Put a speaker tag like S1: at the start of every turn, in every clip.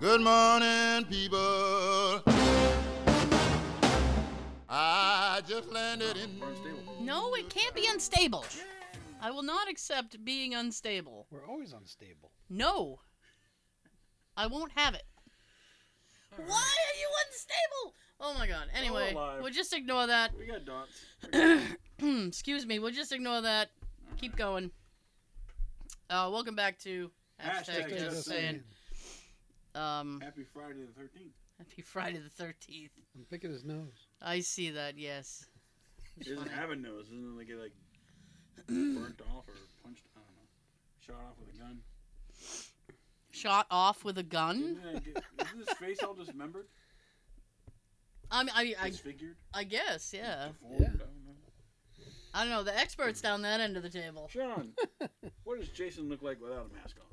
S1: Good morning, people. I just landed in.
S2: No, it can't be unstable. I will not accept being unstable.
S3: We're always unstable.
S2: No. I won't have it. Why are you unstable? Oh my god. Anyway,
S4: alive.
S2: we'll just ignore that.
S4: We got dots.
S2: Excuse me, we'll just ignore that. Keep going. Uh, welcome back to hashtag,
S4: Hashtag
S2: just,
S4: Just
S2: saying. Um,
S4: Happy Friday the thirteenth.
S2: happy Friday the 13th.
S3: I'm picking his nose.
S2: I see that, yes.
S4: He doesn't
S2: funny.
S4: have a nose, doesn't it, like get like burnt off or punched I don't know. Shot off with a gun.
S2: Shot off with a gun?
S4: Didn't, that get, isn't his face all dismembered?
S2: I mean, I, I,
S4: Disfigured?
S2: I guess, yeah.
S4: Deformed?
S3: Yeah.
S4: I don't know.
S2: I don't know. The expert's
S3: Hmm.
S2: down that end of the table.
S4: Sean, what does Jason look like without a mask on?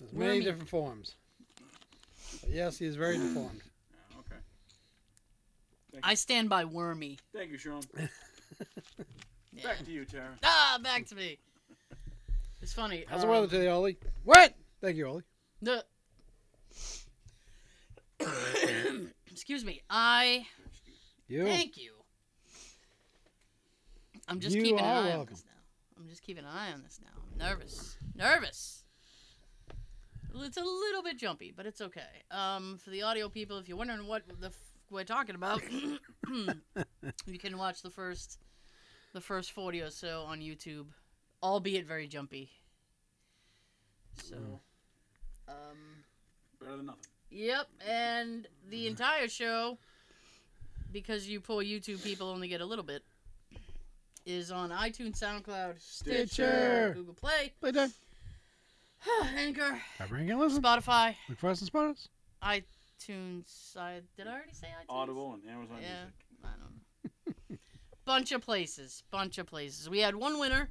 S3: There's
S2: Wormy.
S3: many different forms. But yes, he is very deformed.
S4: Oh, okay.
S2: I stand by Wormy.
S4: Thank you, Sean.
S2: Yeah.
S4: Back to you, Tara.
S2: Ah, back to me. It's funny.
S3: How's
S2: um,
S3: the weather today, Ollie? What? Thank you, Ollie.
S2: The... Excuse me. I
S3: You.
S2: thank you. I'm just
S3: You
S2: keeping an
S3: are
S2: eye on
S3: welcome.
S2: this now. I'm just keeping an eye on this now. I'm nervous. Nervous. Well, It's a little bit jumpy, but it's okay. Um, for the audio people, if you're wondering what the f- we're talking about, you can watch the first, the first forty or so on YouTube, albeit very jumpy. So,
S3: Mm.
S2: um,
S4: Better than nothing.
S2: Yep, and the entire show, because you poor YouTube people only get a little bit, is on iTunes, SoundCloud,
S3: Stitcher.
S2: Google Play,
S3: Play time.
S2: Anchor,
S3: Everyone can listen.
S2: Spotify,
S3: Look for us and spot us.
S2: iTunes. I did I already say iTunes?
S4: Audible and Amazon
S2: Yeah.
S4: Music.
S2: I don't know. bunch of places, bunch of places. We had one winner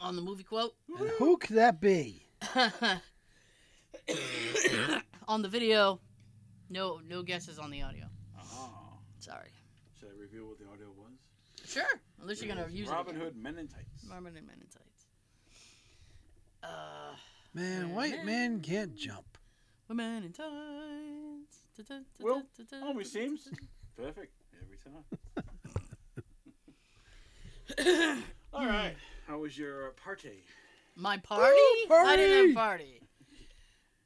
S2: on the movie quote.
S3: And who could that be?
S2: on the video, no, no guesses on the audio.
S4: Ah.
S2: Sorry.
S4: Should I reveal what the audio was?
S2: Sure. Unless you're
S4: It
S2: gonna
S4: was
S2: use
S4: Robin
S2: it.
S4: Hood Men in Tights.
S2: Mormon and Mennonites. Uh,
S3: Man,
S2: Yeah.
S3: white man can't jump.
S2: women in tights. Dun, dun, dun,
S4: Well, oh,
S2: dun, dun,
S4: Always
S2: dun, dun,
S4: seems perfect every time.
S2: dun.
S4: All right. How was your uh, party?
S2: My party? I didn't have a party.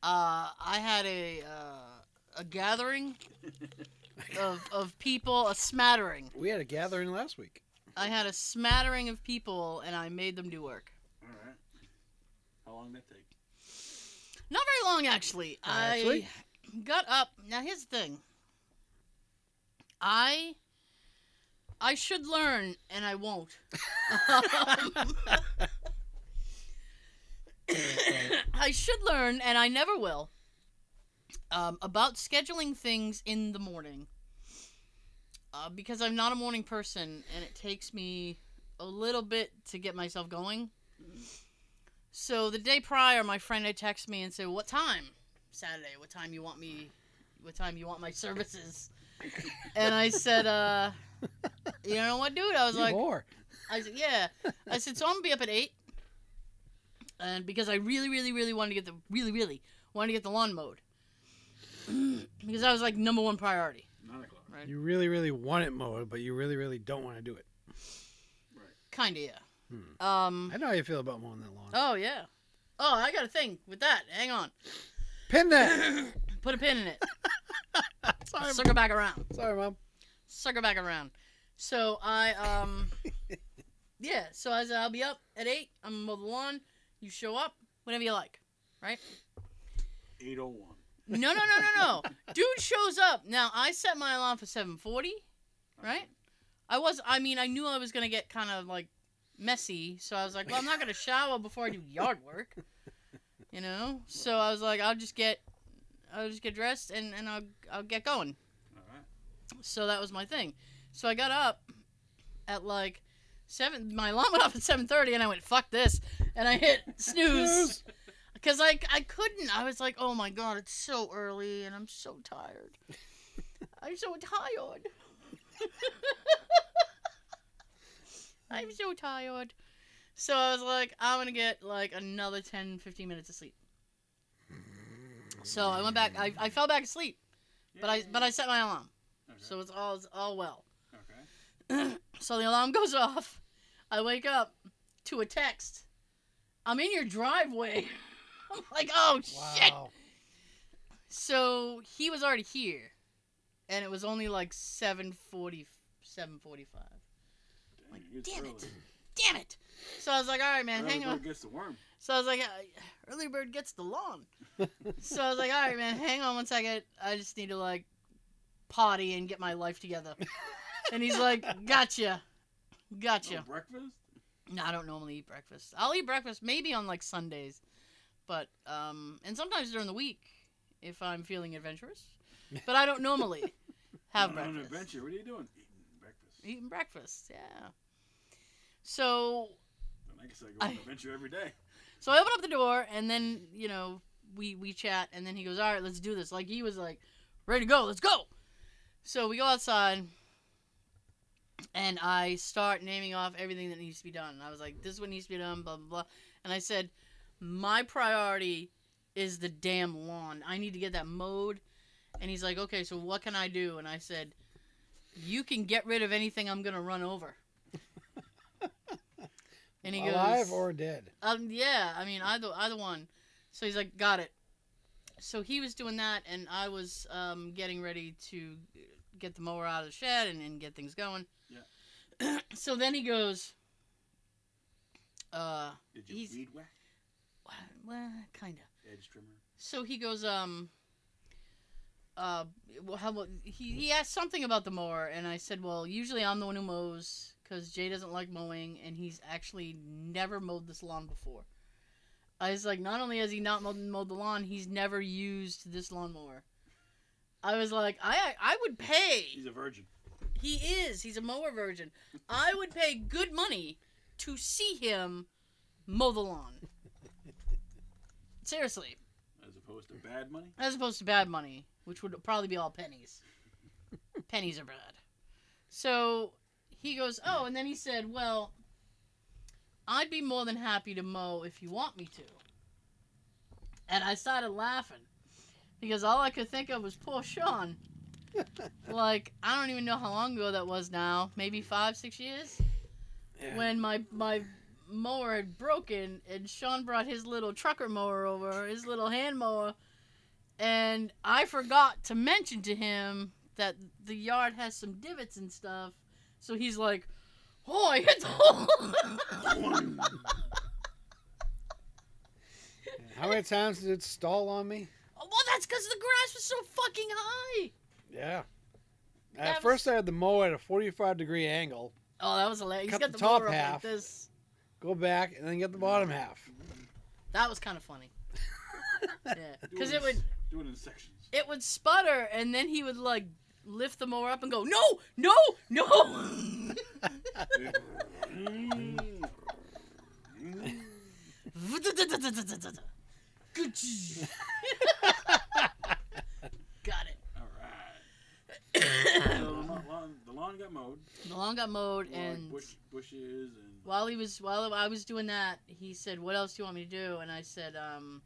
S2: Uh, I had a uh, a gathering of of people, a smattering.
S3: We had a gathering last week.
S2: I had a smattering of people, and I made them do work.
S4: All right. How long did that take?
S2: Not very long, actually. I
S3: Actually?
S2: got up. Now here's the thing. I I should learn, and I won't. I should learn, and I never will. Um, about scheduling things in the morning, uh, because I'm not a morning person, and it takes me a little bit to get myself going. So the day prior, my friend had texted me and said, "What time? Saturday? What time you want me? What time you want my services?" and I said, "Uh, you know what, dude? I was
S3: You
S2: like,
S3: whore.
S2: I said, yeah. I said, so I'm gonna be up at eight, and because I really, really, really wanted to get the really, really wanted to get the lawn mowed, because that was like number one priority.
S4: Nine o'clock.
S2: Right.
S3: You really, really want it mowed, but you really, really don't want to do it.
S2: Kinda, yeah. Um.
S3: I know how you feel about mowing that lawn.
S2: Oh yeah. Oh, I got a thing with that. Hang on.
S3: Pin that.
S2: Put a pin in it.
S3: sorry,
S2: Circle back around.
S3: sorry, mom.
S2: Circle back around. So I um. Yeah. So I said I'll be up at eight. I'm gonna mow the lawn. You show up whenever you like.
S4: Eight oh one.
S2: No, no, no, no, no. Dude shows up. Now I set my alarm for seven forty, right? I was. I mean, I knew I was gonna get kind of like messy, so I was like, well, I'm not gonna shower before I do yard work, you know. So I was like, I'll just get, I'll just get dressed and and I'll I'll get going.
S4: All right.
S2: So that was my thing. So I got up at like seven. My alarm went off at seven thirty, and I went fuck this, and I hit snooze.
S3: Snooze.
S2: Because I, I couldn't. I was like, oh my God, it's so early and I'm so tired. I'm so tired. I'm so tired. So I was like, I'm going to get like another 10, 15 minutes of sleep. So I went back. I, I fell back asleep, but I but I set my alarm,
S4: Okay.
S2: so it's all it's all well.
S4: okay.
S2: So the alarm goes off. I wake up to a text. I'm in your driveway. I'm like, oh shit.
S3: Wow.
S2: So he was already here, and it was only like 740, 745.
S4: Dang,
S2: Like,
S4: it's
S2: damn
S4: early.
S2: it. Damn it! So I was like, all right, man,
S4: Early
S2: hang
S4: bird
S2: on.
S4: gets the worm.
S2: So I was like, uh, early bird gets the lawn. so I was like, all right, man, hang on one second. I just need to like potty and get my life together. and he's like, gotcha,
S4: No
S2: gotcha.
S4: breakfast.
S2: No, I don't normally eat breakfast. I'll eat breakfast maybe on like Sundays, but um, and sometimes during the week if I'm feeling adventurous. But I don't normally have
S4: Going on an
S2: breakfast.
S4: adventure. What are you doing? Eating breakfast.
S2: Eating breakfast, yeah. So
S4: Then I guess I go on an
S2: I-
S4: adventure every day.
S2: so I open up the door and then you know we we chat and then he goes, all right, let's do this. Like he was like ready to go, let's go. So we go outside. And I start naming off everything that needs to be done. And I was like, this is what needs to be done, blah, blah, blah. And I said, my priority is the damn lawn. I need to get that mowed. And he's like, okay, so what can I do? And I said, you can get rid of anything I'm going to run over. and he
S3: Alive
S2: goes,
S3: or dead?
S2: um, yeah, I mean either either one. So he's like, got it. So he was doing that, and I was um, getting ready to get the mower out of the shed and, and get things going. Yeah. so then he goes, uh,
S4: Did you
S2: He's-
S4: weed whack?
S2: wha- well, kinda.
S4: Edge trimmer.
S2: So he goes, um, uh, well, how about he, he asked something about the mower, and I said, well, usually I'm the one who mows because Jay doesn't like mowing, and he's actually never mowed this lawn before. I was like, not only has he not mowed, mowed the lawn, he's never used this lawnmower. I was like, I I would pay.
S4: He's a virgin.
S2: He is. He's a mower virgin. I would pay good money to see him mow the lawn. Seriously
S4: As opposed to bad money.
S2: as opposed to bad money, which would probably be all pennies. pennies are bad. So he goes, oh, and then he said, well, I'd be more than happy to mow if you want me to. And I started laughing because all I could think of was poor Sean. like I don't even know how long ago that was now, maybe five, six years, when my my mower had broken and Sean brought his little trucker mower over, his little hand mower, and I forgot to mention to him that the yard has some divots and stuff. So he's like, "Oh, I hit the hole."
S3: How many times did it stall on me?
S2: Oh, well, that's because the grass was so fucking high.
S3: Yeah.
S2: That
S3: At
S2: was-
S3: first, I had the mow at a 45 degree angle,
S2: Oh, that was hilarious. He's
S3: Cut
S2: got the
S3: the top
S2: motor up like
S3: half.
S2: this.
S3: go back, and then get the bottom half.
S2: That was kind of funny. yeah, because it would
S4: do it in sections.
S2: it would sputter, and then he would like lift the mower up and go, "No, no, no."
S4: Mm.
S2: Good. got it.
S4: All right. so the lawn- lawn- the lawn got mowed.
S2: The lawn got mowed,
S4: More like
S2: and
S4: bush, bushes and
S2: while he was while I was doing that, he said, "What else do you want me to do?" And I said, um,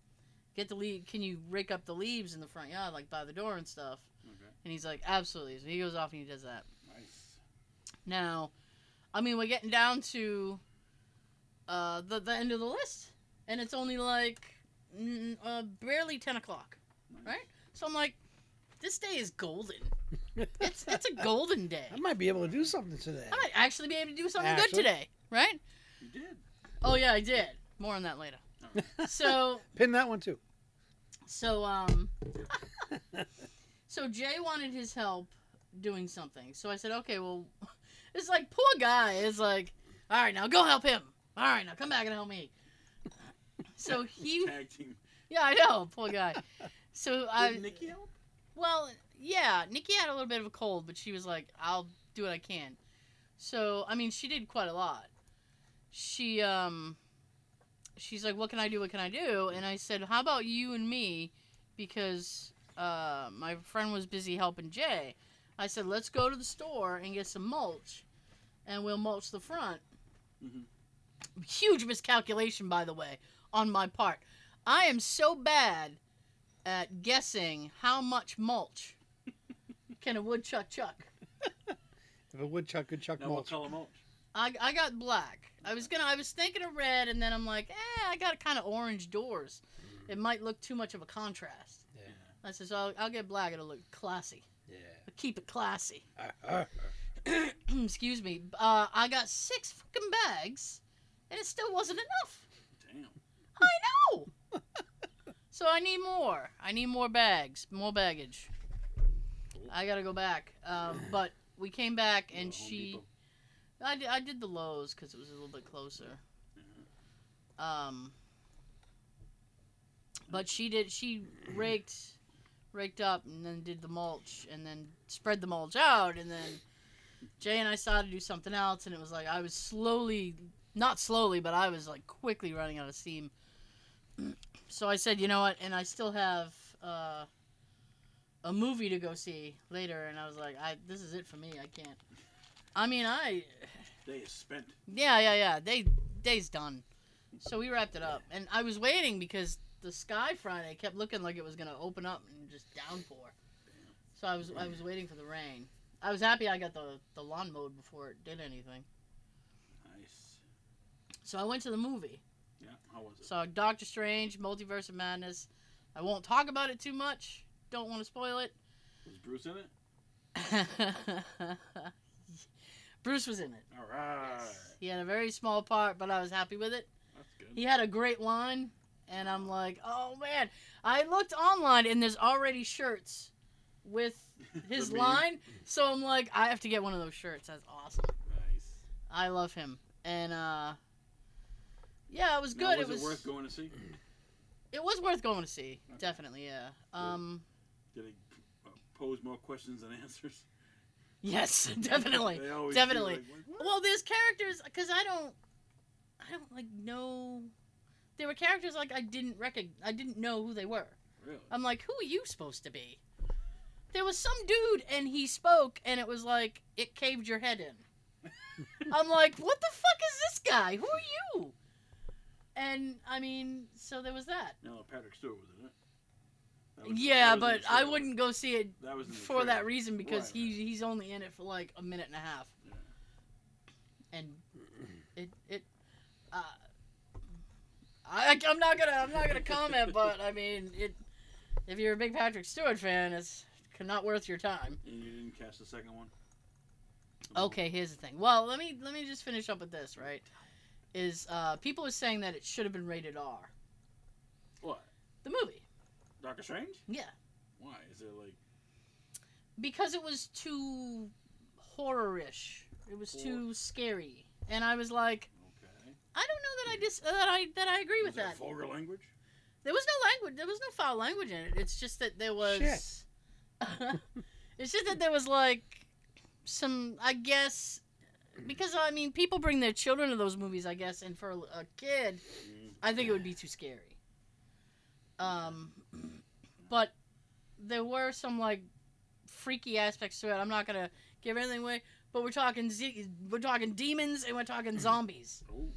S2: "Get the leaf. Can you rake up the leaves in the front yard, like by the door and stuff?"
S4: okay,
S2: And he's like, "Absolutely." So he goes off and he does that.
S4: nice.
S2: Now, I mean, we're getting down to uh, the the end of the list, and it's only like mm, uh, barely ten o'clock, right? So I'm like, "This day is golden. It's it's a golden day.
S3: I might be able to do something today.
S2: I might actually be able to do something good
S3: Actually.
S2: today, right?"
S4: You did.
S2: Oh yeah, I did. More on that later. So
S3: Pin that one too.
S2: so um so Jay wanted his help doing something. So I said, "Okay, well it's like poor guy is like, all right, now go help him. All right, now come back and help me." So he
S4: Tag team.
S2: Yeah, I know, poor guy. So I
S4: Did Nikki help?
S2: well, yeah, Nikki had a little bit of a cold, but she was like, "I'll do what I can." So, I mean, she did quite a lot. She um she's like, "What can I do? What can I do?" And I said, "How about you and me because uh my friend was busy helping Jay." I said, "Let's go to the store and get some mulch and we'll mulch the front."
S4: Mhm.
S2: Huge miscalculation by the way on my part. I am so bad at guessing how much mulch can a woodchuck chuck.
S3: If a woodchuck could chuck
S4: No, we'll
S3: mulch.
S4: call him mulch.
S2: I, I got black. I was gonna I was thinking of red and then I'm like, eh, I got kind of orange doors. It might look too much of a contrast.
S3: Yeah.
S2: I says I'll, I'll get black. It'll look classy.
S3: Yeah.
S2: But keep it classy.
S3: Uh-huh.
S2: Excuse me. Uh, I got six fucking bags, and it still wasn't enough.
S4: Damn.
S2: I know. so I need more. I need more bags, more baggage. I gotta go back. Um, but we came back and
S4: Little Home
S2: she,
S4: Depot.
S2: I did, I did the lows because it was a little bit closer.
S4: Mm-hmm.
S2: Um, but she did. She raked, raked up, and then did the mulch, and then spread the mulch out, and then Jay and I started to do something else, and it was like I was slowly, not slowly, but I was like quickly running out of steam. So I said, you know what? And I still have uh, a movie to go see later, and I was like, I this is it for me. I can't. I mean, I
S4: Day is spent.
S2: yeah, yeah, yeah. Day day's done. So we wrapped it up, and I was waiting because the sky Friday kept looking like it was gonna open up and just downpour. So I was I was waiting for the rain. I was happy I got the the lawn mowed before it did anything.
S4: Nice.
S2: So I went to the movie.
S4: Yeah. How was it?
S2: So Doctor Strange, Multiverse of Madness. I won't talk about it too much. Don't want to spoil it.
S4: Was Bruce in it?
S2: Bruce was in it.
S4: All right.
S2: He had a very small part, but I was happy with it.
S4: That's good.
S2: He had a great line, and I'm like, oh man. I looked online, and there's already shirts with his
S4: For me.
S2: line, so I'm like, I have to get one of those shirts. That's awesome.
S4: Nice.
S2: I love him, and uh, yeah, it was
S4: Now,
S2: good.
S4: was
S2: it was
S4: worth going to see?
S2: it was worth going to see,
S4: Okay.
S2: definitely. Yeah. Um.
S4: Did it uh, pose more questions than answers?
S2: Yes, definitely.
S4: They always do,
S2: definitely.
S4: like, what- what?
S2: Well, there's characters because I don't, I don't like know. There were characters like I didn't recog I didn't know who they were.
S4: Really?
S2: I'm like, who are you supposed to be? There was some dude and he spoke and it was like it caved your head in. I'm like, what the fuck is this guy? Who are you? And I mean, so there was that.
S4: No, Patrick Stewart was in it. That was-
S2: Yeah,
S4: that was in
S2: but
S4: the
S2: I
S4: trailer.
S2: wouldn't go see it
S4: That was in the
S2: for that
S4: trailer.
S2: reason because
S4: Right,
S2: he he's only in it for like a minute and a half,
S4: Yeah.
S2: and it it. Uh, I I'm not gonna I'm not gonna comment, but I mean it. If you're a big Patrick Stewart fan, it's not worth your time.
S4: And you didn't catch the second one.
S2: Okay, here's the thing. Well, let me let me just finish up with this. Right, is uh, people are saying that it should have been rated R.
S4: What?
S2: The movie,
S4: Doctor Strange?
S2: yeah,
S4: Why is it like
S2: because it was too horror-ish. It was too scary, and I was like,
S4: okay?
S2: I don't know that I dis- that I that I agree
S4: Was
S2: with
S4: there
S2: that.
S4: vulgar language?
S2: There was no language. There was no foul language in it. It's just that there was. it's just that there was like some, I guess, because I mean, people bring their children to those movies, I guess, and for a, a kid,
S4: Mm.
S2: I think it would be too scary. Um, but there were some like freaky aspects to it. I'm not gonna give anything away, but we're talking ze- we're talking demons and we're talking zombies.
S4: Oh,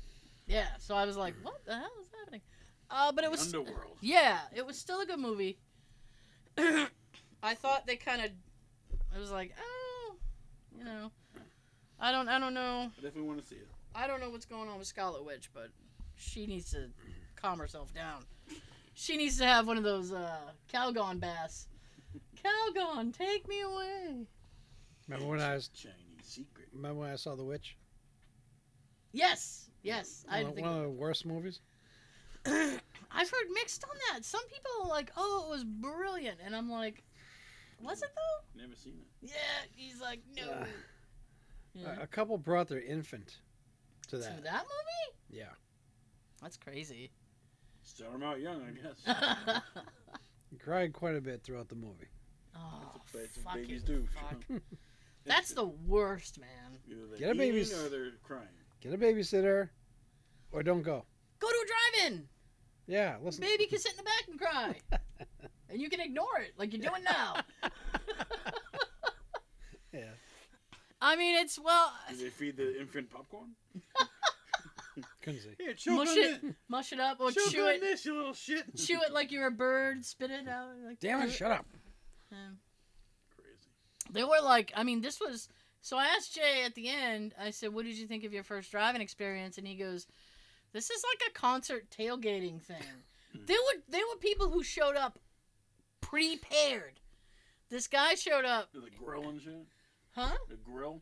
S2: Yeah, so I was like, what the hell is happening? Uh, but
S4: the
S2: it was
S4: underworld.
S2: yeah, it was still a good movie. I thought they kind of it was like, oh, you know, I don't I don't know.
S4: I definitely want to see it.
S2: I don't know what's going on with Scarlet Witch, but she needs to calm herself down. She needs to have one of those uh Calgon baths. Calgon, take me away.
S3: Remember when I was?
S4: Chinese secret.
S3: Remember when I saw The Witch?
S2: Yes, yes. I
S3: One,
S2: didn't
S3: of-
S2: think
S3: one of the worst movies.
S2: I've heard mixed on that. Some people are like, "Oh, it was brilliant," and I'm like, "Was it though?"
S4: Never seen it.
S2: Yeah, he's like, "No."
S3: Ugh.
S2: Yeah.
S3: A, a couple brought their infant to
S2: To
S3: that.
S2: that movie?
S3: Yeah.
S2: That's crazy.
S4: Start 'em out young, I guess.
S2: oh,
S3: He cried quite a bit throughout the movie.
S4: That's what
S2: Oh, fucking
S4: babies do.
S2: fuck. That's the worst, man.
S4: Either they're
S3: Get a baby's-
S4: eating or they're crying.
S3: Get a babysitter, or don't go.
S2: Go to a drive-in.
S3: Yeah. Listen.
S2: Baby can sit in the back and cry, and you can ignore it like you're doing now.
S3: Yeah.
S2: I mean, it's well.
S4: Do they feed the infant popcorn?
S3: Couldn't see.
S4: Here, choke
S2: Mush
S4: on
S2: it,
S4: thi-
S2: mush it up, or
S4: choke
S2: chew
S4: on
S2: it,
S4: this, you little shit.
S2: chew it like you're a bird, spit it Um, out. Like,
S3: Damn it!
S2: do
S3: Shut up.
S2: Yeah.
S4: Crazy.
S2: They were like, I mean, this was. So I asked Jay at the end, I said, what did you think of your first driving experience? And he goes, this is like a concert tailgating thing. there were there were people who showed up prepared. This guy showed up,
S4: The grill and shit.
S2: huh?
S4: The grill.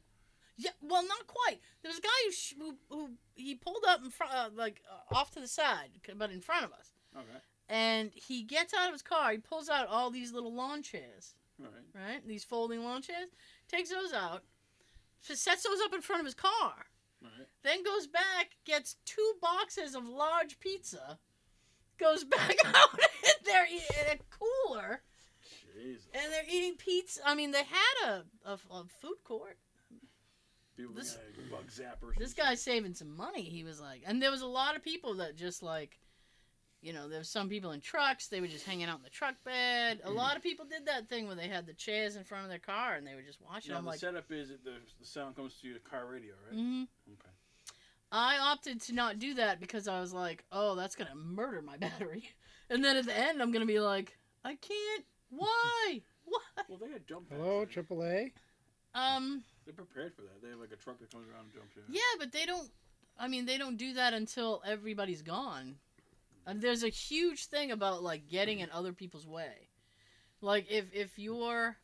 S2: Yeah, well, not quite. There was a guy who sh- who, who he pulled up in front, uh, like uh, off to the side, c- but in front of us.
S4: Okay.
S2: And he gets out of his car. He pulls out all these little lawn chairs,
S4: All right.
S2: right? These folding lawn chairs. Takes those out, s- sets those up in front of his car.
S4: All right.
S2: Then goes back, gets two boxes of large pizza, goes back out, and they're eat- in a cooler,
S4: Jesus.
S2: and they're eating pizza. I mean, they had a, a, a food court.
S4: People
S2: This-
S4: got bug zappers.
S2: this guy's saving some money. He was like, and there was a lot of people that just like, you know, there was some people in trucks. They were just hanging out in the truck bed.
S4: Mm-hmm.
S2: A lot of people did that thing where they had the chairs in front of their car and they were just watching.
S4: Now,
S2: I'm
S4: the
S2: like,
S4: setup is that the, the sound comes through the car radio, right?
S2: mhm.
S4: Okay.
S2: I opted to not do that because I was like, oh, that's gonna murder my battery. And then at the end, I'm gonna be like, I can't. Why? Why?
S4: Well, they had jump pads.
S3: Hello,
S4: right?
S3: AAA.
S2: Um.
S4: They're prepared for that. They have like a truck that comes around and jumps in.
S2: Yeah, but they don't. I mean, they don't do that until everybody's gone. And there's a huge thing about like getting in other people's way. Like if if your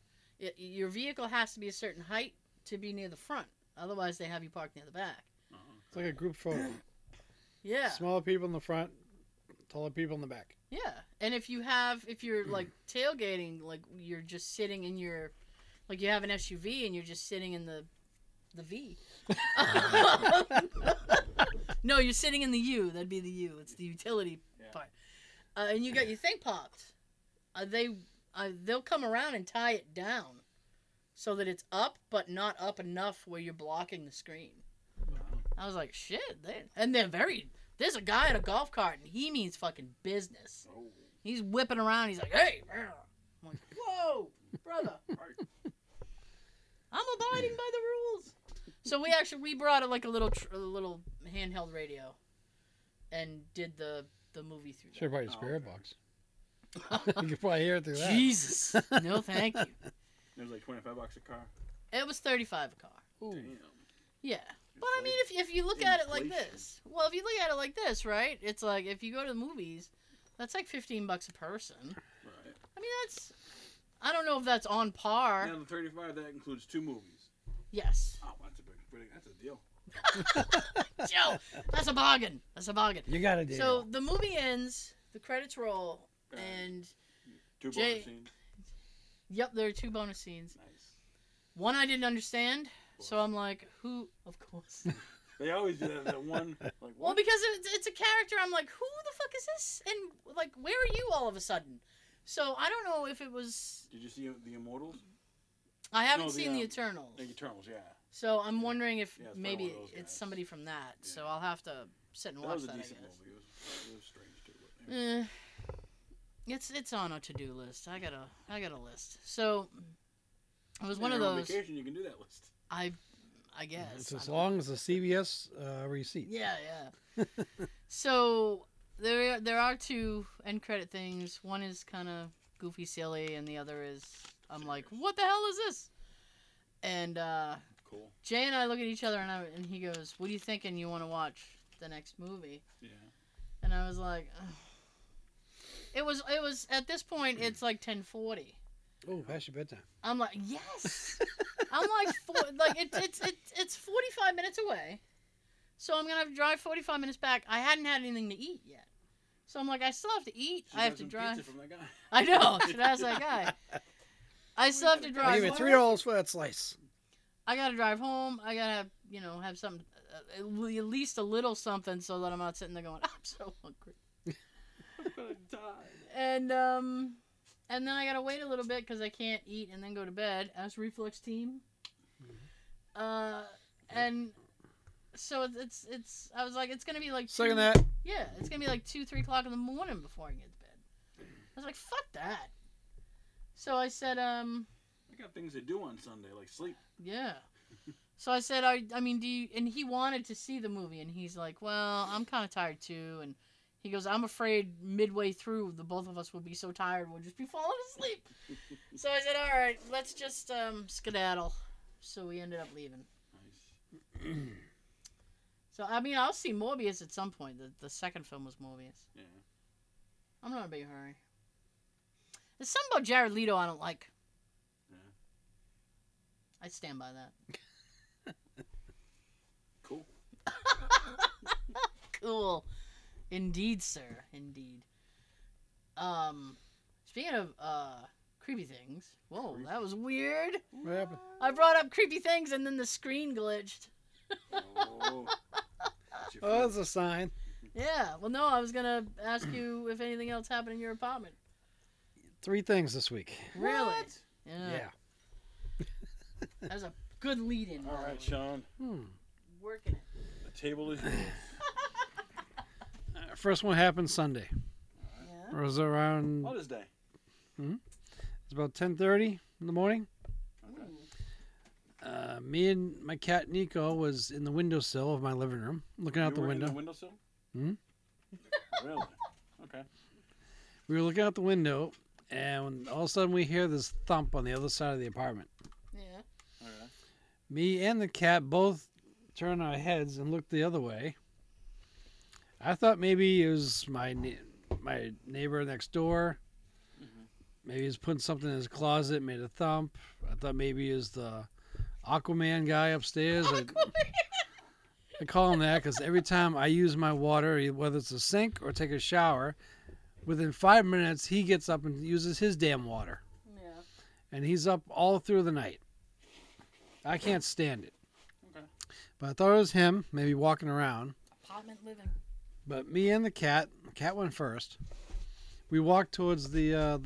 S2: i- your vehicle has to be a certain height to be near the front, otherwise they have you parked near the back.
S4: Uh-huh.
S3: It's like a group photo.
S2: Yeah,
S3: Smaller people in the front, taller people in the back.
S2: yeah. And if you have if you're like tailgating, like you're just sitting in your like you have an SUV and you're just sitting in the the V. no, you're sitting in the U. That'd be the U. It's the utility
S4: Yeah.
S2: Fuck. uh, and you got your thing popped. Uh, they uh, they'll come around and tie it down, so that it's up but not up enough where you're blocking the screen.
S4: Wow.
S2: I was like, shit, they, and they're very. There's a guy in a golf cart and he means fucking business.
S4: Oh,
S2: He's whipping around. He's like, hey, brr." I'm like, whoa, brother,
S4: right.
S2: I'm abiding by the rules. So we actually we brought a, like a little tr- a little handheld radio, and did the the movie through.
S3: Should have brought your
S4: Oh,
S3: spirit
S4: okay.
S3: box. You could probably hear it through that.
S2: Jesus, no, thank you.
S4: It was like 25 bucks a car.
S2: It was 35 a car.
S3: Ooh.
S4: Damn.
S2: Yeah. But I mean, if, if you look at it like
S4: Inflation.
S2: this, well, if you look at it like this, right? It's like if you go to the movies, that's like 15 bucks a person. I
S4: Right.
S2: mean, that's. I don't know if that's on par.
S4: Now the 35 that includes two movies.
S2: Yes.
S4: Oh, that's a big, pretty, that's a deal.
S2: Joe, that's a bargain. That's a bargain.
S3: You got to do.
S2: So the movie ends, the credits roll,
S4: Uh,
S2: and
S4: two
S2: Jay-
S4: bonus scenes.
S2: yep, there are two bonus scenes.
S4: Nice.
S2: One I didn't understand, so I'm like, who? Of course.
S4: They always do that. That one like
S2: Well,
S4: what?
S2: because it's, it's a character, I'm like, who the fuck is this? And like, where are you all of a sudden? So I don't know if it was.
S4: Did you see the Immortals?
S2: I haven't
S4: No, the,
S2: seen the
S4: um,
S2: Eternals,
S4: The Eternals, yeah.
S2: so I'm wondering if
S4: Yeah, it's probably
S2: maybe
S4: one of those
S2: it's
S4: guys.
S2: somebody from that. So
S4: Yeah.
S2: I'll have to sit and
S4: That
S2: watch
S4: was a
S2: that. I guess.
S4: decent movie. It was, it was strange too. But anyway.
S2: Eh, it's it's on a to do list. I got a I got a list. So it was
S4: If
S2: one of
S4: you're on
S2: those.
S4: vacation, you can do that list.
S2: I I guess
S3: It's
S2: I
S3: as
S2: don't-
S3: long as the CVS uh, receipt.
S2: Yeah, yeah. so there there are two end credit things. One is kind of goofy, silly, and the other is I'm like, what the hell is this? And uh,
S4: Cool.
S2: Jay and I look at each other, and I, and he goes, "What are you thinking? You want to watch the next movie?"
S4: Yeah.
S2: And I was like, "Ugh." "It was it was at this point, it's like 10:40."
S3: Oh, past your bedtime.
S2: I'm like, yes. I'm like, four, like it, it's it's it's 45 minutes away, so I'm gonna have to drive 45 minutes back. I hadn't had anything to eat yet, so I'm like, I still have to eat. I
S4: Should've got
S2: have to
S4: some
S2: drive.
S4: Pizza from that guy.
S2: I know. Should ask that guy. I still have to
S4: Right,
S3: I
S2: drive.
S3: give you
S4: why
S3: three
S4: not?
S3: dollars for that slice.
S2: I gotta drive home. I gotta, you know, have something, uh, at least a little something, so that I'm not sitting there going, I'm so hungry.
S4: I'm gonna die.
S2: And um, and then I gotta wait a little bit because I can't eat and then go to bed. As reflux team.
S3: Mm-hmm.
S2: Uh, and so it's- it's it's I was like it's gonna be like
S3: Second
S2: two-
S3: that.
S2: yeah it's gonna be like two three o'clock in the morning before I get to bed. I was like fuck that. So I said um
S4: I got things to do on Sunday, like sleep.
S2: yeah. So I said, I, I mean, do you? And he wanted to see the movie, and he's like, well, I'm kind of tired too. And he goes, I'm afraid midway through, the both of us will be so tired, we'll just be falling asleep. so I said, all right, let's just um, skedaddle. So we ended up leaving.
S4: Nice.
S2: So I mean, I'll see Morbius at some point. The, the second film was Morbius.
S4: Yeah.
S2: I'm not in a big hurry. There's something about Jared Leto I don't like.
S4: Yeah.
S2: I stand by that.
S4: Cool.
S2: Cool. Indeed, sir. Indeed. Um, speaking of uh, creepy things. Whoa, that was weird.
S3: What happened?
S2: I brought up creepy things and then the screen glitched.
S4: Oh. That's your
S3: Oh,
S4: first-
S3: that's a sign.
S2: Yeah. Well, no, I was gonna ask you if anything else happened in your apartment.
S3: Three things this week.
S2: Really?
S4: What?
S2: Yeah.
S3: Yeah.
S2: That was a good lead-in. by
S4: All
S2: the
S4: right,
S2: way.
S4: Sean.
S3: Hmm.
S2: Working it.
S4: The table is yours.
S3: Uh, First one happened Sunday.
S2: Yeah.
S3: It was around
S4: Mother's Day.
S3: it's about 10:30 in the morning.
S4: Okay.
S2: Ooh.
S3: Uh, me and my cat Nico was in the windowsill of my living room, looking out
S4: You
S3: the
S4: were in
S3: window.
S4: the windowsill?
S3: Hmm?
S4: Really? Okay.
S3: we were looking out the window, and all of a sudden we hear this thump on the other side of the apartment.
S2: Yeah.
S4: All right.
S3: Me and the cat both turned our heads and looked the other way. I thought maybe it was my ne- my neighbor next door.
S4: Mhm.
S3: Maybe he's putting something in his closet, made a thump. I thought maybe it was the Aquaman guy upstairs. I, I call him that because every time I use my water, e, whether it's a sink or take a shower, within five minutes he gets up and uses his damn water,
S2: Yeah.
S3: and he's up all through the night. I can't stand it.
S4: Okay.
S3: But I thought it was him, maybe walking around.
S2: Apartment living.
S3: But me and the cat, the cat went first. We walked towards the uh,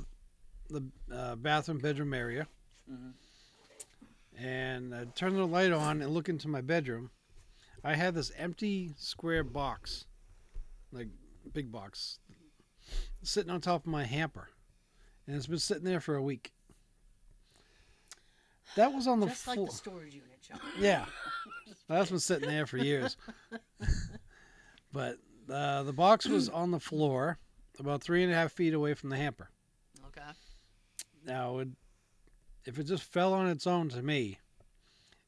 S3: the uh, bathroom bedroom area,
S4: Mhm.
S2: Mm-hmm.
S3: and I turned the light on and looked into my bedroom. I had this empty square box, like big box, sitting on top of my hamper, and it's been sitting there for a week. That was on the
S2: Just
S3: floor.
S2: like the storage unit, John.
S3: Yeah. Well, that's been sitting there for years. but uh, the box was on the floor, about three and a half feet away from the hamper.
S2: Okay.
S3: Now, it, if it just fell on its own to me,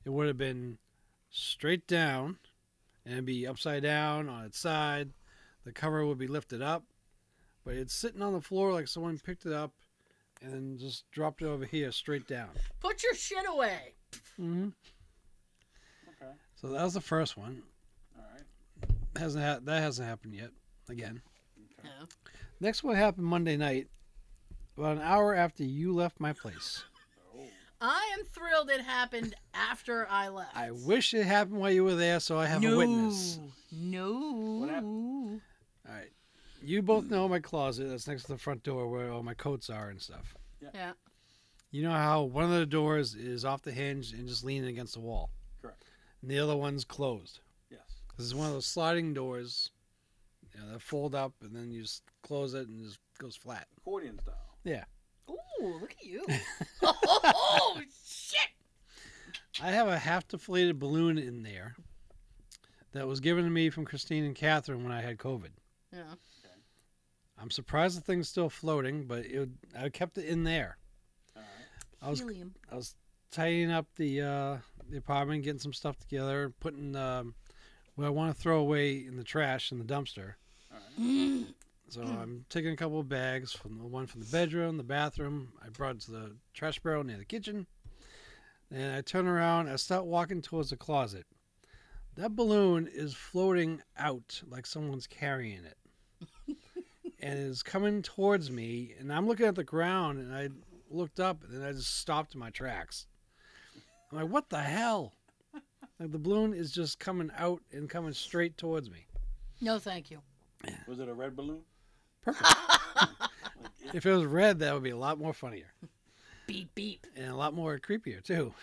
S3: it would have been straight down and it'd be upside down on its side. The cover would be lifted up. But it's sitting on the floor like someone picked it up and then just dropped it over here straight down.
S2: Put your shit away.
S3: Mm-hmm.
S4: Okay.
S3: So that was the first one.
S4: All right.
S3: hasn't ha- that hasn't happened yet again
S4: Okay.
S2: No.
S3: next one happened monday night about an hour after you left my place
S4: Oh.
S2: I am thrilled it happened after I left.
S3: i wish it happened while you were there so i have
S2: no.
S3: a witness
S2: No.
S4: What
S3: all right you both know my closet that's next to the front door where all my coats are and stuff
S2: Yeah.
S3: you know how one of the doors is off the hinge and just leaning against the wall
S4: Correct.
S3: and the other one's closed
S4: Yes.
S3: this is one of those sliding doors you know, that fold up and then you just close it and just goes flat
S4: Accordion style.
S2: Ooh, look at you. oh, shit.
S3: I have a half deflated balloon in there that was given to me from Christine and Catherine when I had COVID.
S2: Yeah.
S3: I'm surprised the thing's still floating, but it, I kept it in there.
S4: All right.
S3: I was
S2: Helium.
S3: I was tidying up the uh, the apartment, getting some stuff together, putting um, what I want to throw away in the trash in the dumpster.
S4: All right.
S2: Mm.
S3: So I'm taking a couple of bags from the one from the bedroom, the bathroom. I brought it to the trash barrel near the kitchen. And I turn around. I start walking towards the closet. That balloon is floating out like someone's carrying it, and is coming towards me. And I'm looking at the ground, and I looked up, and I just stopped in my tracks. I'm like, "What the hell?" Like the balloon is just coming out and coming straight towards me.
S2: No, thank you.
S4: Was it a red balloon? Like, it-
S3: If it was red, that would be a lot more funnier.
S2: beep, beep.
S3: and a lot more creepier too.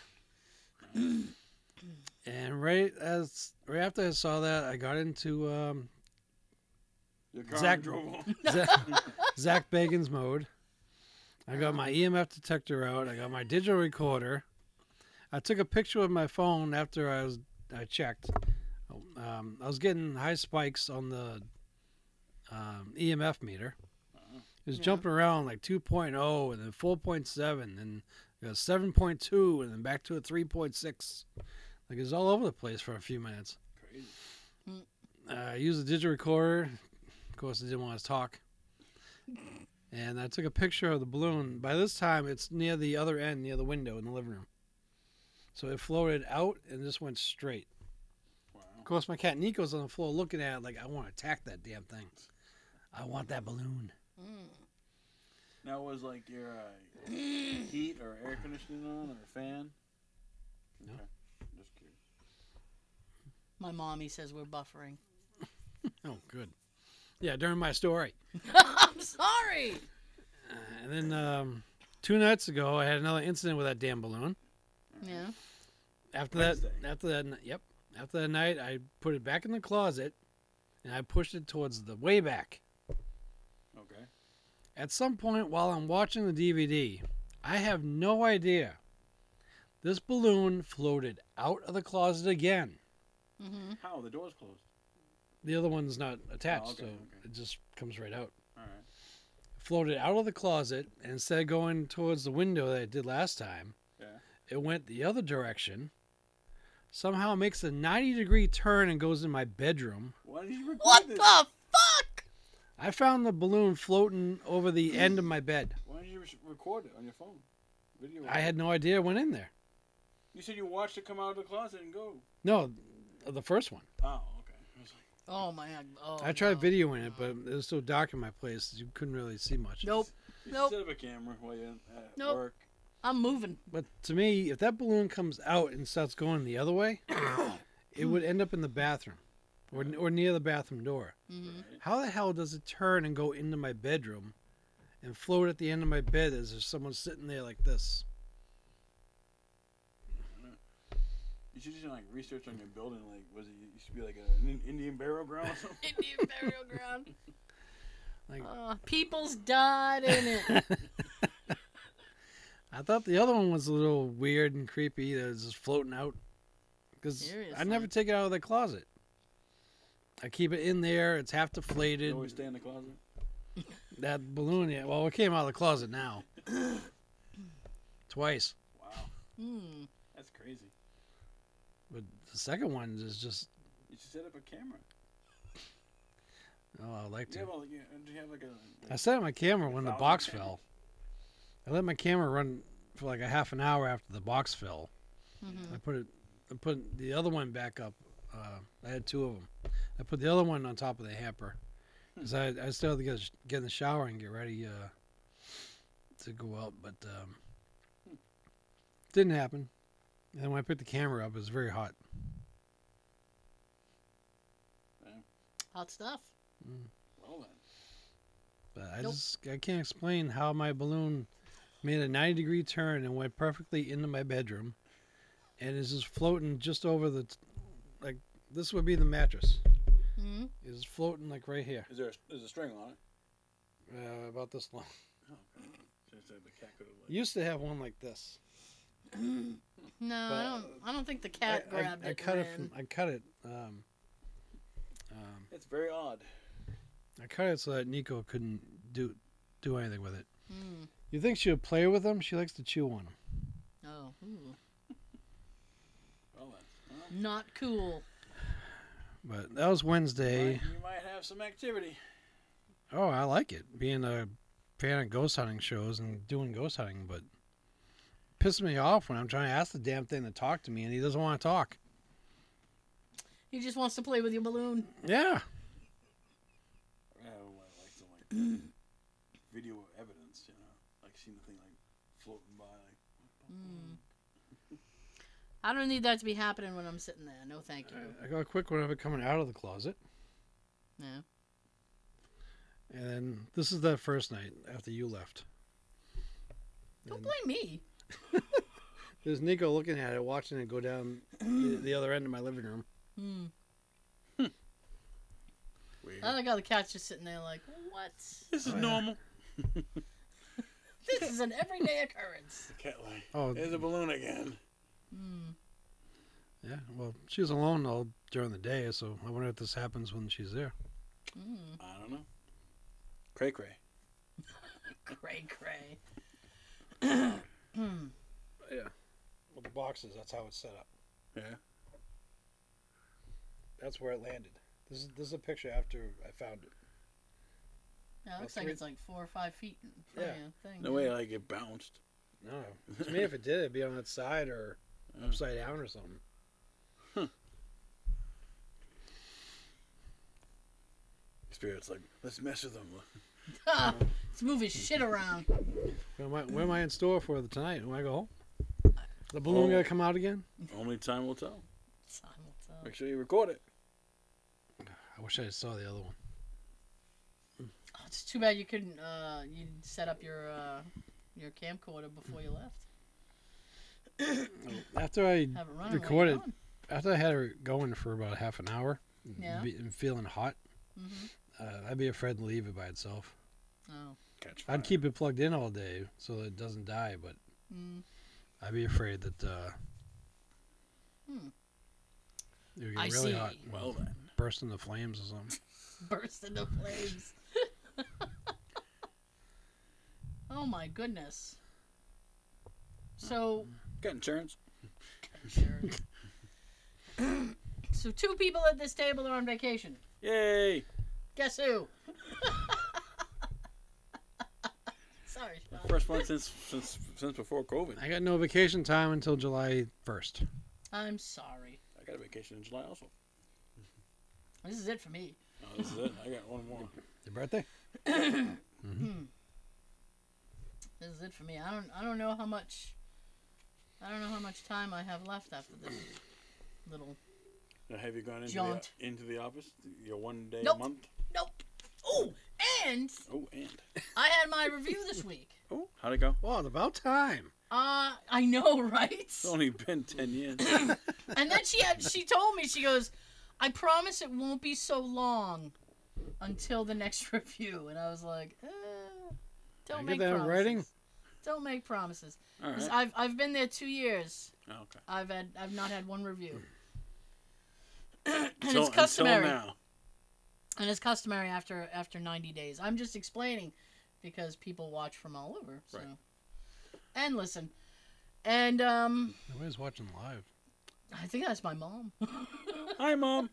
S3: and right as right after I saw that, I got into um,
S4: your car
S3: Zach-
S4: drove home.
S3: Zach, Zach Bagans E mode. I got my EMF detector out. I got my digital recorder. I took a picture with my phone after I was I checked. Um, I was getting high spikes on the um, EMF meter. It was
S2: Yeah.
S3: jumping around like 2.0 and then 4.7 and it was 7.2 and then back to a 3.6. Like it was all over the place for a few minutes.
S4: Crazy.
S3: Uh, I used a digirecorder. Of course, I didn't want to talk. And I took a picture of the balloon. By this time, it's near the other end, near the window in the living room. So it floated out and just went straight. Of
S4: Wow.
S3: course, my cat Nico's on the floor looking at it like, I want to attack that damn thing. I want that balloon.
S2: Mm.
S4: Now was like your uh, heat or air conditioning on or fan?
S3: No.
S4: Okay. Just curious.
S2: My mommy says we're buffering.
S3: Oh, good. Yeah, during my story.
S2: I'm sorry.
S3: Uh, and then um, two nights ago, I had another incident with that damn balloon.
S2: Yeah.
S3: After that,
S4: Wednesday.
S3: after that, n- yep. After that night, I put it back in the closet, and I pushed it towards the way back.
S4: Okay.
S3: At some point while I'm watching the DVD, I have no idea. This balloon floated out of the closet again.
S2: hmm
S4: How? The door's closed.
S3: The other one's not attached,
S4: Oh, okay,
S3: so
S4: okay.
S3: it just comes right out.
S4: All right.
S3: Floated out of the closet, and instead of going towards the window that it did last time,
S4: Yeah.
S3: it went the other direction. Somehow makes a 90 degree turn and goes in my bedroom.
S4: Why did you record
S2: What the
S4: this?
S2: fuck?
S3: I found the balloon floating over the end of my bed.
S4: Why did you re- record it on your phone? Video.
S3: I had no idea it went in there.
S4: You said you watched it come out of the closet and go.
S3: No, the first one.
S4: Oh, okay. I was like,
S2: Oh my god. Oh,
S3: I tried
S2: no.
S3: videoing it, but it was so dark in my place you couldn't really see much.
S2: Nope.
S4: you should
S2: Nope.
S4: set up a camera while you're at
S2: Nope.
S4: work.
S2: I'm moving.
S3: But to me, if that balloon comes out and starts going the other way, it would end up in the bathroom or, or near the bathroom door.
S2: hmm
S4: Right.
S3: How the hell does it turn and go into my bedroom and float at the end of my bed as if someone's sitting there like this?
S4: You should just like research on your building. Like, was it used to be like an In- Indian burial ground or something?
S2: Indian burial ground.
S3: Like-
S2: Uh, people's died in it.
S3: I thought the other one was a little weird and creepy that was just floating out because I never
S2: Seriously.
S3: take it out of the closet. I keep it in there. It's half deflated.
S4: You always stay in the closet.
S3: That balloon, yeah. Well, it came out of the closet now. Twice.
S4: Wow,
S2: Hmm.
S4: that's crazy.
S3: But the second one is just,
S4: You should set up a camera.
S3: oh, I like
S4: Do you have
S3: to.
S4: all like, you- uh, do you have like a?
S3: I set up my camera when the
S4: Thousand
S3: box
S4: things.
S3: fell. I let my camera run for like a half an hour after the box fell.
S2: Mhm.
S3: I put it, I put the other one back up. Uh, I had two of them. I put the other one on top of the hamper because I, I still had to get, sh- get in the shower and get ready uh, to go out, but um, didn't happen. And when I picked the camera up, it was very hot.
S2: Hot stuff.
S4: Well then,
S3: But I
S2: Nope.
S3: just I can't explain how my balloon made a 90 degree turn and went perfectly into my bedroom, and is just floating just over the, t- like this would be the mattress.
S2: hmm
S3: Is floating like right here,
S4: is there a, is a string on it? Oh,
S3: uh, about this long.
S4: So it's like the cat could have like.
S3: Used to have one like this.
S2: No, I
S3: But,
S2: don't. I don't think the
S3: I,
S2: cat
S3: I-
S2: grabbed
S3: I
S2: it.
S3: cut
S2: and
S3: it.
S2: ran.
S3: From, I cut it. Um, um,
S4: That's very odd.
S3: I cut it so that Nico couldn't do do anything with it.
S2: Mm.
S3: You think she would play with them? She likes to chew on them.
S2: Oh, ooh.
S4: Well then, well,
S2: not cool.
S3: But that was Wednesday.
S4: might- you might have some activity.
S3: Oh, I like it. Being a fan of ghost hunting shows and doing ghost hunting, but pisses me off when I'm trying to ask the damn thing to talk to me and he doesn't want to talk.
S2: He just wants to play with your balloon.
S3: Yeah.
S4: Yeah, well, like some like video evidence, you know, like seeing the thing like floating by. Like,
S2: Mm. I don't need that to be happening when I'm sitting there. No, thank you.
S3: I got a quick one of it coming out of the closet.
S2: Yeah.
S3: And then this is that first night after you left.
S2: Don't blame me.
S3: There's Nico looking at it, watching it go down the, the other end of my living room.
S2: Mm.
S4: Weird.
S2: I like how the cat's just sitting there, like, what?
S4: "Ah,
S3: is
S4: This is
S3: Oh, yeah.
S4: normal.
S2: This is an everyday occurrence.
S4: The cat like
S3: Oh,
S4: there's a balloon again.
S2: Mm.
S3: Yeah, well, she was alone all during the day, so I wonder if this happens when she's there.
S2: Mm.
S4: I don't know. Cray cray.
S2: Cray, cray.
S3: With the boxes, that's how it's set up.
S4: Yeah.
S3: That's where it landed. This is this is a picture after I found it.
S2: Yeah, it looks like
S3: three-
S2: it's like four or five feet in front of
S3: Yeah.
S2: you. Thing.
S4: No way. Like it bounced.
S3: No, to me, if it did, it'd be on its side or
S4: Yeah.
S3: upside down or something.
S4: Spirit's like, let's mess with them.
S2: Ah, Let's move his shit around.
S3: What am I, what am I in store for the tonight when I go home? The balloon gonna come out again?
S4: Only time will tell.
S2: Time will tell.
S4: Make sure you record it.
S3: I wish I saw the other one.
S2: Oh, it's too bad you couldn't. Uh, you set up your uh, your camcorder before you left.
S3: After
S2: Have
S3: I
S2: it running. while you're
S3: recorded
S2: gone.
S3: after I had her going for about half an hour,
S2: Yeah.
S3: be- and feeling hot,
S2: Mhm.
S3: uh, I'd be afraid to leave it by itself.
S2: Oh.
S4: Catch fire.
S3: I'd keep it plugged in all day so that it doesn't die, but
S2: Mm.
S3: I'd be afraid that uh,
S2: Hmm.
S3: it would
S2: I
S3: get really
S2: see.
S3: hot,
S4: Well
S3: well,
S4: then.
S3: burst into flames or something.
S2: burst into flames. oh my goodness. So,
S4: Got insurance.
S2: sure. so two people at this table are on vacation.
S4: Yay!
S2: Guess who? Sorry, Sean.
S4: First one since since since before COVID.
S3: I got no vacation time until July first.
S2: I'm sorry.
S4: I got a vacation in July also.
S2: This is it for me.
S4: Oh, this is it. I got one more.
S3: Your birthday?
S2: This is it for me. I don't. I don't know how much. I don't know how much time I have left after this little.
S4: Now, have you gone into
S2: Jaunt.
S4: the into the office? Your one day
S2: Nope.
S4: a month?
S2: Nope. Oh, and
S4: Oh, and
S2: I had my review this week.
S4: oh, how'd it go?
S3: Well, it's about time.
S2: Uh, I know, right?
S4: It's only been ten years.
S2: And then she had, she told me she goes, "I promise it won't be so long until the next review." And I was like, eh, "Don't
S3: I get
S2: make
S3: that in
S2: promises.
S3: writing?
S2: Don't make promises."
S4: All
S2: 'Cause
S4: right.
S2: I've I've been there two years.
S4: Oh, okay.
S2: I've had I've not had one review. and
S4: Until-
S2: it's customary.
S4: Until now.
S2: And it's customary after after 90 days. I'm just explaining because people watch from all over. So.
S4: Right.
S2: And listen. And um
S3: Nobody's watching live.
S2: I think that's my mom.
S4: Hi, mom.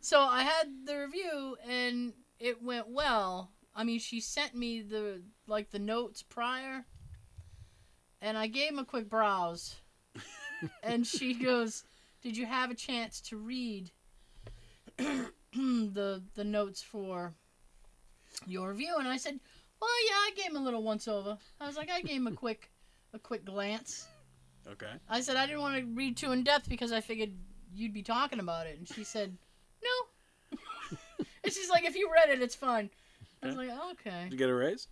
S2: So I had the review and it went well. I mean, she sent me the like the notes prior, and I gave him a quick browse, and she goes, "Did you have a chance to read the the notes for your review?" And I said, "Well, yeah, I gave him a little once over. I was like, I gave him a quick a quick glance."
S4: Okay.
S2: I said I didn't want to read too in depth because I figured you'd be talking about it, and she said, "No." and she's like, "If you read it, it's fine." I was like, "Okay."
S4: Did you get a raise?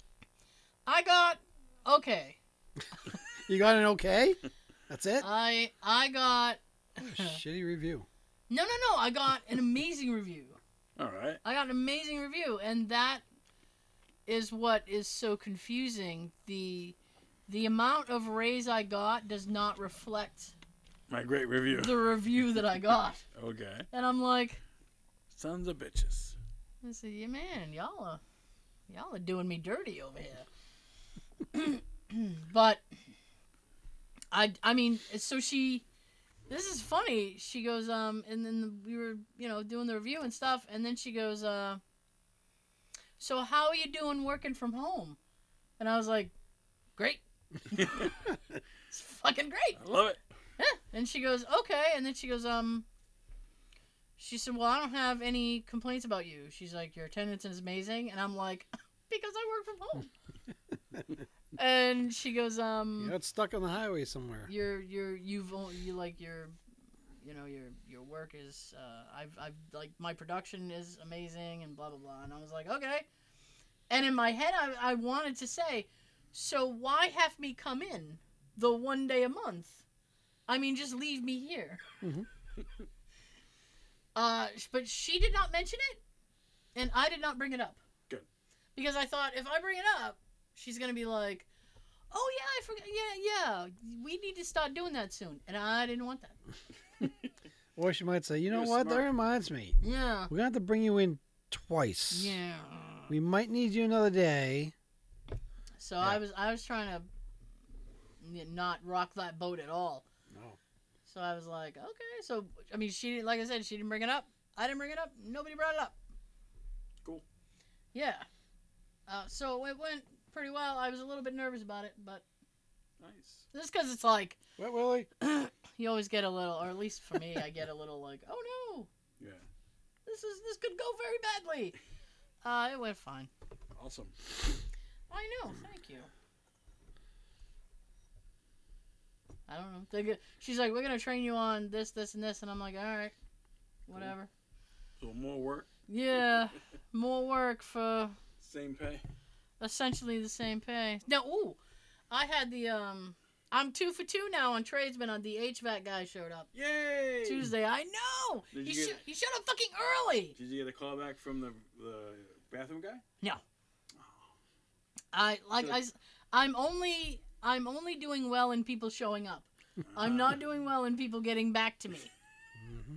S2: I got okay.
S3: You got an okay? That's it?
S2: I I got
S3: Shitty review.
S2: no no no. I got an amazing review.
S4: All right.
S2: I got an amazing review, and that is what is so confusing. the The amount of raise I got does not reflect
S4: My great review.
S2: the review that I got,
S4: Okay.
S2: and I'm like.
S4: Sons of bitches.
S2: I said, yeah, man, y'all are, y'all are doing me dirty over here. but I, I mean, so she, this is funny. She goes, um, and then we were, you know, doing the review and stuff, and then she goes, uh, so how are you doing working from home? And I was like, great. it's fucking great.
S4: I love it.
S2: Yeah. "Eh." And she goes, okay. And then she goes, um, she said, well, I don't have any complaints about you. She's like, your attendance is amazing. And I'm like, because I work from home. and she goes, um,
S3: You got stuck on the highway somewhere.
S2: your, your, you've, on- you like your, you know, your, your work is, uh, I've, I've like my production is amazing and blah, blah, blah. And I was like, okay. And in my head, I, I wanted to say, so why have me come in the one day a month? I mean, just leave me here.
S3: Mhm.
S2: uh, sh- but she did not mention it, and I did not bring it up.
S4: Good.
S2: Because I thought if I bring it up, she's gonna be like, Oh yeah, I forgot. Yeah, yeah. We need to start doing that soon. And I didn't want that.
S3: Or she might say, you know
S4: You're
S3: what? That
S4: smart.
S3: reminds me.
S2: Yeah.
S3: We're going to have to bring you in twice.
S2: Yeah.
S3: We might need you another day.
S2: So
S3: Yeah.
S2: I was I was trying to n- not rock that boat at all.
S3: No.
S2: So I was like, okay. So I mean, she didn't- like I said, she didn't bring it up. I didn't bring it up. Nobody brought it up.
S4: Cool.
S2: Yeah. Uh, so it went pretty well. I was a little bit nervous about it, but
S4: Nice.
S2: just because it's like
S3: What, Willie?
S2: you always get a little, or at least for me, I get a little like, oh no,
S4: Yeah.
S2: this is this could go very badly. Uh, it went fine.
S4: Awesome.
S2: I know. Thank you. I don't know. They go- She's like, we're gonna train you on this, this, and this, and I'm like, all right, whatever.
S4: So more work,
S2: Yeah, more work for
S4: same pay.
S2: essentially the same pay. Now, ooh, I had the um, I'm two for two now on tradesmen. On the HVAC guy showed up
S4: Yay!
S2: Tuesday. I know.
S4: Did
S2: he,
S4: you
S2: sho-
S4: get-
S2: he showed up fucking early.
S4: Did you get a call back from the the bathroom guy?
S2: I like I, s- I'm only I'm only doing well in people showing up. I'm
S4: Ah,
S2: not doing well in people getting back to me.
S3: Mm-hmm.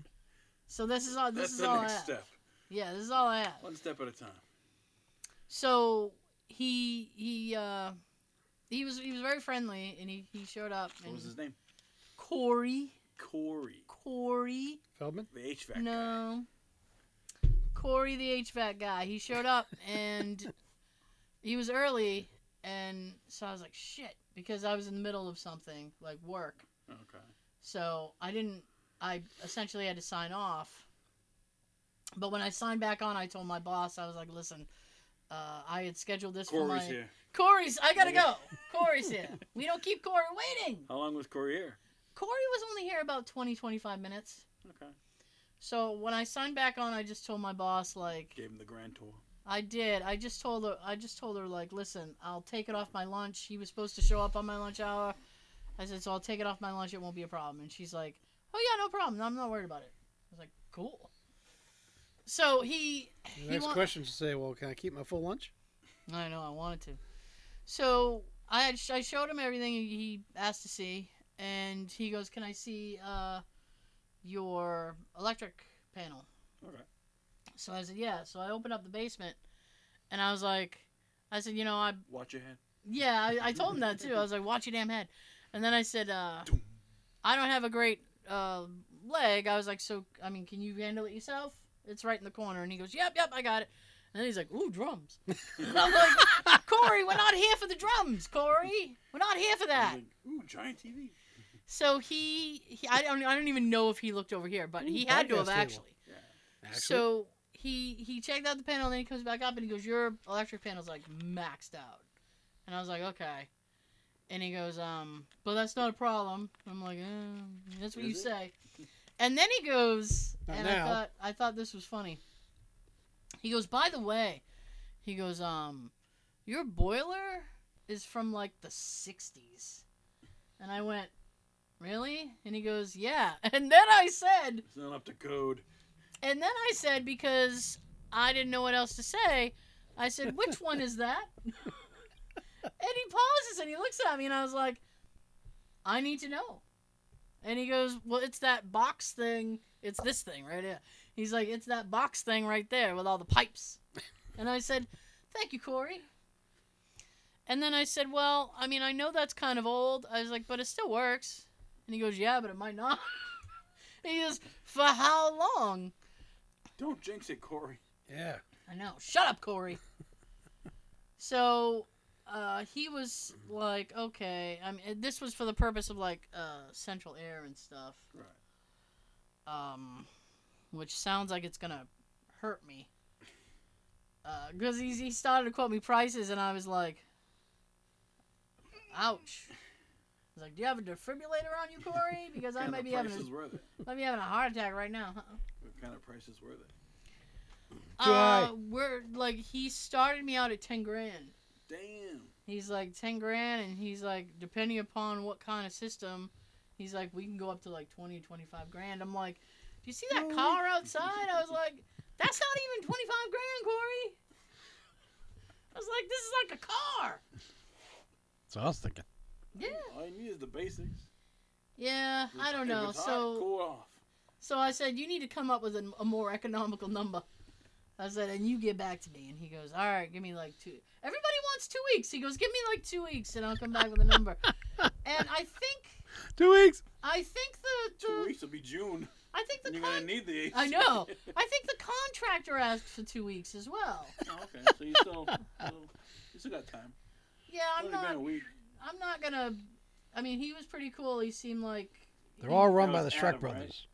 S2: So this is all. This
S4: That's
S2: is
S4: the
S2: all. I
S4: next
S2: have.
S4: step.
S2: Yeah, this is all I have.
S4: One step at a time.
S2: So he he uh he was he was very friendly and he he showed up
S4: What
S2: and
S4: was his name?
S2: Corey
S4: Corey,
S2: Corey
S3: Feldman?
S4: the HVAC guy.
S2: no Corey the HVAC guy he showed up and he was early and so I was like shit because I was in the middle of something like work
S4: Okay.
S2: So I didn't. I essentially had to sign off. But when I signed back on, I told my boss, I was like, "Listen, uh, I had scheduled this for
S4: Corey's
S2: my
S4: here.
S2: Corey's. I gotta go. Corey's here. We don't keep Corey waiting.
S4: How long was Corey here?
S2: Corey was only here about 20, 25 minutes.
S4: Okay.
S2: So when I signed back on, I just told my boss like
S4: Gave him the grand tour.
S2: I did. I just told her. I just told her like, listen, I'll take it off my lunch. He was supposed to show up on my lunch hour. I said, so I'll take it off my lunch. It won't be a problem. And she's like, oh yeah, no problem. I'm not worried about it. I was like, cool. So he
S3: The
S2: he
S3: next
S2: wa-
S3: question should say, well, can I keep my full lunch?
S2: I know I wanted to. So I had, I showed him everything he asked to see, and he goes, can I see uh, your electric panel?
S4: Okay.
S2: So I said, yeah. So I opened up the basement, and I was like, I said, you know, I
S4: Watch your head.
S2: yeah, I, I told him that too. I was like, watch your damn head. And then I said, uh, I don't have a great uh, leg. I was like, so I mean, can you handle it yourself? It's right in the corner. And he goes, yep, yep, I got it. And then he's like, ooh, drums. And I'm like, Corey, we're not here for the drums, Corey. We're not here for that.
S4: He's like, Ooh, giant TV.
S2: So he, he I don't, I don't even know if he looked over here, but
S3: Ooh,
S2: he had to
S3: podcast
S2: have
S3: table.
S2: actually. So he he checked out the panel, and then he comes back up and he goes, "Your electric panel's like maxed out," and I was like, "Okay," and he goes, "Um, but that's not a problem." I'm like, eh, "That's what you
S4: Is it?
S2: say," and then he goes,
S3: Not
S2: and
S3: now.
S2: I thought I thought this was funny. He goes, "By the way," he goes, "Um, your boiler is from like the '60s," and I went. Really? And he goes, Yeah. And then I said,
S4: It's not up to code.
S2: and then I said, because I didn't know what else to say, I said, which one is that? and he pauses and he looks at me and I was like, I need to know. And he goes, well, it's that box thing. It's this thing right here. He's like, it's that box thing right there with all the pipes. And I said, thank you, Corey. And then I said, well, I mean, I know that's kind of old. I was like, but it still works. And he goes, yeah, but it might not. he goes, for how long?
S4: Don't jinx it, Corey.
S3: Yeah.
S2: I know. Shut up, Corey. so, uh, he was like, okay. I mean, this was for the purpose of like uh, central air and stuff,
S4: Right.
S2: um, which sounds like it's gonna hurt me. Because he he started to quote me prices, and I was like, ouch. He's like, do you have a defibrillator on you, Corey? Because I
S4: What kind
S2: might
S4: of
S2: be having
S4: prices
S2: a,
S4: were they?
S2: might be having a heart attack right now. Uh-uh.
S4: What kind of prices were they?
S3: Die.
S2: Uh, we're like he started me out at ten grand.
S4: Damn.
S2: He's like ten grand, and he's like, depending upon what kind of system, he's like, we can go up to like 20, 25 grand. I'm like, do you see that
S4: No.
S2: car outside? I was like, that's not even twenty five grand, Corey. I was like, this is like a car.
S3: That's what I was thinking.
S2: Yeah.
S4: All you need is the basics.
S2: Yeah, I don't know.
S4: If it's hot,
S2: So
S4: cool off.
S2: so I said you need to come up with a, a more economical number. I said, and you get back to me. And he goes, all right, give me like two. Everybody wants two weeks. He goes, give me like two weeks, and I'll come back with a number. and I think
S3: Two weeks.
S2: I think the,
S4: Two
S2: the
S4: weeks will be June.
S2: I think
S4: and
S2: the
S4: you're gonna
S2: con-
S4: need the.
S2: I know. I think the contractor asked for two weeks as well.
S4: oh, okay, so you still, still, you still got time.
S2: Yeah, I'm
S4: Only been
S2: not.
S4: a week.
S2: I'm not gonna. I mean, he was pretty cool. He seemed like
S3: They're all run
S4: That
S3: by the
S4: was
S3: Shrek
S4: Adam, right?
S3: brothers.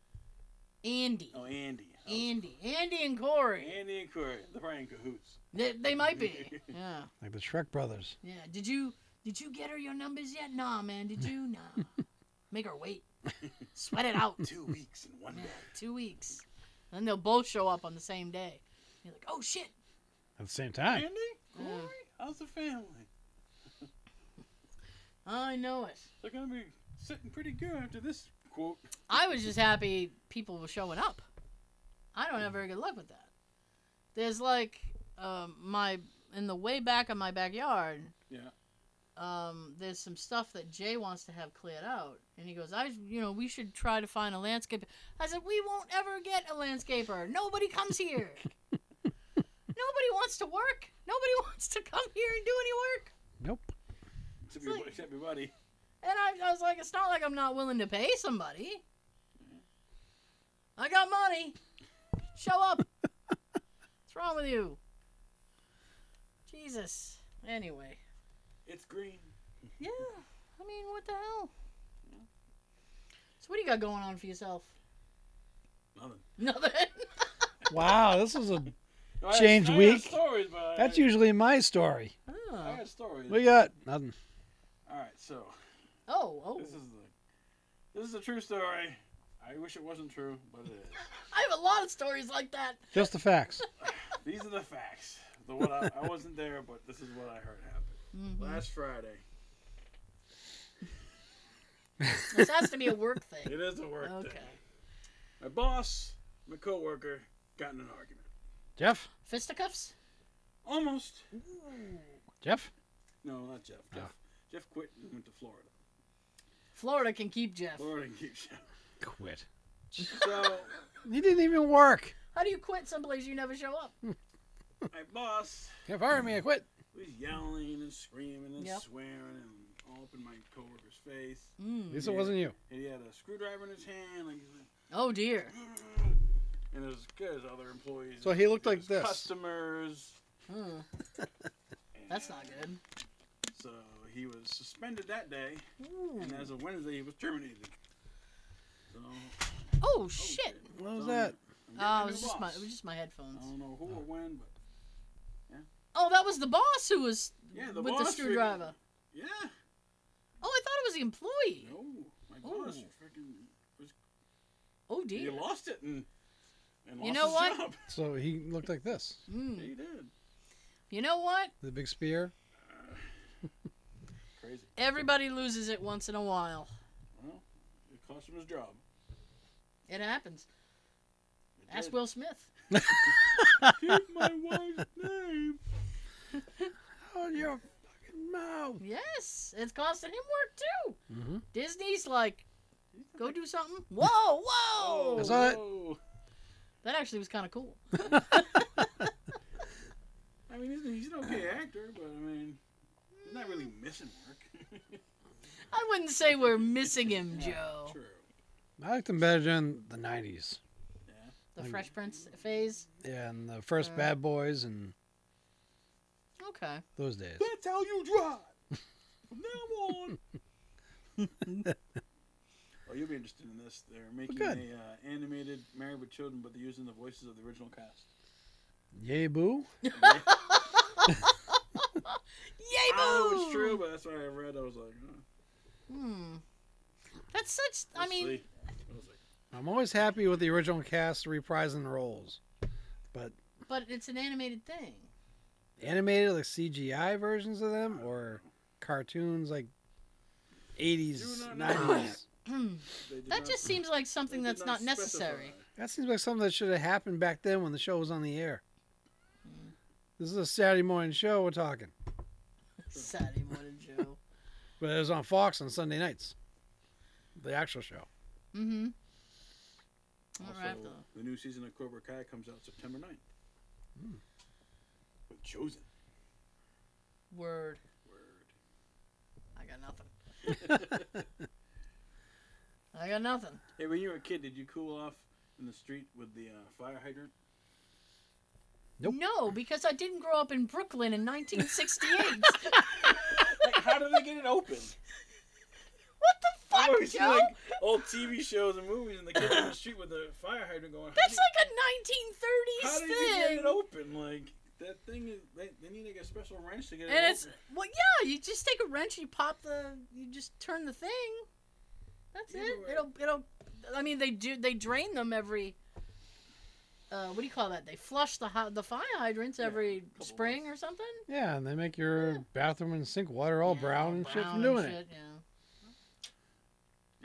S2: Andy,
S4: Oh, Andy. That was
S2: Andy, Andy, and Corey.
S4: Andy and Corey, they're probably in cahoots.
S2: They, they might be. Yeah,
S3: Like the Shrek brothers.
S2: yeah. Did you did you get her your numbers yet? Nah, man. Did you? Nah. Make her wait. Sweat it out.
S4: Two weeks in one
S2: Yeah,
S4: day.
S2: two weeks. Then they'll both show up on the same day. You're like, oh shit.
S3: At the same time.
S4: Andy, Corey, how's the family?
S2: I know it.
S4: They're gonna be sitting pretty good after this quote.
S2: I was just happy people were showing up. I don't have very good luck with that. There's like um, my in the way back of my backyard.
S4: Yeah.
S2: Um, there's some stuff that Jay wants to have cleared out, and he goes, "I, you know, we should try to find a landscaper." I said, "We won't ever get a landscaper. Nobody comes here. Nobody wants to work. Nobody wants to come here and do any work."
S3: Nope.
S4: Except your,
S2: like-
S4: except your buddy.
S2: And I, I was like, "It's not like I'm not willing to pay somebody. I got money. Show up. What's wrong with you?" Jesus. Anyway.
S4: It's green.
S2: Yeah, I mean, what the hell? So what do you got going on for yourself?
S4: Nothing.
S2: Nothing.
S3: Wow, this is a.
S4: No, I had-
S3: Change
S4: I had
S3: week?
S4: stories, but I-
S3: That's usually my story.
S4: I
S2: oh.
S4: got stories.
S3: What you got? Nothing.
S4: All right, so
S2: oh, oh.
S4: this is the this is a true story. I wish it wasn't true, but it is.
S2: I have a lot of stories like that.
S3: Just the facts.
S4: These are the facts. The what I, I wasn't there, but this is what I heard happen
S2: Mhm.
S4: last Friday.
S2: this has to be a work thing.
S4: It is a work
S2: Okay.
S4: day. My boss, my coworker, got in an argument.
S3: Jeff?
S2: Fisticuffs?
S4: Almost.
S3: Jeff?
S4: No, not Jeff. Jeff. Jeff quit and went to Florida.
S2: Florida can keep Jeff.
S4: Florida can keep Jeff.
S3: Quit.
S4: So
S3: He didn't even work.
S2: How do you quit someplace you never show up?
S4: my boss
S3: Jeff fired me. I quit.
S4: was yelling and screaming and
S2: Yep.
S4: swearing and all up in my coworker's face.
S3: At
S2: Mm.
S3: least it wasn't you.
S4: And he had a screwdriver in his hand. And he was like,
S2: Oh dear.
S4: and there's there's other employees.
S3: So he looked like
S4: there's
S3: this.
S4: Customers. Hmm.
S2: Huh. That's not good.
S4: So he was suspended that day,
S2: Ooh.
S4: and as of Wednesday, he was terminated. So
S2: Oh shit.
S3: What was
S4: so
S3: that?
S4: I'm getting
S2: Oh,
S4: a
S2: it
S4: new
S2: was just my
S4: boss. Oh.
S2: it was just my headphones.
S4: I don't know who or when, but
S2: Oh, that was the boss who was
S4: yeah, the
S2: with
S4: boss
S2: the
S4: freaking-
S2: screwdriver.
S4: Yeah.
S2: Oh, I thought it was the employee.
S4: No, my boss
S2: Ooh.
S4: freaking
S2: Oh
S4: he
S2: dear.
S4: lost it and and lost
S2: You know
S4: his
S2: what?
S4: job.
S3: So he looked like this.
S2: Mm.
S4: he did.
S2: You know what?
S3: The big spear.
S4: Crazy.
S2: Everybody loses it once in a while.
S4: Well, it cost him his job.
S2: It happens.
S4: It
S2: Ask
S4: did.
S2: Will Smith.
S4: Keep my wife's name.
S3: Oh, your fucking mouth.
S2: Yes, it's costing him work too.
S3: Mm-hmm.
S2: Disney's like, go do something. Whoa,
S3: I
S4: Oh.
S2: whoa!
S3: saw it.
S4: whoa.
S2: That actually was kind of cool.
S4: I mean, he's, he's an okay
S2: Uh-huh.
S4: actor, but I mean, he's not really missing work.
S2: I wouldn't say we're missing him, Joe.
S4: True.
S3: I liked him better during the 90s.
S2: The Fresh Prince phase.
S3: Yeah, and the first
S2: Uh.
S3: Bad Boys and
S2: Okay.
S3: those days.
S4: That's how you drive. From now on. oh, you'll be interested in this. They're making
S3: good.
S4: a uh, animated Married with Children, but they're using the voices of the original cast.
S3: Yay, boo.
S2: Yay, boo!
S4: Oh, it's true, but that's what I read. I was like, huh,
S2: Hmm. That's such. I
S4: let's
S2: mean,
S4: see. I was like,
S3: I'm always happy with the original cast reprising the roles. But
S2: but it's an animated thing.
S3: animated, like CGI versions of them, or cartoons like 80s,
S4: Do not know.
S3: 90s.
S4: they did
S2: That
S4: not-
S2: just seems like
S4: they
S2: something
S4: did
S2: that's not necessary.
S4: specify.
S3: That seems like something that should have happened back then when the show was on the air.
S4: Mm.
S3: This is a Saturday morning show we're talking.
S2: Saturday morning, Joe.
S3: But it was on Fox on Sunday nights. The actual show.
S2: Mm-hmm. All
S4: Also,
S2: right. though.
S4: the new season of Cobra Kai comes out September 9th.
S2: Hmm.
S4: With Chosen.
S2: Word.
S4: Word.
S2: I got nothing. I got nothing.
S4: Hey, when you were a kid, did you cool off in the street with the uh, fire hydrant?
S3: Nope.
S2: No, because I didn't grow up in Brooklyn in 1968.
S4: Like, how did they get it open?
S2: what the
S4: I
S2: fuck,
S4: always see
S2: Joe?
S4: like old TV shows and movies, and the kids in the street with the fire hydrant going.
S2: That's
S4: how
S2: like a 1930s
S4: do you- how did you
S2: thing.
S4: get it open? Like that thing is, they, they need like a special wrench to get it
S2: And it's
S4: open.
S2: well, yeah. You just take a wrench, you pop the, you just turn the thing. That's
S4: Either
S2: it.
S4: way.
S2: It'll, it'll. I mean, they do. They drain them every. Uh, what do you call that? They flush the hy- the fire hydrants
S4: Yeah,
S2: every
S4: couple
S2: spring
S4: months.
S2: or something.
S3: Yeah, and they make your bathroom and sink water all
S2: Yeah,
S3: brown and shit
S2: brown
S3: from doing
S2: and
S3: it.
S2: shit, Yeah.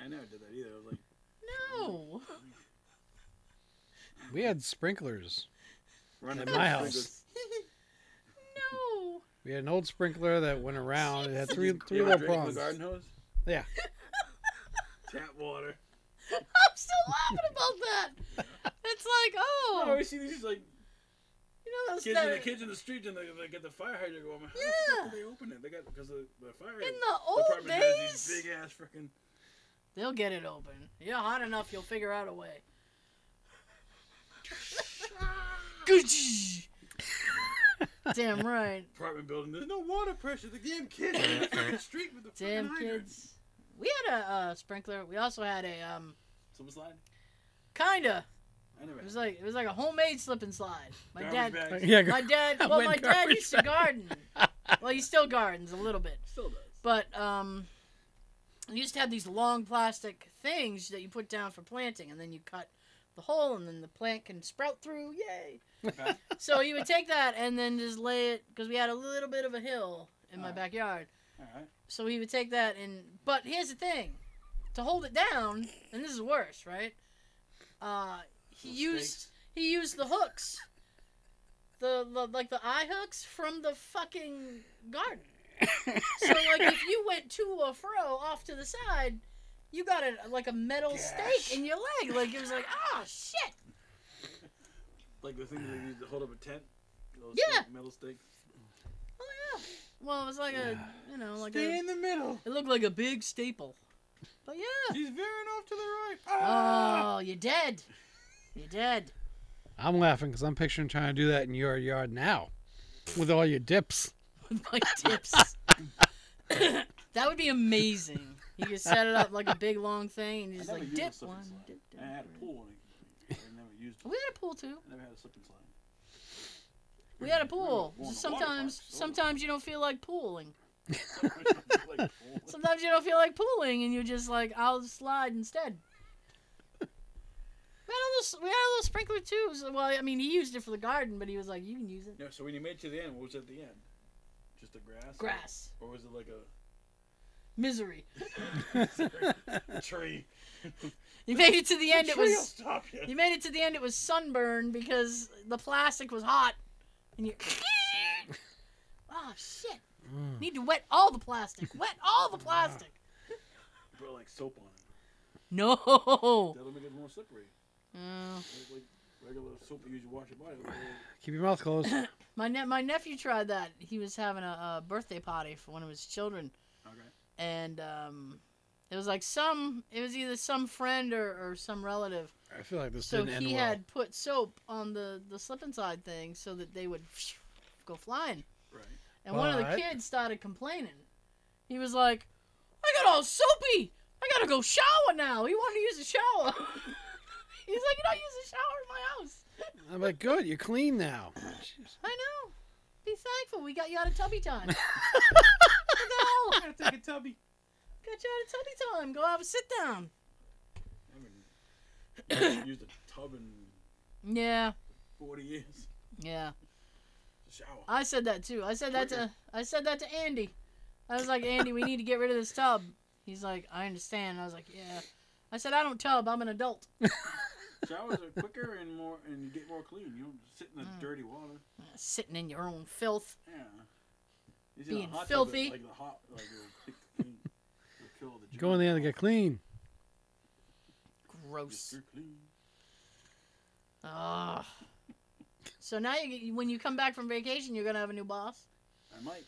S4: I never did that either. I was like,
S2: No.
S3: We had sprinklers.
S4: running
S3: At
S4: the
S3: my
S4: sprinklers.
S3: house.
S2: no.
S3: We had an old sprinkler that went around. It had three
S4: Did you
S3: three
S4: ever
S3: little
S4: drink from
S3: prongs.
S4: The garden hose.
S3: Yeah.
S4: Tap water.
S2: I'm still laughing about that. It's like,
S4: I
S2: oh,
S4: always see these like
S2: you know those
S4: kids in the
S2: that-
S4: kids in the street and they, they get the fire hydrant going. How the
S2: Yeah.
S4: fuck did they open it? They got because the, the fire
S2: in
S4: hydrant
S2: the old
S4: department has
S2: days.
S4: these big ass freaking.
S2: They'll get it open. You're hot enough, you'll figure out a way. Gucci. Damn right.
S4: apartment building. There's no water pressure. The damn kids are in the fucking street with the
S2: Damn
S4: fucking hydrant.
S2: kids. We had a uh, sprinkler. We also had a um
S4: Slip and slide.
S2: kinda.
S4: I never.
S2: It was like it was like a homemade slip and slide. My
S4: Garbage
S2: dad
S4: bags.
S3: Yeah,
S2: my dad well
S3: Went
S2: my dad
S3: garbage
S2: used to garden. Well he still gardens a little bit.
S4: Still does.
S2: But um, you used to have these long plastic things that you put down for planting, and then you cut the hole, and then the plant can sprout through. Yay!
S4: Okay.
S2: so you would take that and then just lay it because we had a little bit of a hill in my
S4: Alright.
S2: backyard.
S4: All right.
S2: So he would take that and. But here's the thing, to hold it down, and this is worse, right? Uh, he
S4: Little
S2: used he used the hooks, the, the like the eye hooks from the fucking garden. So like if you went to or fro off to the side, you got a like a metal
S4: Gosh.
S2: stake in your leg. Like it was like, oh shit.
S4: Like the thing that they use to hold up a tent. Those
S2: Yeah.
S4: stake- metal stakes.
S2: Oh yeah. Well, it was like
S3: Yeah.
S2: a you know like
S4: Stay
S2: a,
S4: in the middle.
S2: it looked like a big staple. But yeah.
S4: He's veering off to the right. Ah!
S2: Oh, you're dead. You're dead.
S3: I'm laughing because I'm picturing trying to do that in your yard now, with all your dips.
S2: With my tips. that would be amazing. You could set it up like a big long thing and you
S4: I
S2: just
S4: never
S2: like
S4: used a
S2: dip
S4: slip and
S2: one,
S4: slide.
S2: dip down.
S4: And I had a pool. And I never used.
S2: We had a pool too.
S4: I never had a slip and slide.
S2: We had a pool.
S4: Well, in the water
S2: Sometimes,
S4: park, so-
S2: sometimes you don't feel like pooling.
S4: like, pool.
S2: Sometimes you don't feel like pooling, and you're just like, I'll slide instead. We had a little, we had a little sprinkler too. So, well, I mean, he used it for the garden, but he was like, you can use it.
S4: Yeah. So when you made it to the end, what was at the end? Just the grass.
S2: Grass,
S4: Or was it like a
S2: misery.
S4: tree?
S2: You made it to the end.
S4: the
S2: It
S4: tree will
S2: was
S4: stop you.
S2: you made it to the end. It was sunburn because the plastic was hot, and you. oh shit!
S3: Mm.
S2: Need to wet all the plastic. Wet all the plastic.
S4: Put like soap on it.
S2: No.
S4: That'll make it more slippery.
S2: Oh.
S4: Like, like regular soap you use to wash your body. with.
S3: Keep your mouth closed.
S2: My ne- my nephew tried that. He was having a, a birthday party for one of his children,
S4: Okay.
S2: and um, it was like some. It was either some friend or, or some relative.
S3: I feel like this
S2: So
S3: didn't end
S2: he
S3: well.
S2: had put soap on the the slip inside thing so that they would go flying.
S4: Right.
S2: And one of the
S3: But-
S2: kids started complaining. He was like, "I got all soapy. I gotta go shower now." He wanted to use the shower. He's like, "You don't use the shower in my house."
S3: I'm like, good, you're clean now.
S2: I know. Be thankful we got you out of tubby time. what the hell?
S4: I gotta take a tubby.
S2: Got you out of tubby time. Go have a sit down.
S4: I haven't used a tub in
S2: Yeah,
S4: 40 years.
S2: yeah.
S4: Shower.
S2: I said that too. I said that to I said that to Andy. I was like, Andy, we need to get rid of this tub. He's like, I understand. I was like, yeah. I said, I don't tub. I'm an adult.
S4: Showers are quicker and more, and you get more clean. You don't sit in the dirty water.
S2: Sitting in your own filth.
S4: Yeah. You sit in a
S2: Being
S4: hot tub,
S2: filthy.
S4: like the hot, like the thick, clean. kill the.
S3: Go in there and get clean.
S2: Gross.
S4: Mr. Clean.
S2: Ugh. So now, you, when you come back from vacation, you're gonna have a new boss.
S4: I might.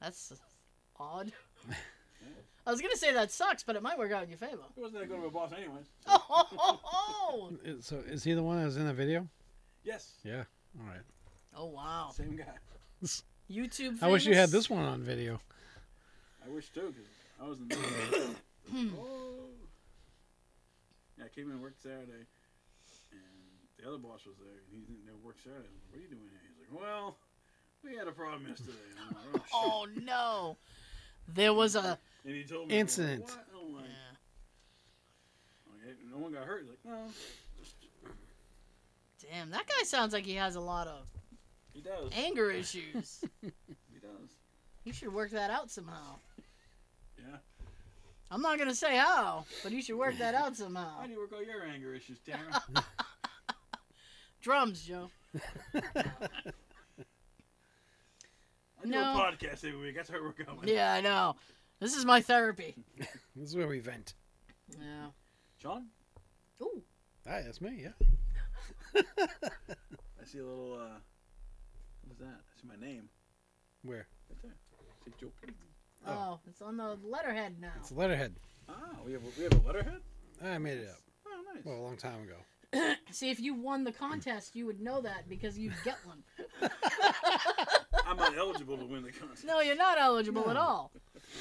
S2: That's odd. I was gonna say that sucks, but it might work out in your favor.
S4: It wasn't that good of a boss, anyways.
S2: Oh, ho, ho, ho.
S3: Is- So is he the one that was in the video?
S4: Yes.
S3: Yeah. All right.
S2: oh wow!
S4: Same guy.
S2: YouTube.
S3: I wish you
S2: famous?
S3: had this one on video.
S4: I wish too, 'cause I was in the oh. Yeah, I came in and worked Saturday, and the other boss was there, and he didn't know work Saturday. I'm like, what are you doing here? He's like, well, we had a problem yesterday. And, I'm like, oh,
S2: Oh no! There was a.
S4: shit. and he told me. I'm like,
S3: Incident.
S4: what? I'm like,
S2: Yeah.
S4: I'm like, "Hey, no one got hurt. He's like, no,
S2: Damn, that guy sounds like he has a lot of
S4: he does.
S2: anger issues.
S4: He does.
S2: you should work that out somehow.
S4: Yeah.
S2: I'm not gonna say how, but you should work that out somehow.
S4: How do you work all your anger issues, Darren?
S2: Drums, Joe.
S4: I do
S2: No.
S4: a podcast every week. That's how I work out my
S2: Yeah, I know. This is my therapy.
S3: This is where we vent.
S2: Yeah.
S4: John,
S2: Ooh.
S3: Ah, that's me. Yeah.
S4: I see a little, uh, what's that? I see my name.
S3: Where?
S4: Right there. I see Joe Piggy.
S2: Oh.
S3: Oh.
S2: it's on the letterhead now.
S3: It's a letterhead.
S4: Ah, we have a, we have a letterhead.
S3: I made it up.
S4: Oh, nice.
S3: Well, a long time ago.
S2: See, if you won the contest, you would know that because you'd get one.
S4: I'm not eligible to win the contest.
S2: No, you're not eligible at
S3: No.
S2: all.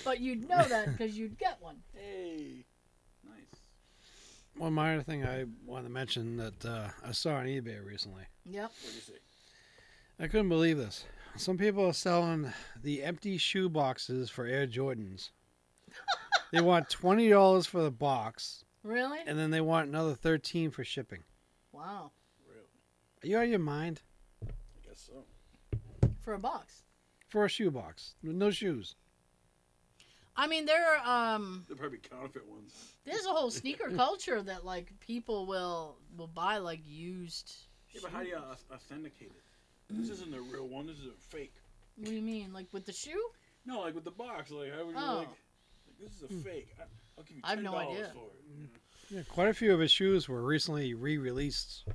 S2: But you'd know that because you'd get one.
S4: Hey, nice.
S3: One minor thing I want to mention that uh, I saw on eBay recently.
S2: Yep.
S4: What do you say?
S3: I couldn't believe this. Some people are selling the empty shoe boxes for Air Jordans. they want twenty dollars for the box,
S2: Really?
S3: and then they want another thirteen for shipping.
S2: Wow.
S4: Really?
S3: Are you out of your mind?
S4: I guess so.
S2: For a box.
S3: For a shoe box, with no shoes.
S2: I mean, there are um,
S4: They're probably counterfeit ones.
S2: there's a whole sneaker culture that like people will will buy like used.
S4: Yeah, but how do you uh,
S2: shoes.
S4: au- authenticate it? This isn't a real one. This is a fake.
S2: What do you mean, like with the shoe?
S4: No, like with the box. Like how would you
S2: Oh. Hmm.
S4: like? Like this is a fake. I, I'll give you
S2: I have
S4: ten
S2: no
S4: dollars
S2: idea.
S4: for it. you know?
S3: Yeah, quite a few of his shoes were recently re-released,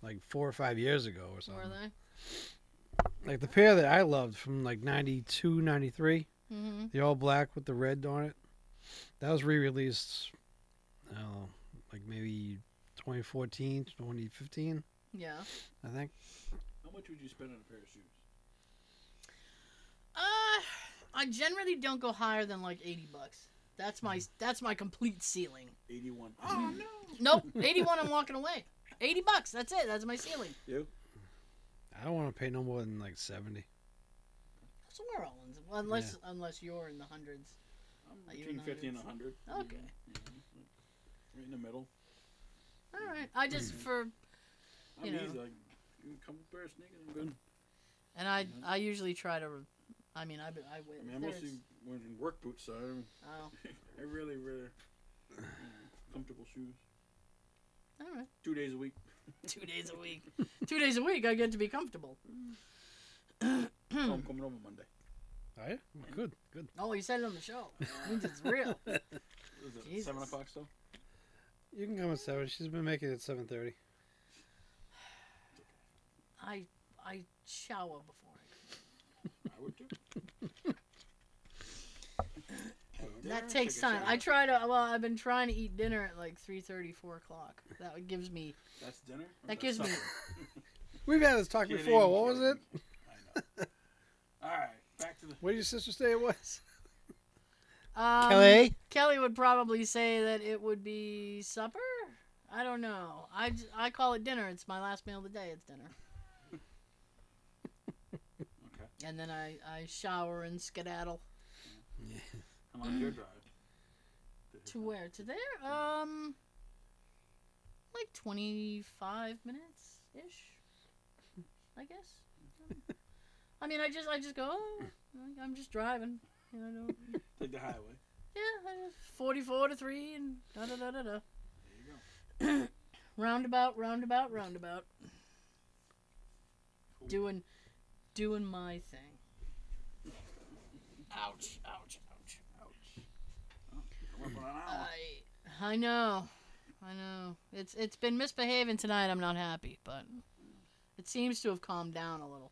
S3: like four or five years ago or
S2: Were
S3: something.
S2: they?
S3: Like the pair that I loved from like 92, 93,
S2: Mm-hmm.
S3: the all black with the red on it. That was re-released. I don't know, like maybe 2014, 2015.
S2: Yeah.
S3: I think.
S4: How much would you spend on a pair of shoes?
S2: Uh, I generally don't go higher than like eighty bucks. That's my that's my complete ceiling.
S4: Eighty-one. Oh no.
S2: Nope, eighty-one. I'm walking away. Eighty bucks. That's it. That's my ceiling.
S4: You?
S3: I don't want to pay no more than like seventy.
S2: So we're all in, unless unless you're in the hundreds.
S4: I'm
S2: Are you
S4: between
S2: in
S4: fifty and a hundred. Mm-hmm.
S2: Okay.
S4: Right in the middle.
S2: All right. I just
S4: Mm.
S2: for
S4: I'm
S2: You know.
S4: easy. Like, you can come with a pair of sneakers. I'm good.
S2: and I
S4: Mhm.
S2: I usually try to. I mean I I
S4: I mean, I
S2: win.
S4: mostly went in work boots, so I don't
S2: Oh,
S4: I really, really you know, comfortable shoes.
S2: all right.
S4: Two days a week.
S2: Two days a week. Two days a week. I get to be comfortable. Hmm.
S4: Oh, I'm coming over Monday.
S3: All right, Mm-hmm. good, good.
S2: Oh, you said it on the show. means it's real.
S4: What Is it
S2: Jesus.
S4: seven o'clock still?
S3: You can come at seven. She's been making it at seven thirty.
S2: I I shower before. I
S4: I would do.
S2: That takes time. I try to. Well, I've been trying to eat dinner at like 3:30, 4 o'clock. That gives me.
S4: That's dinner. or
S2: That
S4: that's
S2: gives me-
S4: supper?
S3: We've had this talk
S4: Kidding,
S3: before. What was it?
S4: kidding. I know. All right, back to the.
S3: What did your sister say it was?
S2: Um,
S3: Kelly?
S2: Kelly would probably say that it would be supper. I don't know. I, j- I call it dinner. It's my last meal of the day. It's dinner.
S4: Okay.
S2: And then I, I shower and skedaddle
S4: How long did your drive?
S2: to where? To there? Um, like 25 minutes ish, I guess. I mean, I just I just go. Oh, I'm just driving. You know, I don't-
S4: Take the highway.
S2: Yeah, I just 44 to 3 and da da da da da.
S4: There you go.
S2: Roundabout, roundabout, roundabout.
S4: Cool.
S2: Doing doing my thing. Ouch, ouch, ouch.
S4: I went for an hour.
S2: I I know. I know. It's it's been misbehaving tonight. I'm not happy, but it seems to have calmed down a little.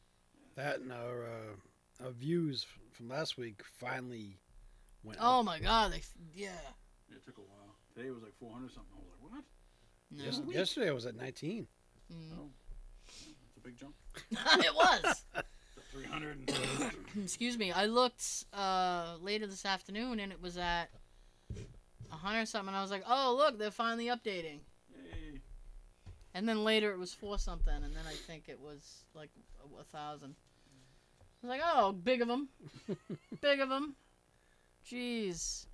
S3: That and our, uh, our views f- from last week finally went
S2: Oh
S3: up.
S2: my god, they f- yeah.
S4: it took a while. Today was like 400 something. I was like, what?
S2: No.
S3: Yes- yesterday I was at 19.
S2: Mm.
S4: It's a big jump.
S2: it was.
S4: It's a 300. And
S2: Excuse me. I looked uh, later this afternoon and it was at 100 something. And I was like, oh, look, they're finally updating.
S4: Yay.
S2: And then later it was four something. And then I think it was like a, a thousand. I was like, oh, big of them. big of them. Jeez.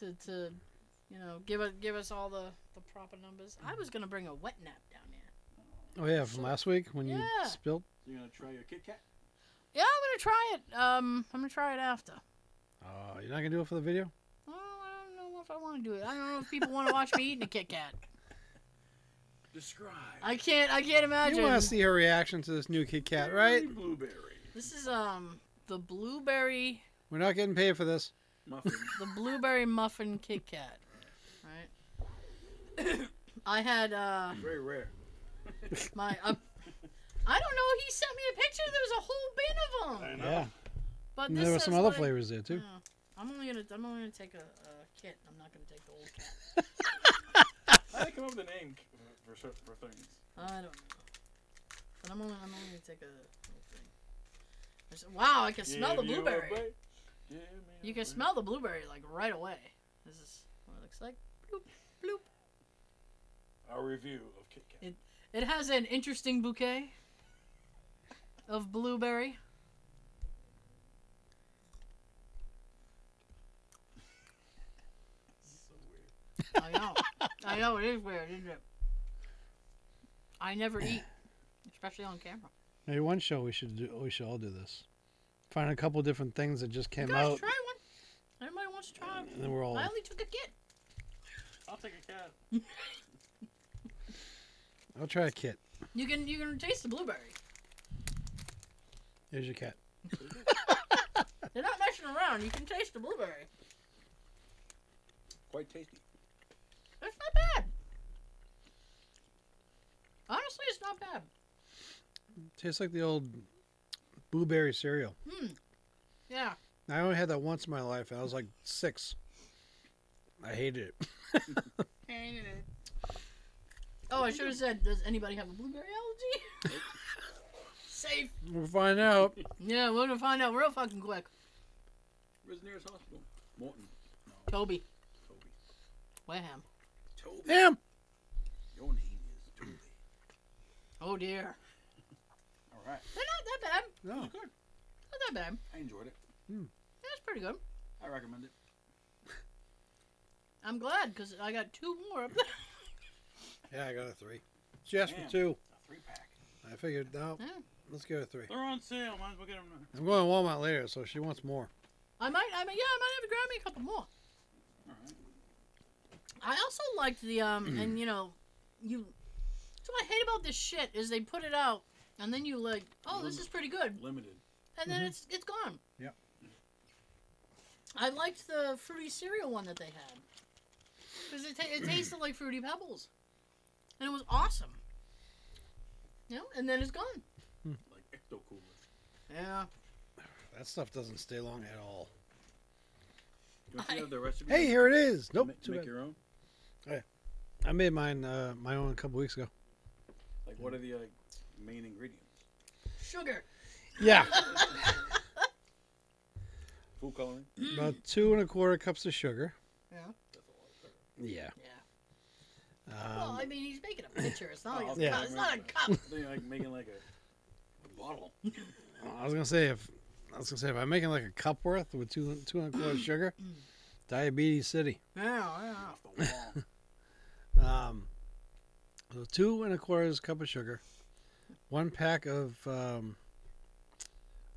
S2: To, to you know, give, a, give us all the, the proper numbers. I was going to bring a wet nap down here.
S3: Oh, yeah, from last week when
S2: Yeah.
S3: you spilt.
S4: So you're going to try your Kit Kat?
S2: Yeah, I'm going to try it. Um, I'm going to try it after.
S3: Oh, you're not going to do it for the video?
S2: Well, I don't know if I want to do it. I don't know if people want to watch me eating a Kit Kat.
S4: Describe.
S2: I can't. I can't imagine.
S3: You want to see her reaction to this new Kit Kat, right?
S4: Berry Blueberry.
S2: This is um the blueberry
S3: We're not getting paid for this.
S4: Muffin.
S2: the blueberry muffin Kit Kat, right? I had uh
S4: Very rare.
S2: my uh, I don't know. He sent me a picture. There was a whole bin of them.
S4: I know.
S3: Yeah.
S2: But
S3: And
S2: this
S3: there were
S2: says,
S3: some other
S2: like-
S3: flavors there, too.
S2: Yeah. I'm only gonna I'm only gonna take a, a kit. I'm not gonna take the old cat.
S4: How they come up with a name for, for, cer- for things?
S2: I don't know. But I'm only I'm only gonna take a little thing. There's- wow, I can smell the
S4: Give you a
S2: blueberry.
S4: break. Give me a
S2: You can
S4: break.
S2: smell the blueberry like right away. This is what it looks like. Bloop, bloop.
S4: Our review of Kit Kat.
S2: It has an interesting bouquet of blueberry.
S4: So weird.
S2: I know. I know it is weird, isn't it? I never eat, especially on camera.
S3: Maybe one show we should do. We should all do this. Find a couple different things that just
S2: You
S3: came
S2: guys
S3: out,
S2: try one. Everybody wants to try
S3: and
S2: one.
S3: then we're all.
S2: I only took a kit.
S4: I'll take a cat.
S3: I'll try a kit.
S2: You can you can taste the blueberry.
S3: Here's your cat.
S2: They're not messing around. You can taste the blueberry.
S4: Quite tasty.
S2: It's not bad. Honestly, it's not bad.
S3: Tastes like the old blueberry cereal.
S2: Hmm. Yeah.
S3: I only had that once in my life, and I was like six. I hated it.
S2: Oh, I should have said, does anybody have a blueberry allergy? Safe.
S3: We'll find out.
S2: Yeah, we're gonna find out real fucking quick.
S4: Where's the nearest hospital? Morton.
S2: Toby,
S4: Toby.
S2: Wareham.
S4: Toby.
S3: Damn.
S4: Your name is Toby.
S2: Oh dear.
S4: All right.
S2: They're not that bad.
S3: No.
S4: Good.
S2: Not that bad.
S4: I enjoyed it.
S2: That's pretty good.
S4: I recommend it.
S2: I'm glad because I got two more up there.
S3: Yeah, I got a three. She asked
S4: Damn.
S3: for two.
S4: A three pack.
S3: I figured, no,
S2: Yeah.
S3: let's get a three.
S4: They're on sale. Might as well get them.
S3: I'm going to Walmart later, so she wants more.
S2: I might, I might, yeah, I might have to grab me a couple more.
S4: All right.
S2: I also liked the um, and you know, you. So what I hate about this shit is they put it out and then you like, oh, this is pretty good,
S4: Limited.
S2: and then it's it's gone.
S3: Yep.
S2: I liked the fruity cereal one that they had because it, ta- it tasted like fruity pebbles, and it was awesome. You know, and then it's gone.
S4: Like Ecto Cooler.
S2: Yeah.
S3: That stuff doesn't stay long at all.
S4: Don't you
S2: I-
S4: have the recipe?
S3: Hey, here it is. Nope.
S4: Make,
S3: too
S4: make
S3: bad.
S4: your own.
S3: I made mine, uh, my own a couple weeks ago.
S4: Like, what are the like main ingredients?
S2: Sugar.
S3: Yeah.
S4: Food coloring.
S3: About two and a quarter cups of sugar.
S2: Yeah.
S4: That's a lot of sugar.
S3: Yeah.
S2: Yeah. well,
S3: Um,
S2: I mean, he's making a picture. It's not like it's,
S4: Yeah.
S2: cup. it's not a cup.
S4: I think you're, like making like a, a bottle.
S3: I was gonna say if I was gonna say if I'm making like a cup worth with two two and a quarter sugar, diabetes city.
S2: Yeah, yeah.
S4: off the wall.
S3: Um, so two and a quarter cup of sugar, one pack of um,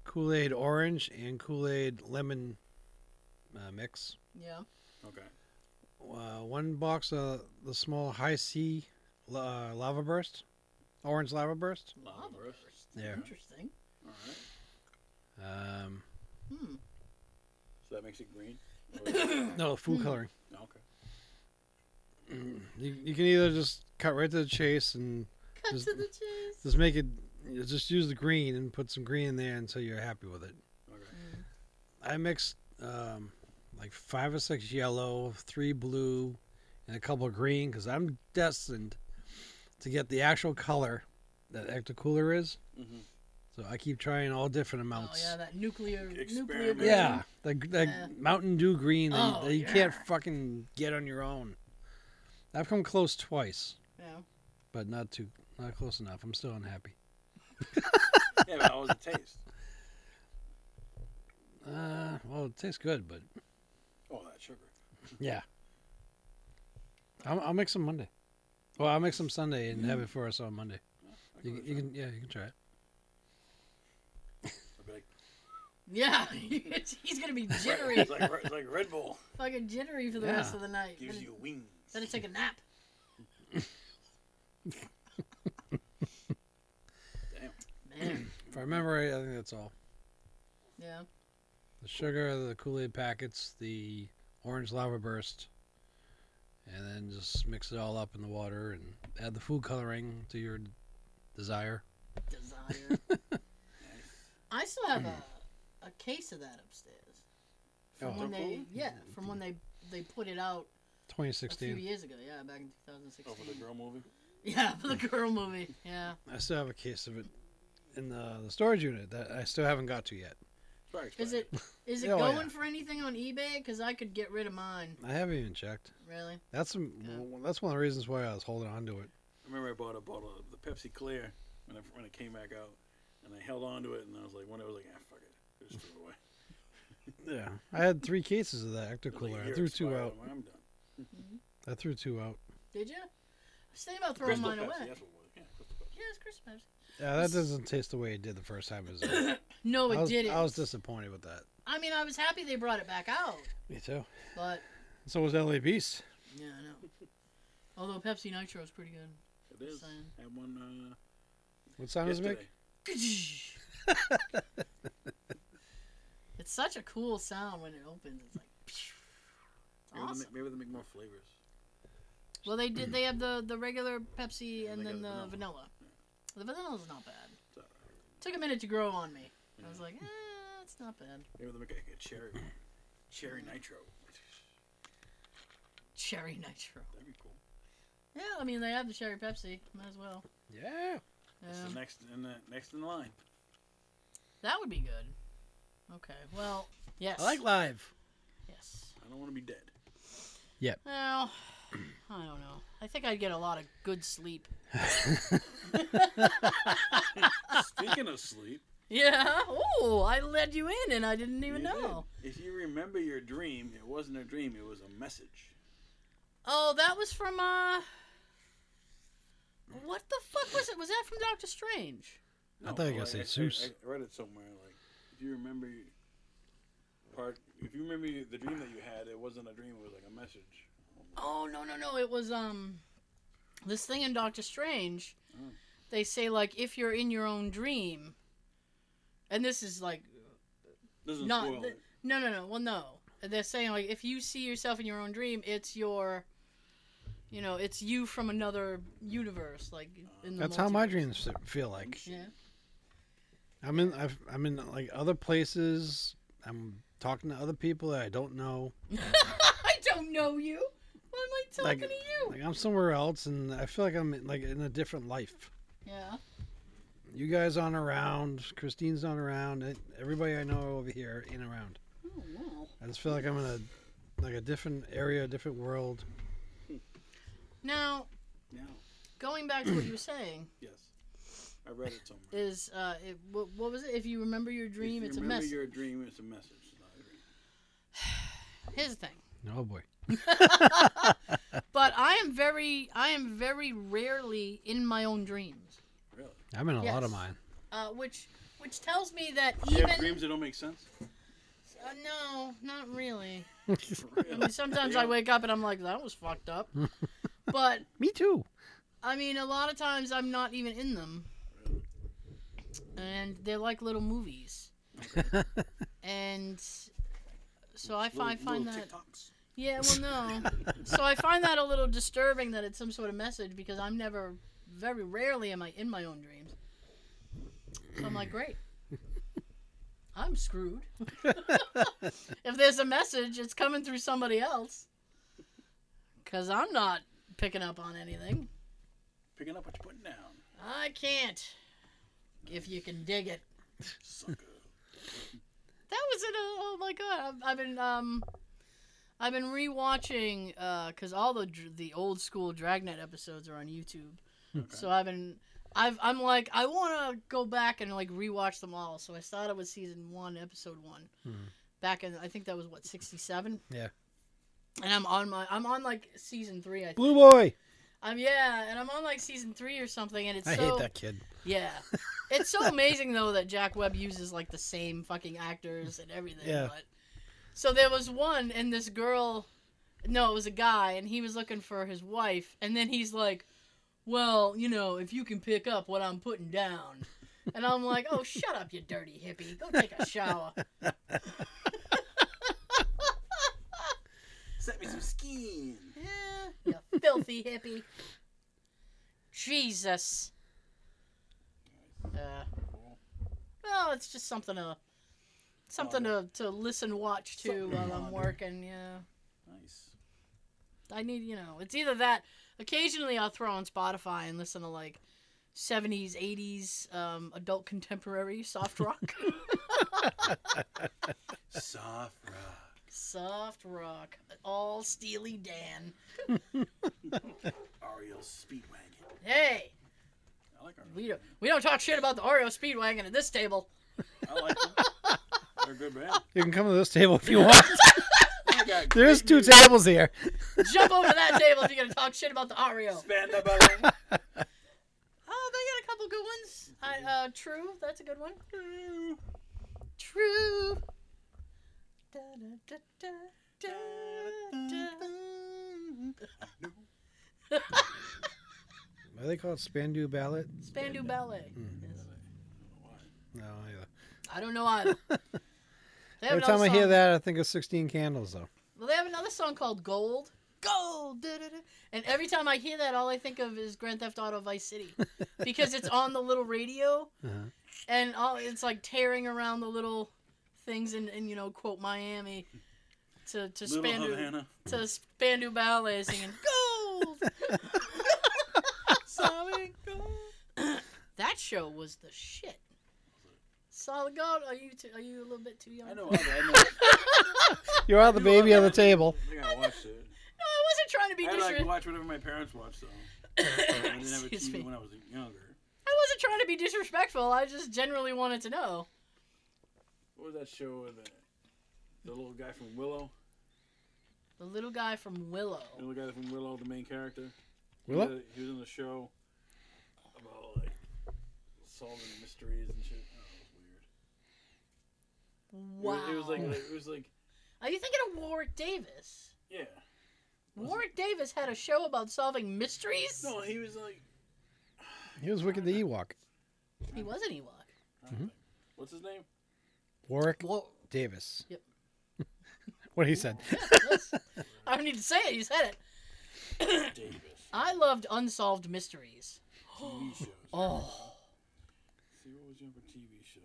S3: Kool Aid orange and Kool Aid lemon uh, mix,
S2: Yeah.
S4: Okay.
S3: uh, one box of the small high C la- uh, lava burst, orange lava burst.
S4: Lava
S2: Lava
S4: burst.
S2: burst.
S3: Yeah.
S2: Interesting.
S4: All right.
S3: Um,
S2: Hmm.
S4: So that makes it green. Or-
S3: No,
S2: Mm.
S3: food coloring.
S4: No, okay.
S3: You, you can either just cut right to the chase and
S2: Cut
S3: Just-
S2: to the chase.
S3: just make it. you Just use the green and put some green in there until you're happy with it.
S2: Mm.
S4: Okay.
S3: I mixed um, like five or six yellow, three blue, and a couple green because I'm destined to get the actual color that Ecto Cooler is.
S4: Mhm.
S3: So I keep trying all different
S2: Mm-hmm. Oh
S3: amounts.
S2: yeah, that nuclear nuclear.
S4: Experiment.
S2: version.
S3: yeah, the, the
S2: Yeah.
S3: Mountain Dew green that,
S2: Oh,
S3: you, that you
S2: yeah.
S3: can't fucking get on your own. I've come close twice,
S2: Yeah.
S3: but not too not close enough. I'm still unhappy.
S4: Yeah, but how was the taste?
S3: Uh, well, it tastes good, but
S4: Oh, that sugar.
S3: yeah, I'll, I'll make some Monday. Well, I'll make some Sunday and have it for us on Monday.
S4: I
S3: You, you
S4: give it a try.
S3: can, yeah, you can try it.
S4: I'd be like,
S2: Yeah, he's gonna be jittery,
S4: it's, like, it's like Red Bull
S2: fucking jittery for the
S3: Yeah.
S2: rest of the night. Then,
S4: gives you wings.
S2: then it's like a nap.
S4: Damn.
S2: Man,
S3: If I remember right, I think that's all.
S2: yeah.
S3: The sugar, the Kool Aid packets, the orange lava burst, and then just mix it all up in the water and add the food coloring to your desire.
S2: desire. I still have a, a case of that upstairs. From
S3: Oh.
S2: when they
S4: Double?
S2: yeah, from when they they put it out a few
S3: 2016.
S2: years ago. Yeah, back in 2016.
S4: Oh, for the girl movie.
S2: Yeah, for the girl movie. Yeah.
S3: I still have a case of it in the, the storage unit that I still haven't got to yet.
S4: It's probably
S2: Is
S4: expired.
S2: it is it
S3: Oh, yeah.
S2: going for anything on eBay? Because I could get rid of mine.
S3: I haven't even checked.
S2: Really.
S3: That's some,
S2: Yeah.
S3: that's one of the reasons why I was holding on to it.
S4: I remember I bought a bottle of the Pepsi Clear when it, when it came back out, and I held on to it, and I was like, when I was like, ah, fuck it, I just threw it away.
S3: Yeah, I had three cases of that Ecto
S4: It was like a
S3: Cooler. I
S4: year
S3: threw two
S4: expired.
S3: out.
S4: I'm like, I'm done.
S3: I threw two out.
S2: Did you? I was thinking about throwing
S4: Crystal
S2: mine
S4: Pepsi,
S2: away.
S4: that's what it was. Yeah, Crystal Pepsi.
S2: Yeah, it's Christmas.
S3: Yeah, that doesn't taste the way it did the first time. It was out.
S2: No,
S3: I
S2: Oh, it
S3: was,
S2: didn't.
S3: I was disappointed with that.
S2: I mean, I was happy they brought it back out,
S3: Me too.
S2: but
S3: So was LA Beast.
S2: yeah, I know. Although Pepsi Nitro is pretty good.
S4: It is.
S2: Same.
S4: I had one
S3: What
S4: uh,
S3: sound does it make?
S4: yesterday.
S2: it's such a cool sound when it opens. It's like. It's
S4: Maybe,
S2: awesome.
S4: they make, maybe they make more flavors.
S2: Well, they did. They have the the regular Pepsi
S4: Yeah,
S2: and
S4: they
S2: then the
S4: got the
S2: vanilla. The vanilla's not bad.
S4: It's all right.
S2: Took a minute to grow on me. I
S4: Yeah.
S2: was like, eh, it's not bad.
S4: Maybe they make like a cherry, one. cherry nitro.
S2: Cherry nitro.
S4: That'd be cool.
S2: Yeah, I mean they have the cherry Pepsi. Might as well. Um,
S3: Yeah.
S4: It's the
S2: Yeah.
S4: next in the next in line.
S2: That would be good. Okay. Well, yes.
S3: I like live.
S2: yes.
S4: I don't want to be dead.
S2: Well, I don't know. I think I'd get a lot of good sleep.
S4: Speaking of sleep,
S2: Yeah. Oh, I led you in, and I didn't even
S4: you did.
S2: know.
S4: If you remember your dream, it wasn't a dream; it was a message.
S2: Oh, that was from uh. What the fuck was it? Was that from Doctor Strange?
S3: I thought you were gonna
S4: I-
S3: say
S4: I- I-
S3: Zeus.
S4: I, read it somewhere. Like, if you remember, your- part if you remember the dream that you had, it wasn't a dream; it was like a message.
S2: Oh no no no! It was um, this thing in Doctor Strange.
S4: Oh.
S2: They say like if you're in your own dream, and this is like
S4: Doesn't
S2: Not
S4: spoil
S2: the-
S4: it.
S2: no no no well no. They're saying like if you see yourself in your own dream, it's your, you know, it's you from another universe like in the
S3: That's how my
S2: multiverse.
S3: dreams f- feel like.
S2: Yeah.
S3: I'm in. I've, I'm in like other places. I'm talking to other people that I don't know.
S2: I don't know you. Why am I talking
S3: Like-
S2: to you?
S3: Like I'm somewhere else, and I feel like I'm in, like in a different life.
S2: yeah.
S3: You guys aren't around. Christine's not around. and Everybody I know over here ain't around.
S2: Oh wow.
S3: I just feel like I'm in a like a different area, a different world.
S2: Now
S4: Now,
S2: going back to what you were saying
S4: yes, I read it somewhere.
S2: is uh, it, what, what was it? If you remember your
S4: If
S2: dream,
S4: you
S2: it's a
S4: remember
S2: message.
S4: your dream; it's a message. It's not a dream.
S2: Here's the thing.
S3: Oh boy.
S2: But I am very, I am very rarely in my own dreams,
S4: Really?
S3: I'm in a lot of
S2: Yes.
S3: mine.
S2: uh, which which tells me that
S4: You
S2: even
S4: have dreams that don't make sense.
S2: uh, no, not really. I
S4: Really?
S2: mean, sometimes I
S4: Yeah.
S2: wake up and I'm like, that was fucked up. but
S3: Me too.
S2: I mean, a lot of times I'm not even in them, and they're like little movies. and So I, fi- I
S4: Little-
S2: find
S4: little
S2: that.
S4: TikToks.
S2: Yeah, well, no. so I find that a little disturbing that it's some sort of message because I'm never, very rarely am I in my own dreams. So I'm like, great. I'm screwed. if there's a message, it's coming through somebody else. Because I'm not picking up on anything.
S4: Picking up what you're putting down.
S2: I can't. If you can dig it.
S4: Sucker.
S2: That was it. Oh my god! I've, I've been um, I've been rewatching uh, cause all the dr- the old school Dragnet episodes are on YouTube.
S4: Okay.
S2: So I've been, I've I'm like I want to go back and like rewatch them all. So I started with season one, episode one,
S3: Mhm.
S2: back in I think that was what sixty seven.
S3: Yeah.
S2: And I'm on my I'm on like season three. I think.
S3: Blue Boy.
S2: I'm yeah, and I'm on like season three or something. And it's
S3: I
S2: so
S3: hate that kid.
S2: yeah. It's so amazing though that Jack Webb uses like the same fucking actors and everything.
S3: Yeah.
S2: But so there was one and this girl no, it was a guy and he was looking for his wife and then he's like, Well, you know, if you can pick up what I'm putting down and I'm like, Oh shut up, you dirty hippie. Go take a shower.
S4: Set me some skin.
S2: Eh, you filthy hippie. Jesus. Uh,
S4: Cool.
S2: Well, it's just something to something to, to listen watch to
S4: Something to
S2: while I'm
S4: ponder.
S2: working. Yeah,
S4: Nice.
S2: I need you know it's either that. Occasionally, I'll throw on Spotify and listen to like '70s, '80s um, adult contemporary soft rock.
S4: Soft rock.
S2: soft rock, all Steely Dan.
S4: Ariel Speedwagon.
S2: Hey,
S4: I like Ariel.
S2: we don't we don't talk shit about the Oreo Speedwagon at this table.
S4: I like them. They're a good band.
S3: You can come to this table if you want.
S4: They got
S3: There's
S4: great
S3: two
S4: music.
S3: tables here.
S2: Jump over that table if you're gonna talk shit about the Oreo.
S4: Span the balloon.
S2: Oh, they got a couple good ones. I, uh, True, that's a good one. True. True. Da, da, da, da, da, da.
S3: What do they call it? Spandu Ballet?
S2: Spandu Ballet.
S3: Hmm.
S2: Yes.
S3: No, either.
S2: I don't know either. They have
S3: Every
S2: another
S3: time I hear
S2: song-
S3: that, I think of 16 Candles, though.
S2: Well, they have another song called Gold. Gold. Da, da, da. And every time I hear that, all I think of is Grand Theft Auto Vice City because it's on the little radio.
S3: Uh-huh.
S2: and all it's like tearing around the little things in, in you know quote Miami to to
S4: Little
S2: Spandu
S4: Havana.
S2: to Spandu Ballet singing gold. Solid gold. that show was the shit. Solid gold. Are you too, are you a little bit too young?
S4: I
S2: No,
S4: know. I know.
S3: You are the
S4: You
S3: baby
S4: are
S3: on the
S4: the-
S3: table.
S4: I think I watched it.
S2: I wasn't trying to be
S4: I had, like
S2: disrespectful.
S4: watch whatever my parents watched though. I didn't have a
S2: Excuse
S4: TV
S2: me.
S4: when I was younger.
S2: I wasn't trying to be disrespectful. I just generally wanted to know.
S4: What was that show with the,
S2: Oh.
S4: the little guy from Willow?
S2: The little guy from Willow.
S4: The little guy from Willow, the main character.
S3: Willow?
S4: He was, he was in the show about like solving mysteries and shit. Oh,
S2: Wow.
S4: it was weird. It was- It was, like it was like
S2: Are you thinking of Warwick Davis?
S4: yeah.
S2: Warwick Davis had a show about solving mysteries.
S4: No, he was like
S3: He was Wicked the Ewok.
S2: He was an Ewok.
S3: Mhm.
S4: what's his name?
S3: Warwick
S2: Whoa.
S3: Davis.
S2: Yep.
S3: what he said.
S2: I don't need to say it. You said it.
S4: Davis.
S2: I loved Unsolved Mysteries.
S4: TV shows.
S2: Oh,
S4: See what was your other TV shows?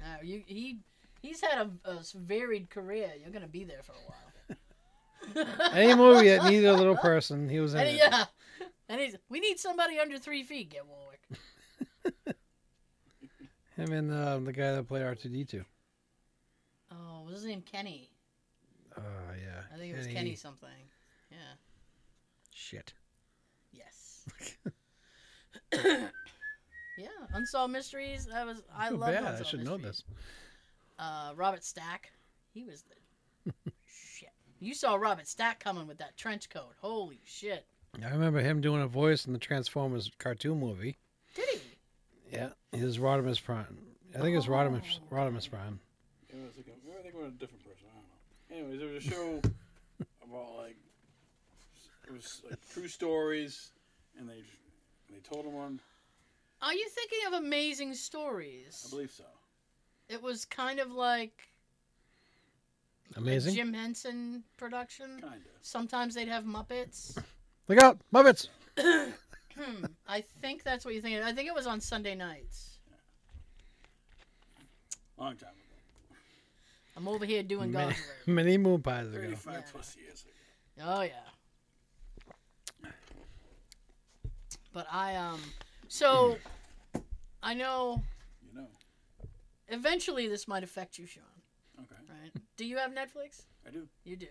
S2: Now, you, he he's had a, a varied career. You're gonna be there for a while.
S3: Any movie that needed a little person, he was in
S2: and,
S3: it.
S2: yeah, and he's, we need somebody under three feet. Get Warwick.
S3: Him and uh, the guy that played R2D2.
S2: Oh, what was his name? Kenny.
S3: Oh, yeah.
S2: I think it was Kenny something. Yeah.
S3: Shit.
S2: Yes. yeah, Unsolved Mysteries. That was I
S3: Too
S2: love.
S3: bad.
S2: Unsolved
S3: I should know
S2: Mysteries.
S3: this.
S2: Uh, Robert Stack. He was the shit. You saw Robert Stack coming with that trench coat. Holy shit!
S3: I remember him doing a voice in the Transformers cartoon movie.
S2: Did he?
S3: Yeah. His Rodimus Prime. I think it's Rodimus,
S2: Oh.
S3: Rodimus Prime.
S4: Maybe I was thinking, maybe I think we're a different person. I don't know. Anyways, there was a show about like it was like true stories, and they they told them on.
S2: Are you thinking of Amazing Stories?
S4: I believe so.
S2: it was kind of like
S3: Amazing.
S2: Jim Henson production.
S4: Kinda.
S2: Sometimes they'd have Muppets.
S3: Look out, Muppets.
S2: Hmm, I think that's what you think. I think it was on Sunday nights.
S4: Long time
S2: I'm over here doing
S3: Many,
S2: God's work.
S3: many moon pies
S4: ago.
S3: ago.
S4: 35
S2: Yeah.
S4: plus years ago.
S2: Oh yeah. But I um so I know
S4: You know.
S2: eventually this might affect you, Sean,
S4: Okay.
S2: right? Do you have Netflix?
S4: I do.
S2: You do.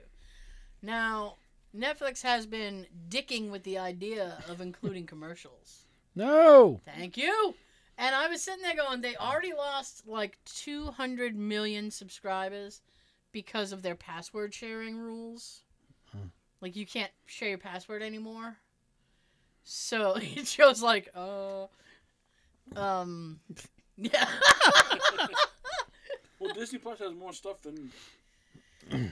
S2: Now, Netflix has been dicking with the idea of including commercials.
S3: No.
S2: Thank you. And I was sitting there going, they already lost like 200 million subscribers because of their password sharing rules.
S3: Hmm.
S2: Like, you can't share your password anymore. So it shows like, uh, um, yeah.
S4: Well, Disney Plus has more stuff than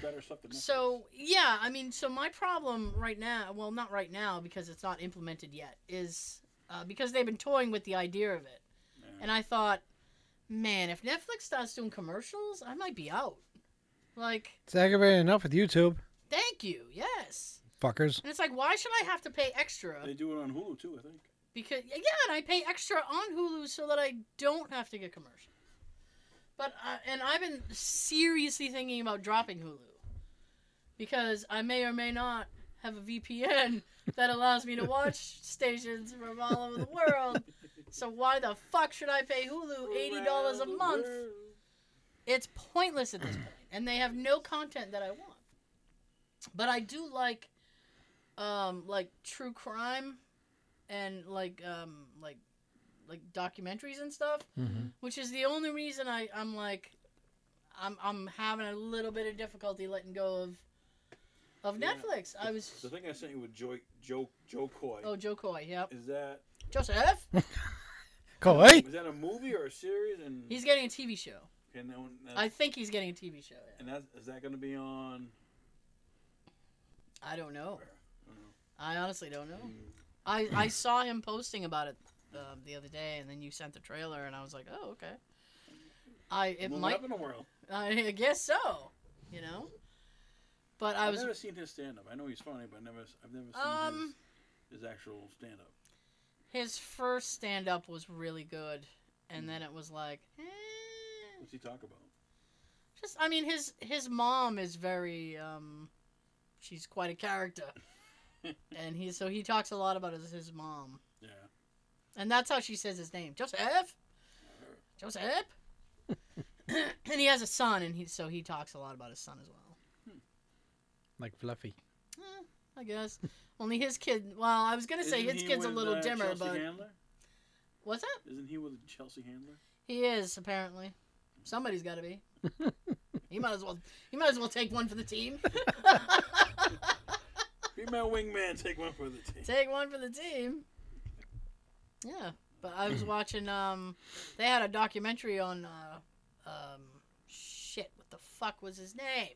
S4: better stuff than Netflix.
S2: So yeah, I mean, so my problem right now, well, not right now because it's not implemented yet, is uh, because they've been toying with the idea of it,
S4: Yeah.
S2: and I thought, man, if Netflix starts doing commercials, I might be out. Like,
S3: It's aggravating enough with YouTube,
S2: thank you, yes.
S3: fuckers.
S2: And it's like, why should I have to pay extra?
S4: they do it on Hulu too, I think.
S2: Because yeah, and I pay extra on Hulu so that I don't have to get commercials. But uh, and I've been seriously thinking about dropping Hulu because I may or may not have a VPN that allows me to watch stations from all over the world. So why the fuck should I pay Hulu eighty dollars a
S4: Around the
S2: month?
S4: world.
S2: It's pointless at this point, and they have no content that I want. But I do like, um, like true crime, and like um, like, like documentaries and stuff.
S3: Mhm.
S2: Which is the only reason I I'm like, I'm I'm having a little bit of difficulty letting go of, of
S4: Yeah.
S2: Netflix. I was
S4: The thing I sent you with Joe Joe Joe Coy
S2: oh Joe Coy, yep.
S4: is that
S2: Joseph,
S3: Go hey.
S4: is that a movie or a series? And
S2: he's getting a TV show.
S4: and, that one- that's,
S2: I think he's getting a TV show. yeah.
S4: and that's, is that going to be on?
S2: I don't know.
S4: I don't know. Hmm.
S2: I honestly don't know. I, I saw him posting about it um, the other day, and then you sent the trailer, and I was like, oh okay. I it
S4: Moving
S2: might
S4: up in the world.
S2: I guess so, you know. But I
S4: I've
S2: was
S4: never seen his stand up. I know he's funny, but I never I've never seen
S2: Um,
S4: his, his actual stand up.
S2: his first stand up was really good,
S4: Hmm.
S2: and then it was like, eh,
S4: What's he talk about?
S2: just I mean his his mom is very um, she's quite a character, and he so he talks a lot about his, his mom.
S4: Yeah.
S2: And that's how she says his name. Joseph. Joseph. and he has a son, and he so he talks a lot about his son as well.
S3: Like Fluffy.
S2: Eh, I guess. Only his kid. Well, I was gonna say
S4: Isn't
S2: his
S4: he
S2: kid's a
S4: with,
S2: little
S4: uh,
S2: dimmer,
S4: Chelsea
S2: but
S4: Handler?
S2: what's that?
S4: Isn't he with Chelsea Handler?
S2: He is apparently. Somebody's got to be. he might as well. He might as well take one for the team.
S4: Be my wingman. Take one for the team.
S2: take one for the team. Yeah, but I was watching. Um, they had a documentary on. Uh, um, shit. What the fuck was his name?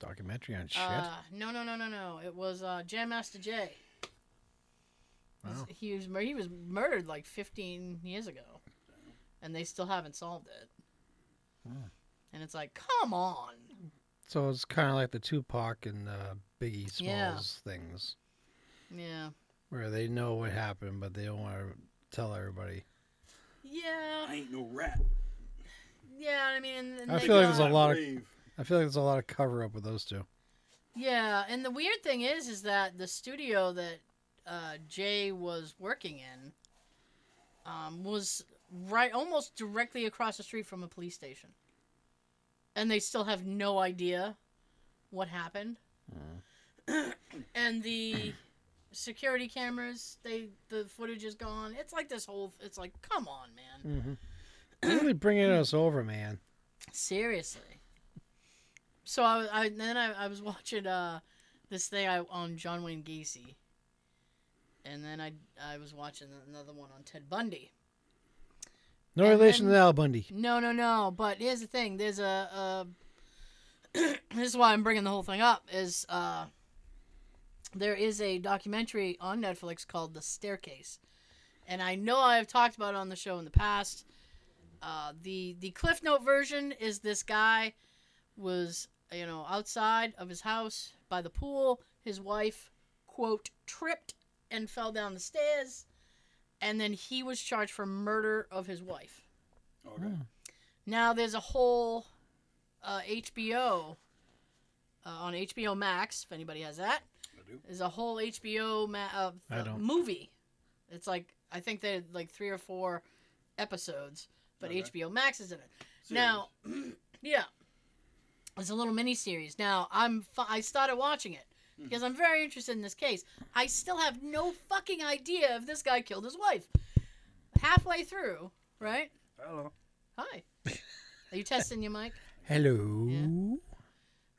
S3: Documentary on shit.
S2: Uh, no, no, no, no, no. It was uh, Jam Master Jay.
S3: Wow.
S2: He was mur- he was murdered like 15 years ago, and they still haven't solved it.
S3: Hmm.
S2: And it's like, come on.
S3: so it's kind of like the Tupac and uh, Biggie
S2: Yeah.
S3: Smalls things,
S2: Yeah.
S3: where they know what happened, but they don't want to tell everybody.
S2: Yeah.
S4: I ain't no rat.
S2: Yeah. I mean, and, and
S3: I
S2: they
S3: feel like
S2: got-
S3: there's a lot of-
S4: Brave.
S3: I feel like there's a lot of cover up with those two.
S2: Yeah, and the weird thing is, is that the studio that uh, Jay was working in um, was right, almost directly across the street from a police station, and they still have no idea what happened. and the security cameras, they the footage is gone. It's like this whole. It's like, come on, man,
S3: Mm-hmm. really bringing us over, man.
S2: seriously. So I, was- I then I, I was watching uh, this thing I, on John Wayne Gacy. And then I I was watching another one on Ted Bundy.
S3: No
S2: And
S3: relation
S2: then-
S3: to Al Bundy.
S2: No, no, no. But here's the thing. There's a, a this is why I'm bringing the whole thing up is uh there is a documentary on Netflix called The Staircase. And I know I have talked about it on the show in the past. Uh, the the Cliff Note version is this guy was you know, outside of his house by the pool. His wife, quote, tripped and fell down the stairs. And then he was charged for murder of his wife.
S4: Okay.
S5: Hmm.
S2: Now there's a whole uh, HBO uh, on HBO Max. If anybody has that,
S4: I do.
S2: there's a whole HBO ma- uh,
S3: I
S2: uh,
S3: don't.
S2: movie. It's like I think they had like three or four episodes, but
S4: Okay.
S2: HBO Max is in it. Now, yeah, it's a little mini series. Now I'm fi- I started watching it
S3: Hmm.
S2: because I'm very interested in this case. I still have no fucking idea if this guy killed his wife. Halfway through, right?
S4: Serious. Hello.
S2: Hi. Are you testing your mic?
S3: Hello.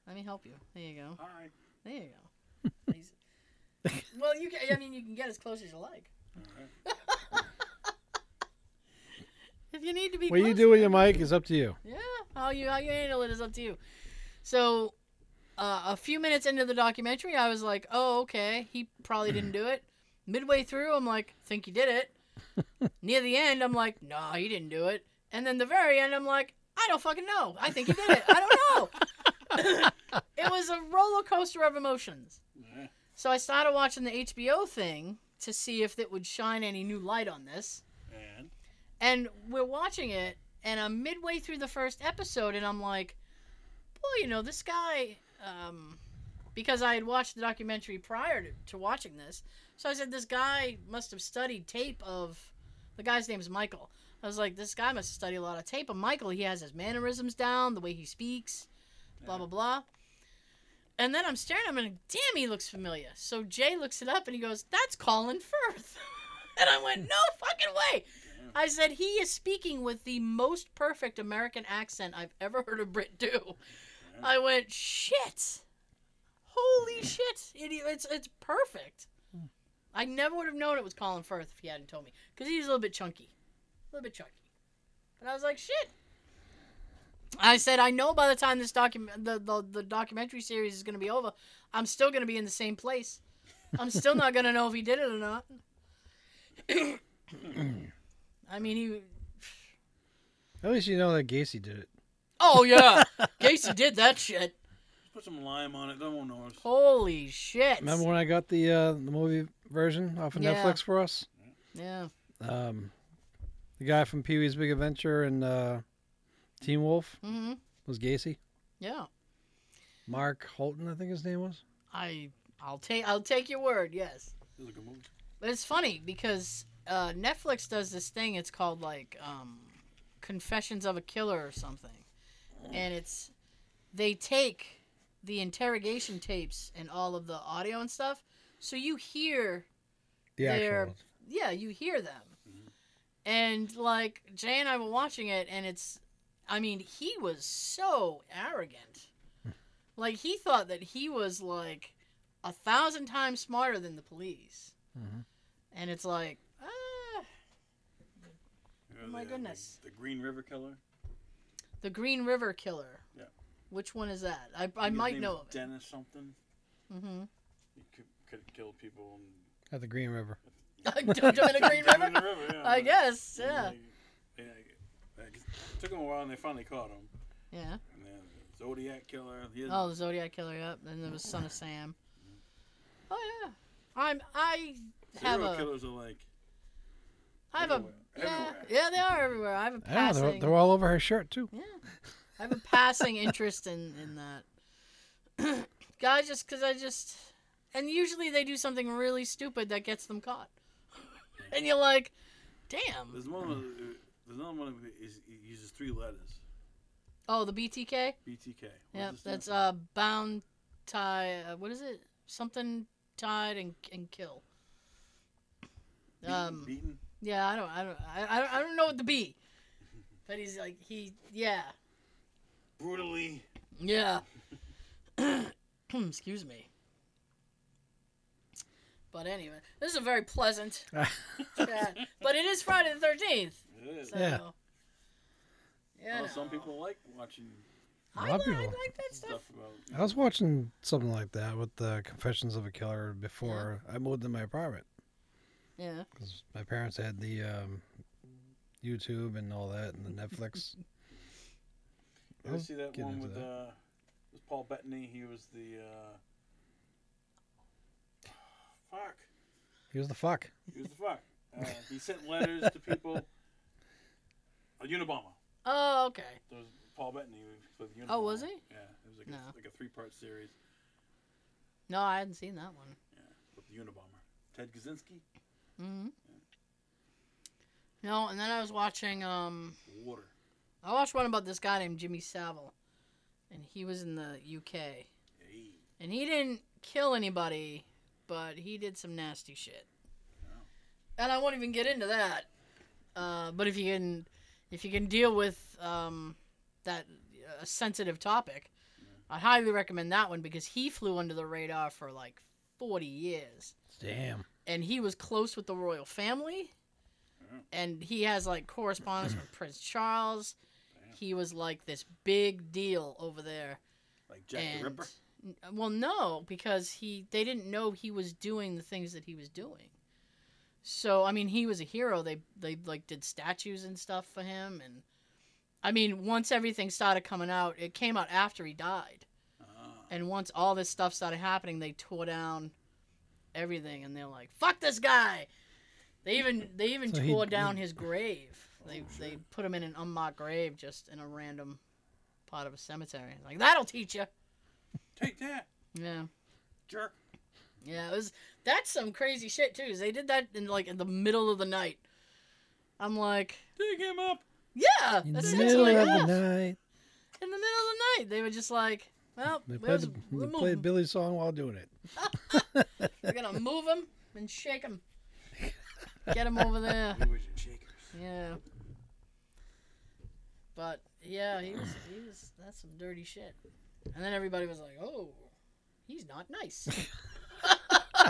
S2: Let me help you. There you go.
S4: Hi.
S2: There you go. He's- well, you can. I mean, you can get as close as you like.
S4: All right.
S2: If you need to be.
S3: What you
S2: close,
S3: do with your
S2: then-
S3: mic is up to you.
S2: Yeah, how you how you handle it is up to you. So, uh, a few minutes into the documentary, I was like, "Oh, okay, he probably didn't do it." Midway through, I'm like, "Think he did it." Near the end, I'm like, "Nah, he didn't do it." And then the very end, I'm like, "I don't fucking know. I think he did it. I don't know." it was a roller coaster of emotions.
S4: Yeah.
S2: So I started watching the HBO thing to see if it would shine any new light on this
S4: And
S2: and we're watching it and i'm midway through the first episode and i'm like boy you know this guy um, because i had watched the documentary prior to, to watching this so i said this guy must have studied tape of the guy's name is michael i was like this guy must study a lot of tape of michael he has his mannerisms down the way he speaks blah blah blah and then i'm staring at him and damn he looks familiar so jay looks it up and he goes that's colin firth and i went no fucking way I said he is speaking with the most perfect American accent I've ever heard a Brit do. I went shit, holy shit! It, it's it's perfect. I never would have known it was Colin Firth if he hadn't told me because he's a little bit chunky, a little bit chunky. And I was like shit. I said I know by the time this document the, the the documentary series is gonna be over, I'm still gonna be in the same place. I'm still not gonna know if he did it or not. I mean he
S3: At least you know that Gacy did it.
S2: Oh yeah, Casey did that shit.
S4: just put some lime on it. Don't want noise.
S2: Holy shit.
S3: Remember when I got the uh, the movie version off of
S2: Yeah.
S3: Netflix for us?
S2: Yeah.
S3: Um, the guy from Pee Wee's Big Adventure and uh, Teen Wolf
S2: Mm-hmm.
S3: was Gacy.
S2: Yeah.
S3: Mark Holton, I think his name was.
S2: I I'll take I'll take your word. Yes.
S4: This is a good movie.
S2: But it's funny because uh, Netflix does this thing. It's called like um, Confessions of a Killer or something, and it's they take the interrogation tapes and all of the audio and stuff, so you hear
S3: The
S2: They're-
S3: actual one.
S2: yeah, you hear them. And like Jay and I were watching it, and it's, I mean, he was so arrogant. like he thought that he was like a thousand times smarter than the police.
S3: Mhm.
S2: And it's like, ah,
S4: Yeah,
S2: Oh my
S4: the, uh,
S2: goodness.
S4: The, the Green River Killer.
S2: the Green River Killer.
S4: Yeah.
S2: Which one is that? I, I
S4: His
S2: might
S4: name's
S2: know of it.
S4: Dennis something.
S2: Mm-hmm.
S4: He could, could kill people. And
S3: At the Green River.
S2: Mm-hmm. Dumped him in a Green
S4: Down in
S2: River?
S4: the river, yeah.
S2: I guess,
S4: And
S2: yeah.
S4: They, they, they, it took him a while, and they finally caught him.
S2: Yeah.
S4: And then the Zodiac Killer. He is,
S2: Oh, the Zodiac Killer, yep. And there was Son of Sam. Oh, yeah. I'm, I have
S4: serial
S2: a.
S4: killers are like.
S2: I have a
S4: Everywhere.
S2: yeah,
S4: Everywhere.
S2: yeah, they are everywhere. I have a
S3: Yeah,
S2: passing,
S3: they're, they're all over her shirt too.
S2: yeah, I have a passing interest in in that. Guy, just because I just, and usually they do something really stupid that gets them caught, and you're like, damn.
S4: There's one.
S5: Hmm.
S4: with- There's another one. that Is he uses three letters.
S2: Oh, the BTK.
S4: BTK. What
S2: Yep,
S4: does it stand
S2: that's
S4: for?
S2: uh bound, tie. Uh, what is it? Something tied and and kill.
S4: Beaten-
S2: Um.
S4: beaten.
S2: Yeah, I don't, I don't, I, I don't, I don't know what the B. But he's like he, yeah.
S4: brutally.
S2: Yeah. Excuse me. But anyway, this is a very pleasant chat. But it is Friday the 13th.
S4: It is.
S2: So,
S3: Yeah.
S2: yeah,
S4: Well, some
S2: no.
S4: people like watching
S3: A
S2: I,
S3: lot
S2: li-
S3: of
S2: I
S3: people.
S2: like that stuff.
S4: stuff about.
S3: I was watching something like that with the Confessions of a Killer before I moved in my apartment
S2: Yeah.
S3: because my parents had the um, YouTube and all that and the Netflix.
S4: You ever see that
S3: Get
S4: one
S3: into
S4: with
S3: that.
S4: uh, was Paul Paul Bettany. He was the. Uh... Fuck.
S3: He was the fuck.
S4: He was the fuck. Uh, he sent letters to people. A Unabomber.
S2: Oh, okay.
S4: There was Paul Bettany who played the Unabomber.
S2: Oh, was he?
S4: Yeah, it was like
S2: No.
S4: a, like a three-part series
S2: No, I hadn't seen that one.
S4: with the Unabomber. Ted Kaczynski,
S2: hmm No, and then I was watching. Um,
S4: Water.
S2: I watched one about this guy named Jimmy Savile, and he was in the UK,
S4: Hey,
S2: and he didn't kill anybody, but he did some nasty shit.
S4: Oh.
S2: And I won't even get into that. Uh, but if you can, if you can deal with um, that uh, sensitive topic, I highly recommend that one because he flew under the radar for like forty years.
S3: Damn.
S2: and he was close with the royal family
S4: Yeah.
S2: and he has like correspondence with prince charles
S4: Damn.
S2: he was like this big deal over there
S4: like Jack
S2: and
S4: the Ripper.
S2: N- well no because he they didn't know he was doing the things that he was doing so i mean he was a hero they they like did statues and stuff for him and i mean once everything started coming out it came out after he died
S4: Ah.
S2: and once all this stuff started happening, they tore down everything, and they're like, "Fuck this guy." They even they even
S3: So he-
S2: tore down his grave. They
S4: Oh,
S2: they
S4: shit.
S2: put him in an unmarked grave, just in a random part of a cemetery. Like that'll teach you.
S4: Take that,
S2: Yeah,
S4: jerk.
S2: yeah. It was that's some crazy shit too. 'cause They did that in like in the middle of the night. I'm like,
S4: Dig him up.
S2: yeah,
S3: In the
S2: that's
S3: middle
S2: like
S3: of
S2: that.
S3: the night,
S2: In the middle of the night, they were just like, well,
S3: they
S2: where's
S3: played, the,
S2: the
S3: they
S2: moon?
S3: played Billy's song while doing it.
S2: We're gonna move him and shake him. Get him over there.
S4: Movers and shakers.
S2: Yeah. But yeah, he was he was that's some dirty shit. And then everybody was like, "Oh, he's not nice."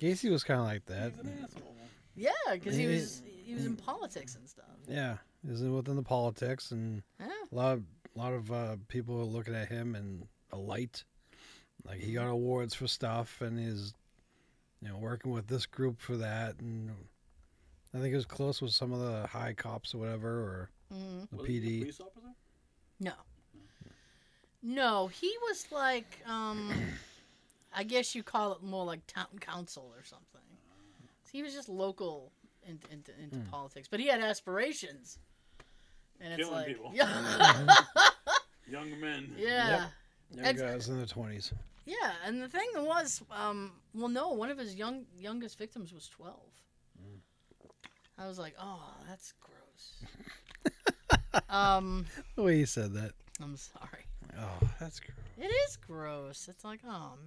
S3: Gacy was kind of like that.
S4: He's an asshole.
S2: yeah, because he
S3: Yeah.
S2: was he was in politics and stuff.
S3: Yeah, is it within the politics and
S2: Yeah.
S3: a lot of lot of uh, people were looking at him in a light. Like he
S4: Mm-hmm.
S3: got awards for stuff and is, you know, working with this group for that and. I think it was close with some of the high cops or whatever, or
S2: Mhm.
S3: the
S4: Was he a
S3: PD.
S4: police officer?
S2: No. No, he was like um I guess you call it more like town council or something. He was just local in, into into
S3: Hmm.
S2: politics, but he had aspirations. And
S4: Killing
S2: it's like
S4: people.
S2: Yeah.
S4: Young men.
S2: yeah.
S3: Young
S2: It's-
S3: guys in their twenties.
S2: Yeah, and the thing was, um, well, no, one of his young youngest victims was twelve. I was like, oh, that's gross. um,
S3: The way you said that.
S2: I'm sorry.
S3: Oh, that's gross.
S2: It is gross. It's like, um,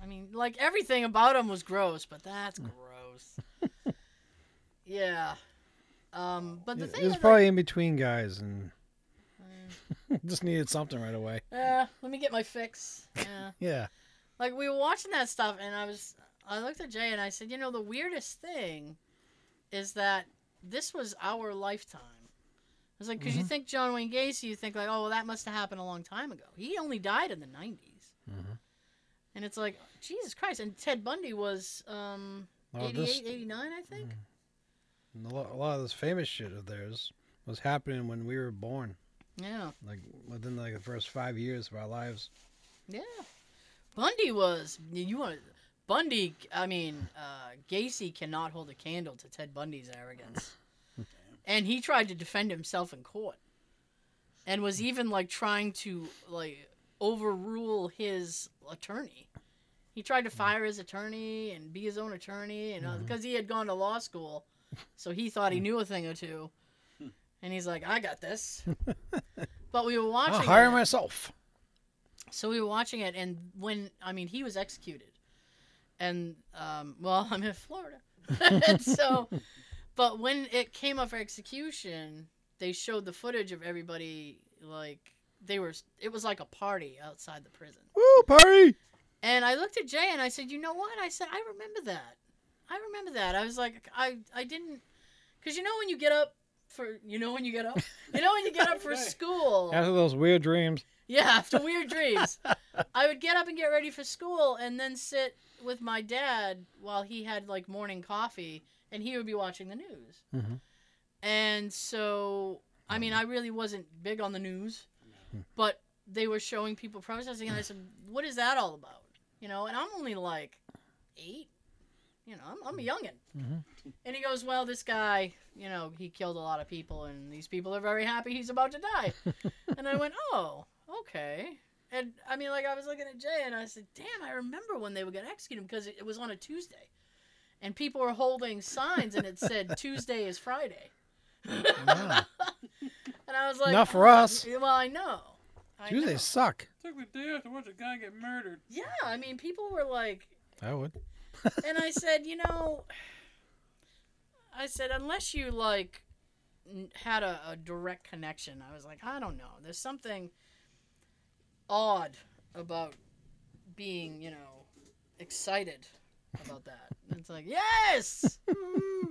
S2: I mean, like everything about him was gross, but that's
S3: Mm.
S2: gross. yeah. Um, but the
S3: It,
S2: thing
S3: it was
S2: is,
S3: probably in between guys and just needed something right away.
S2: like, eh, let me get my fix. Yeah.
S3: Yeah.
S2: like we were watching that stuff and i was i looked at jay and i said you know the weirdest thing is that this was our lifetime i was like because you
S3: Mm-hmm.
S2: think john wayne gacy you think like oh well that must have happened a long time ago he only died in the 90s
S4: Mm-hmm.
S3: Mhm.
S2: and it's like jesus christ and ted bundy was um
S3: Well,
S2: 88
S3: Oh, this, Mm.
S2: 89 i think
S3: and Mm. a, lot, a lot of this famous shit of theirs was happening when we were born,
S2: yeah
S3: like within like the first five years of our lives.
S2: yeah bundy was you want bundy i mean uh, gacy cannot hold a candle to ted bundy's arrogance and he tried to defend himself in court and was even like trying to like overrule his attorney he tried to fire his attorney and be his own attorney and uh,
S3: Mhm.
S2: because he had gone to law school so he thought he knew a thing or two and he's like i got this but we were watching
S3: I'll hire
S2: it.
S3: myself.
S2: So we were watching it, and when I mean, he was executed, and um, well, I'm in Florida, and so, but when it came up for execution, they showed the footage of everybody like they were. It was like a party outside the prison,
S3: Woo, party!
S2: and I looked at Jay and I said, "You know what?" I said, "I remember that. I remember that." I was like, "I I didn't," because you know when you get up for you know when you get up you know when you get up for
S4: Okay.
S2: school
S3: After those weird dreams,
S2: yeah, after weird dreams. I would get up and get ready for school and then sit with my dad while he had like morning coffee and he would be watching the news.
S3: Mhm.
S2: And so, I mean, I really wasn't big on the news, but they were showing people protesting, and I said, "What is that all about?" You know, and I'm only like eight. You know, I'm, I'm a youngin.
S3: Mhm.
S2: And he goes, "Well, this guy, you know, he killed a lot of people, and these people are very happy he's about to die." and I went, "Oh, okay." And I mean, like I was looking at Jay, and I said, "Damn, I remember when they were gonna execute him because it, it was on a Tuesday, and people were holding signs, and it said Tuesday is Friday."
S3: Wow.
S2: And I was like,
S3: Not for us.
S2: Well, I know. I know.
S3: Tuesdays suck.
S4: Took the day off to watch a guy get murdered.
S2: Yeah, I mean, people were like,
S3: I would.
S2: and I said, you know, I said unless you like n- had a, a direct connection, I was like, I don't know. There's something odd about being, you know, excited about that. It's like, yes,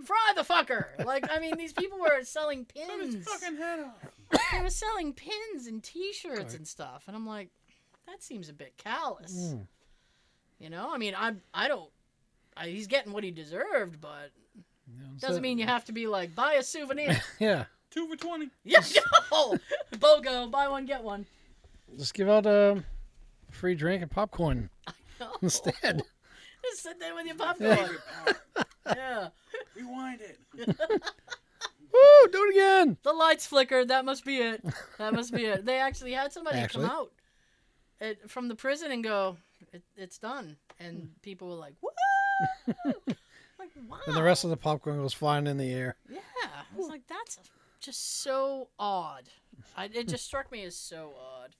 S2: fry the fucker. Like, I mean, these people were selling
S4: Cut his
S2: pins.
S4: fucking head off.
S2: They were selling pins and T-shirts
S3: Right.
S2: and stuff, and I'm like, that seems a bit callous.
S3: Mm.
S2: You know, I mean, I I don't. I, he's getting what he deserved, but
S3: You know,
S2: doesn't
S3: Mm. so-
S2: mean you have to be like buy a souvenir.
S3: Yeah.
S4: Two for twenty.
S2: yeah, no, BOGO, buy one get one.
S3: Just give out um, free drink and popcorn
S2: No.
S3: instead.
S2: Just sit there with your popcorn. yeah,
S4: Rewind it.
S2: Oh.
S3: Woo! Do it again.
S2: the lights flickered. That must be it. That must be it. They actually had somebody
S3: Actually.
S2: come out at, from the prison and go, it, "It's done,"
S3: Mm.
S2: and people were like, "Woo!" like wow.
S3: And the rest of the popcorn was flying in the air.
S2: Yeah, I was like, that's just so odd. I, it just struck me as so odd.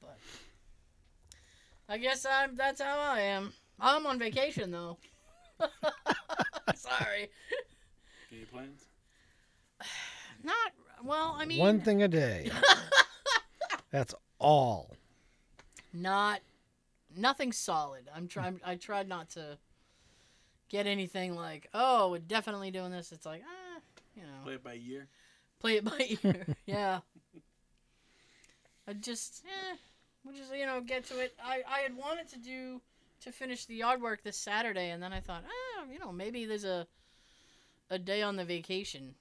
S2: But I guess I'm. That's how I am. I'm on vacation though. Sorry,
S4: Any plans?
S2: not well. I mean,
S3: One thing a day. That's all.
S2: not nothing solid. I'm trying. I tried not to get anything like, oh, we're definitely doing this. It's like, ah, you know.
S4: Play it by year.
S2: play it by ear. yeah. I just, eh, we'll just, you know, get to it. I, I had wanted to do, to finish the yard work this Saturday, and then I thought, ah, you know, maybe there's a, a day on the vacation,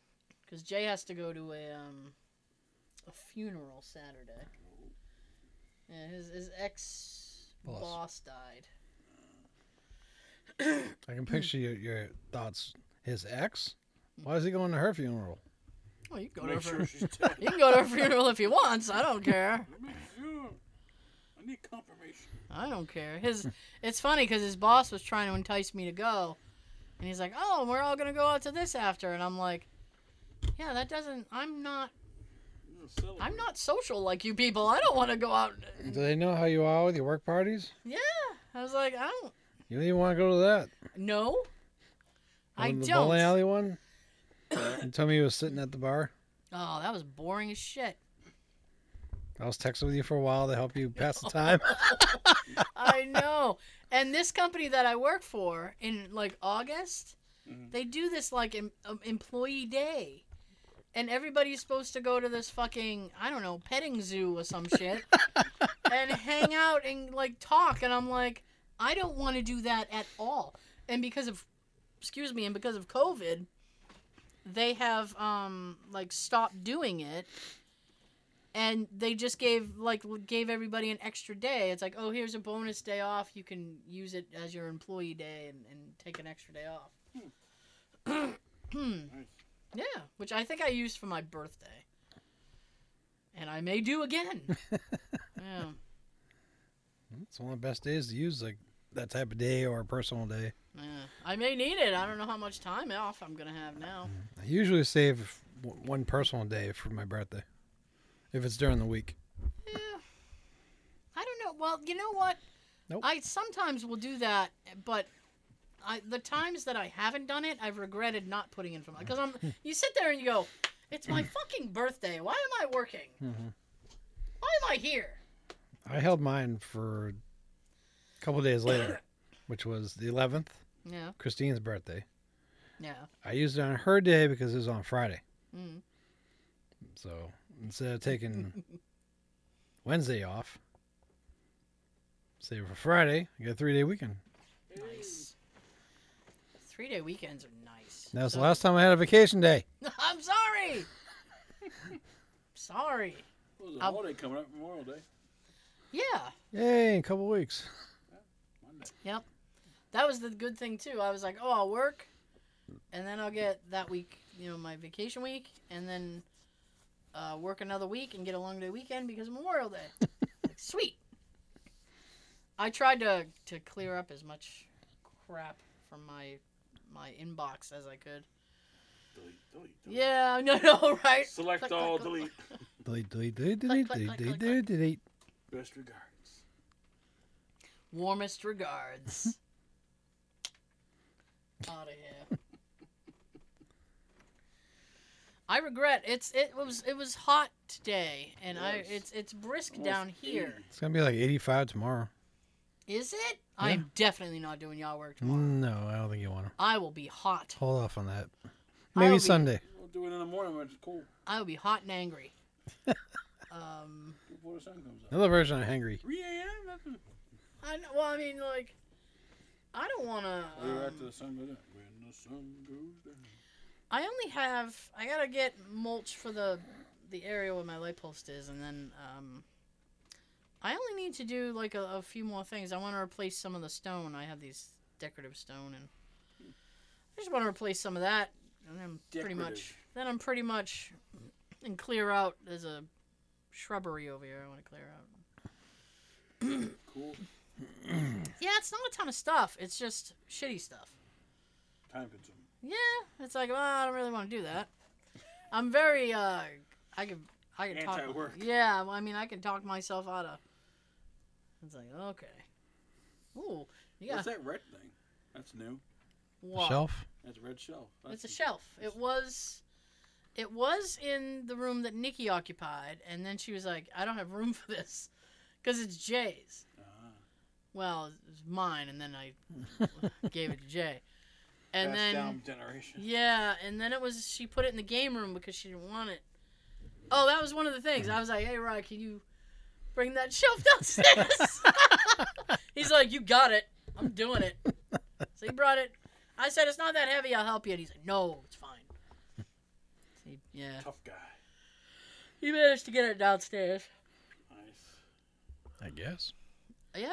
S2: because Jay has to go to a, um, a funeral Saturday. Yeah, his, his ex
S3: Boss.
S2: boss died.
S3: I
S2: Hmm.
S3: can picture your, your thoughts. His ex? Why is he going to her funeral?
S2: Well, you can go to her,
S4: Make sure
S2: fun-
S4: she's dead.
S2: you can go to her funeral if he wants. I don't care.
S4: Make sure. I need confirmation.
S2: I don't care. His it's funny because his boss was trying to entice me to go, and he's like, "Oh, we're all gonna go out to this after," and I'm like, "Yeah, that doesn't. I'm not.
S4: You know, celebrate.
S2: I'm not social like you people. I don't want to go out."
S3: Do they know how you are with your work parties?
S2: Yeah, I was like, I don't.
S3: You don't even want to go to that.
S2: No, I
S3: When the
S2: don't.
S3: bowling alley one. you told me you was sitting at the bar.
S2: Oh, that was boring as shit.
S3: I was texting with you for a while to help you pass the time.
S2: I know. And this company that I work for in like August,
S4: Mhm.
S2: they do this like em- um, employee day. And everybody's supposed to go to this fucking, I don't know, petting zoo or some shit and hang out and like talk. And I'm like, I don't want to do that at all. And because of, excuse me, and because of COVID, they have um like stopped doing it and they just gave like gave everybody an extra day it's like oh here's a bonus day off you can use it as your employee day and, and take an extra day off
S4: Nice.
S2: yeah which i think i used for my birthday and i may do again yeah
S3: it's one of the best days to use like that type of day or a personal day.
S2: yeah i may need it i don't know how much time off i'm gonna have now
S3: I usually save w- one personal day for my birthday, if it's during the week.
S2: Yeah. Eh, I don't know. Well, you know what?
S3: Nope.
S2: I sometimes will do that, but I the times that I haven't done it, I've regretted not putting in for my because I'm. You sit there and you go, "It's my fucking birthday. Why am I working?
S3: Mhm.
S2: Why am I here?"
S3: I held mine for a couple days later, which was the 11th,
S2: Yeah.
S3: Christine's birthday.
S2: Yeah.
S3: I used it on her day because it was on Friday.
S2: Mm.
S3: So instead of taking Wednesday off, save it for Friday, I get a three day weekend.
S2: Nice. Three day weekends are nice.
S3: That was the
S2: So-
S3: last time I had a vacation day.
S2: I'm sorry. sorry.
S5: What
S4: Well,
S5: was the
S2: I'll-
S5: holiday coming up? Memorial Day,
S2: Yeah.
S3: Yay, in a couple weeks.
S5: Monday.
S2: That was the good thing too. I was like, oh, I'll work, and then I'll get that week, you know, my vacation week, and then uh, work another week and get a long day weekend because of Memorial Day. Like, Sweet. I tried to to clear up as much crap from my my inbox as I could.
S5: Delete, delete, delete.
S2: Yeah, no, no, right.
S5: Select
S2: Click,
S5: all,
S2: click,
S5: delete.
S2: click.
S3: Delete, delete, delete,
S2: Click, click, click,
S3: delete, delete,
S2: click,
S3: delete, delete, delete.
S5: Best regards.
S2: Warmest regards. Out of here. I regret it's it was it was hot today and I
S5: Yes.
S2: it's it's brisk
S5: Almost
S2: down here.
S5: 80.
S3: It's gonna be like 85 tomorrow.
S2: Is it? I am definitely not doing y'all work tomorrow.
S3: No, I don't think you want to.
S2: I will be hot.
S3: Hold off on that.
S2: I
S3: Maybe
S2: will be-
S3: Sunday.
S5: We'll do it in the morning when it's cool.
S2: I will be hot and angry. um
S5: Before the sun comes up.
S3: Another version of Hangry.
S5: 3 a.m. That's when-
S2: I kn- well I mean like I don't um, want to
S5: We're after the sun goes down. When the sun goes down.
S2: I only have. I gotta get mulch for the the area where my light post is, and then um, I only need to do like a, a few more things. I want to replace some of the stone. I have these decorative stone, and I just want to replace some of that, and then pretty much.
S5: Decorative.
S2: Then I'm pretty much and clear out. There's a shrubbery over here. I want to clear out.
S5: Cool.
S2: Yeah, it's not a ton of stuff. It's just shitty stuff.
S5: Time consuming.
S2: Yeah, it's like well, I don't really want to do that. I'm very uh, I can I can talk.
S5: Anti-work.
S2: Yeah, well, I mean I can talk myself out of. It's like okay, ooh, you got
S5: What's that red thing? That's new.
S2: what?
S3: Shelf.
S5: That's red shelf. That's
S2: It's a shelf. It was, it was in the room that Nikki occupied, and then she was like, I don't have room for this, because it's Jay's.
S5: Ah.
S2: Well, it's mine, and then I gave it to Jay, and
S5: Passed
S2: then.
S5: down generation.
S2: Yeah, and then it was she put it in the game room because she didn't want it. Oh, that was one of the things. I was like, "Hey, Rod, can you bring that shelf downstairs?" He's like, "You got it. I'm doing it." So he brought it. I said, "It's not that heavy. I'll help you." And he's like, "No, it's fine." So he- yeah,
S5: Tough guy.
S2: he managed to get it downstairs.
S5: Nice.
S3: I guess.
S2: Yeah,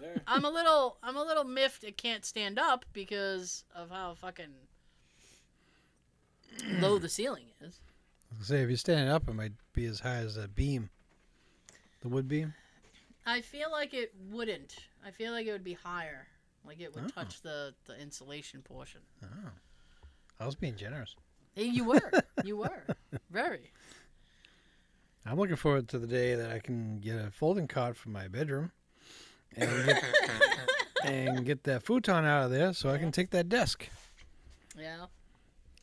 S5: There.
S2: I'm a little, I'm a little miffed. It can't stand up because of how fucking low the ceiling is.
S3: I was gonna say if you stand up, it might be as high as that beam. The wood beam.
S2: I feel like it wouldn't. I feel like it would be higher. Like it would
S3: Oh.
S2: touch the, the insulation portion.
S3: Oh. I was being generous.
S2: Eh, You were. you were. Very.
S3: I'm looking forward to the day that I can get a folding cot for my bedroom, and get, and get that futon out of there so I can take that desk.
S2: Yeah.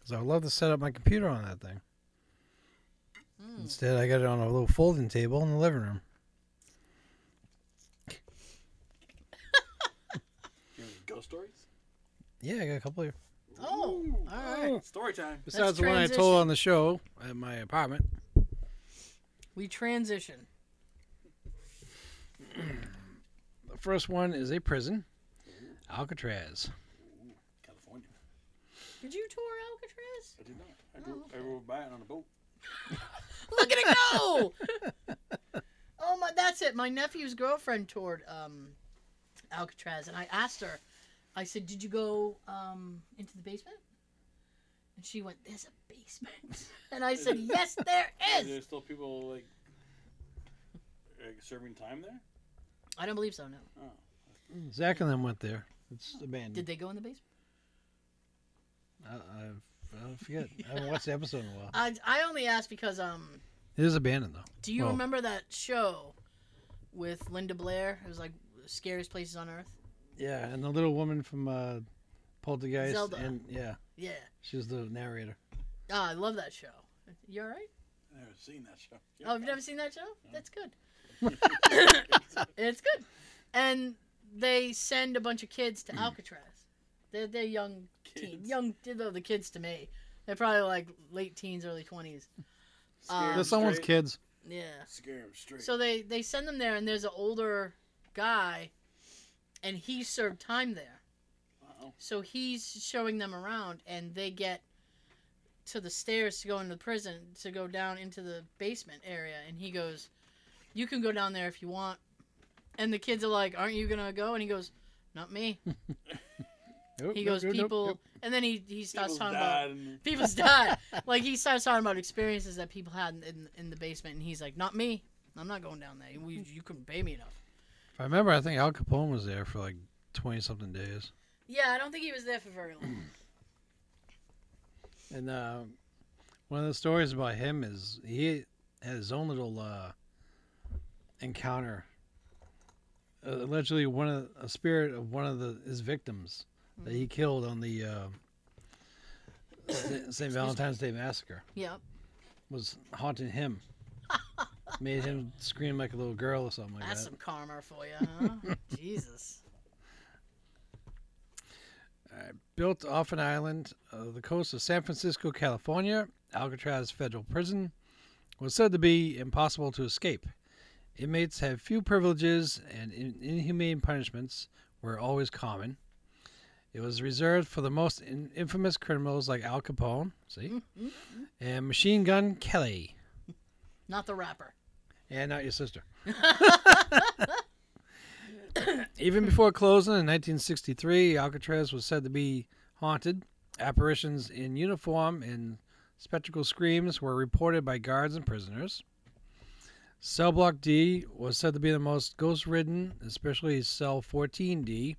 S3: Cause I would love to set up my computer on that thing.
S2: Mm.
S3: Instead, I got it on a little folding table in the living room.
S5: You have any ghost stories?
S3: Yeah, I got a couple here.
S2: Oh,
S5: Ooh.
S2: all right.
S5: Story time.
S3: Besides the one I told
S2: transition.
S3: on the show at my apartment.
S2: We transition.
S3: The first one is a prison, Alcatraz.
S5: California.
S2: Did you tour Alcatraz?
S5: I did not. I,
S2: Oh,
S5: drove,
S2: okay.
S5: I rode by it on a boat.
S2: Look at it go! oh my! That's it. My nephew's girlfriend toured um, Alcatraz, and I asked her. I said, "Did you go um, into the basement?" And she went, "There's a basement." And I said, "Yes, there
S5: Is
S2: is."
S5: there still people like, like Uh, serving time there?
S2: I don't believe so. No.
S5: Oh.
S3: Zach and them went there. It's
S2: Did
S3: abandoned.
S2: they go in the basement?
S3: I, I, I forget. I haven't watched the episode in a while.
S2: I, I only asked because um,
S3: It is abandoned though.
S2: do you
S3: Well-
S2: remember that show with Linda Blair? It was like scariest places on earth.
S3: Yeah, and the little woman from uh, Poltergeist.
S2: Zelda.
S3: And yeah,
S2: Yeah.
S3: she was the narrator.
S2: Ah, I love that show. You all right?
S5: I never seen that show.
S2: Oh, you've never seen that show? That's good. it's good. And they send a bunch of kids to Alcatraz. They're, they're young teens.
S5: Kids.
S2: Young, they're the kids to me. They're probably like late teens, early Um, 20s.
S5: Scare 'em
S3: That's someone's
S5: straight.
S3: kids.
S2: Yeah.
S5: Scare 'em straight.
S2: So they they send them there, and there's an older guy, and he served time there.
S5: wow.
S2: So he's showing them around, and they get to the stairs to go into the prison to go down into the basement area, and he goes, "You can go down there if you want." And the kids are like, "Aren't you gonna go?" And he goes, "Not me."
S3: Nope,
S2: He
S3: nope,
S2: goes,
S3: nope, nope,
S2: "People,"
S3: nope.
S2: and then he he starts
S4: People's
S2: talking about
S4: died and-
S2: people's died. Like he starts talking about experiences that people had in, in, in the basement, and he's like, "Not me. I'm not going down there. We, you couldn't pay me enough."
S3: If I remember, I think Al Capone was there for like twenty something days.
S2: Yeah, I don't think he was there for very long.
S3: And uh, one of the stories about him is he had his own little uh, encounter. Uh, allegedly, one of a spirit of one of the his victims that
S2: Mm.
S3: he killed on the uh, St. St. Valentine's Day massacre
S2: yeah,
S3: was haunting him. Made him scream like a little girl or something like
S2: that's
S3: that.
S2: some karma for you, huh? Jesus.
S3: Built off an island of the coast of San Francisco, California, Alcatraz Federal Prison was said to be impossible to escape. Inmates had few privileges, and in- inhumane punishments were always common. It was reserved for the most in- infamous criminals like Al Capone, see, and Machine Gun Kelly,
S2: Not the rapper.
S3: and not your sister. Even before closing in 1963, Alcatraz was said to be haunted. Apparitions in uniform and spectral screams were reported by guards and prisoners. Cell Block D was said to be the most ghost ridden, especially Cell 14D,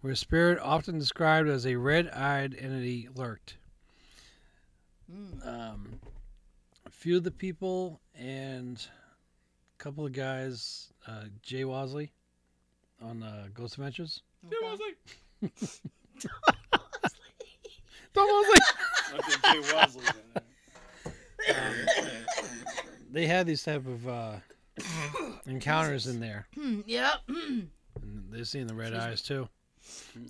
S3: where spirit, often described as a red eyed entity, lurked.
S2: Mm.
S3: Um, a few of the people and a couple of guys, uh, Jay Wozley on uh, Ghost Adventures.
S4: Jay Wozley. That's a Jay Wozley. down there.
S3: They had these type of uh, encounters in there.
S2: Hmm, yeah.
S3: And they've seen the red
S2: Excuse me.
S3: eyes too.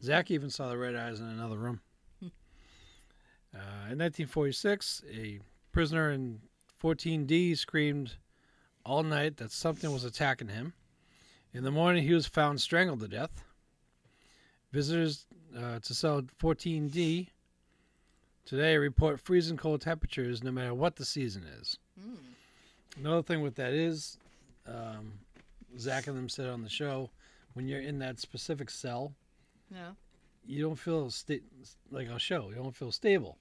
S3: Zach even saw the red eyes in another room. Uh, in 1946, a prisoner in 14D screamed all night that something was attacking him. In the morning, he was found strangled to death. Visitors uh, to cell 14D today report freezing cold temperatures no matter what the season is.
S2: Mm.
S3: Another thing with that is, um, Zach and them said on the show, when you're in that specific cell,
S2: Yeah.
S3: you don't feel sta- like our show. You don't feel stable,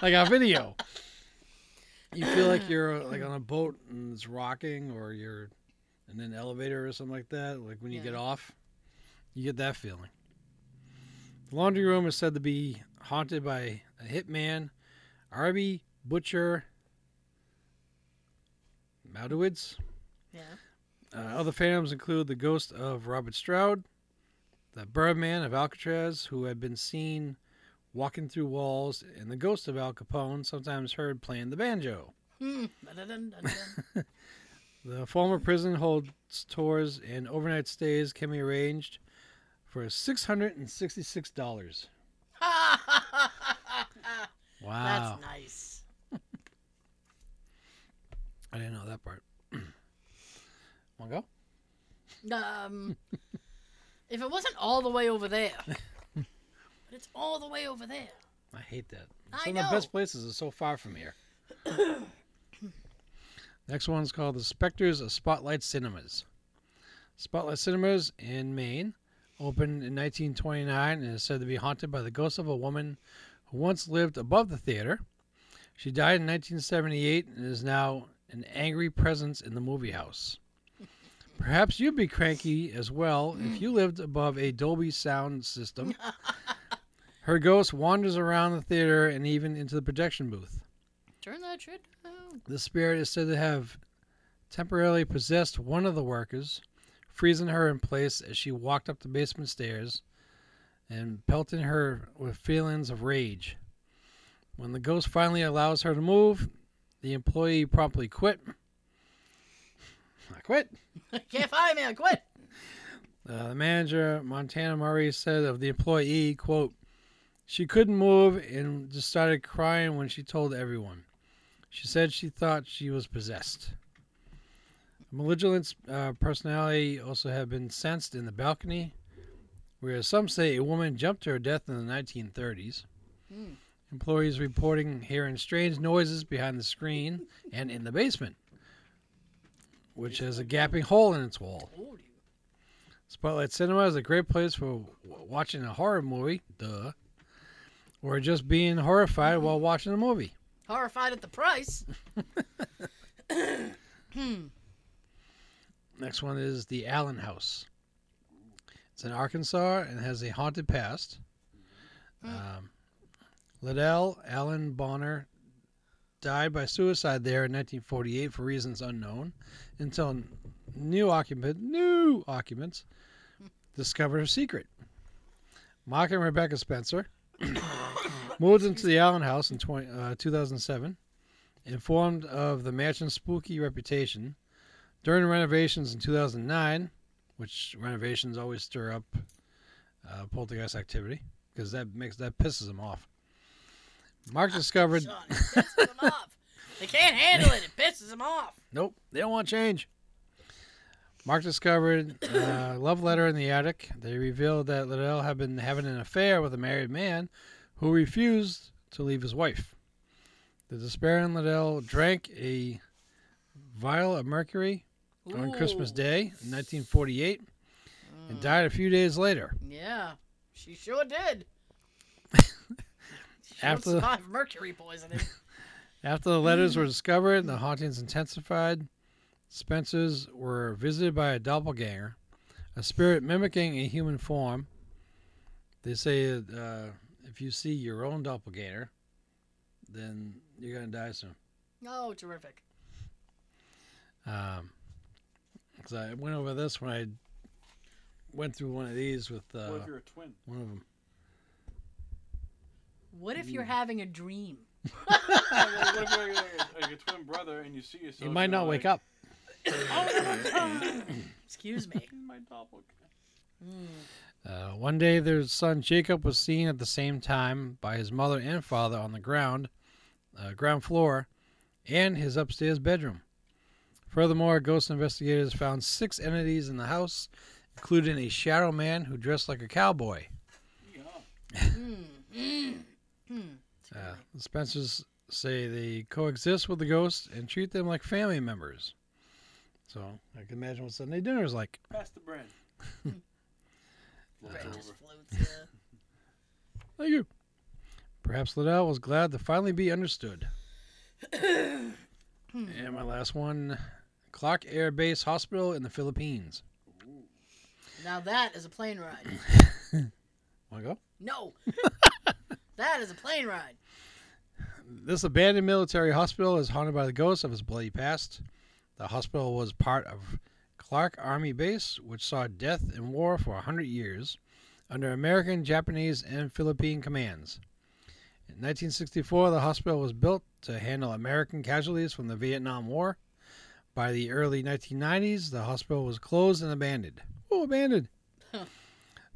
S3: like our video. You feel like you're uh, like on a boat and it's rocking, or you're in an elevator or something like that. Like when you
S2: Yeah.
S3: get off, you get that feeling. The laundry room is said to be haunted by a hitman, Arby Butcher Maudowitz.
S2: Yeah.
S3: Uh, other phantoms include the ghost of Robert Stroud, the Birdman of Alcatraz, who had been seen walking through walls, and the ghost of Al Capone, sometimes heard playing the banjo.
S2: Hmm. Dun-dun-dun-dun-dun.
S3: The former prison holds tours and overnight stays can be arranged for $666.
S2: That's
S3: Wow.
S2: nice.
S3: I didn't know that part. Want to go?
S2: Um, if it wasn't all the way over there, but it's all the way over there.
S3: I hate that.
S2: I
S3: Some
S2: know.
S3: of the best places are so far from here. Next one's called The Spectres of Spotlight Cinemas. Spotlight Cinemas in Maine opened in 1929 and is said to be haunted by the ghost of a woman who once lived above the theater. She died in 1978 and is now an angry presence in the movie house. Perhaps you'd be cranky as well if you lived above a Dolby sound system. Her ghost wanders around the theater and even into the projection booth.
S2: Turn that shit down.
S3: The spirit is said to have temporarily possessed one of the workers, freezing her in place as she walked up the basement stairs and pelting her with feelings of rage. When the ghost finally allows her to move, the employee promptly quit. I quit.
S2: Can't fire me. I quit.
S3: Uh, the manager, Montana Murray, said of the employee, quote, she couldn't move and just started crying when she told everyone. She said she thought she was possessed. Malignant uh, personality also have been sensed in the balcony, where some say a woman jumped to her death in the 1930s. Employees reporting hearing strange noises behind the screen and in the basement, which has a gaping hole in its wall.
S2: Lord.
S3: Spotlight Cinema is a great place for w- watching a horror movie, duh, or just being horrified while watching a movie.
S2: Horrified at the price.
S3: Next one is the Allen House. It's in Arkansas and has a haunted past. Um, Liddell Allen Bonner died by suicide there in 1948 for reasons unknown until new occupant new occupants discovered her secret. Mark and Rebecca Spencer moved into the Allen House in 20, uh, 2007, informed of the mansion's spooky reputation. During renovations in 2009, which renovations always stir up uh, poltergeist activity because that makes that pisses them off. Mark discovered,
S2: Son, it pisses them off. They can't handle it. It pisses them off.
S3: nope, they don't want change. Mark discovered a love letter in the attic. They revealed that Liddell had been having an affair with a married man who refused to leave his wife. The despairing Liddell drank a vial of mercury on Christmas
S2: Ooh.
S3: Day, in 1948, and died a few days later.
S2: Yeah, she sure did. she
S3: After
S2: After
S3: the-
S2: survived mercury poisoning.
S3: After the letters were discovered and the hauntings intensified, Spencers were visited by a doppelganger, a spirit mimicking a human form. They say uh, if you see your own doppelganger, then you're going to die soon.
S2: oh, terrific.
S3: Because Um, I went over this when I went through one of these with uh,
S5: Well, if you're a twin,
S3: one of them.
S2: What if you're having a dream?
S5: Well, what if you're like a, like a twin brother and you see yourself?
S3: You might not wake up. Oh,
S2: Excuse me.
S5: My doppelganger.
S2: Mm,
S3: Uh, one day, their son Jacob was seen at the same time by his mother and father on the ground, uh, ground floor, and his upstairs bedroom. Furthermore, ghost investigators found six entities in the house, including a shadow man who dressed like a cowboy.
S5: Yeehaw.
S2: mm, Hmm.
S3: Uh, the Spencers say they coexist with the ghosts and treat them like family members. So I can imagine what Sunday dinner is like.
S5: Pass the bread. Floats
S2: Right,
S5: over.
S2: just floats. Yeah.
S3: Thank you. Perhaps Liddell was glad to finally be understood.
S2: uh.
S3: and my last one Clark Air Base Hospital in the Philippines.
S2: Now that is a plane ride.
S3: Want to go?
S2: No. that is a plane ride.
S3: This abandoned military hospital is haunted by the ghosts of its bloody past. The hospital was part of Clark Army Base, which saw death and war for 100 years under American, Japanese, and Philippine commands. In 1964, the hospital was built to handle American casualties from the Vietnam War. By the early 1990s, the hospital was closed and abandoned. Oh, abandoned!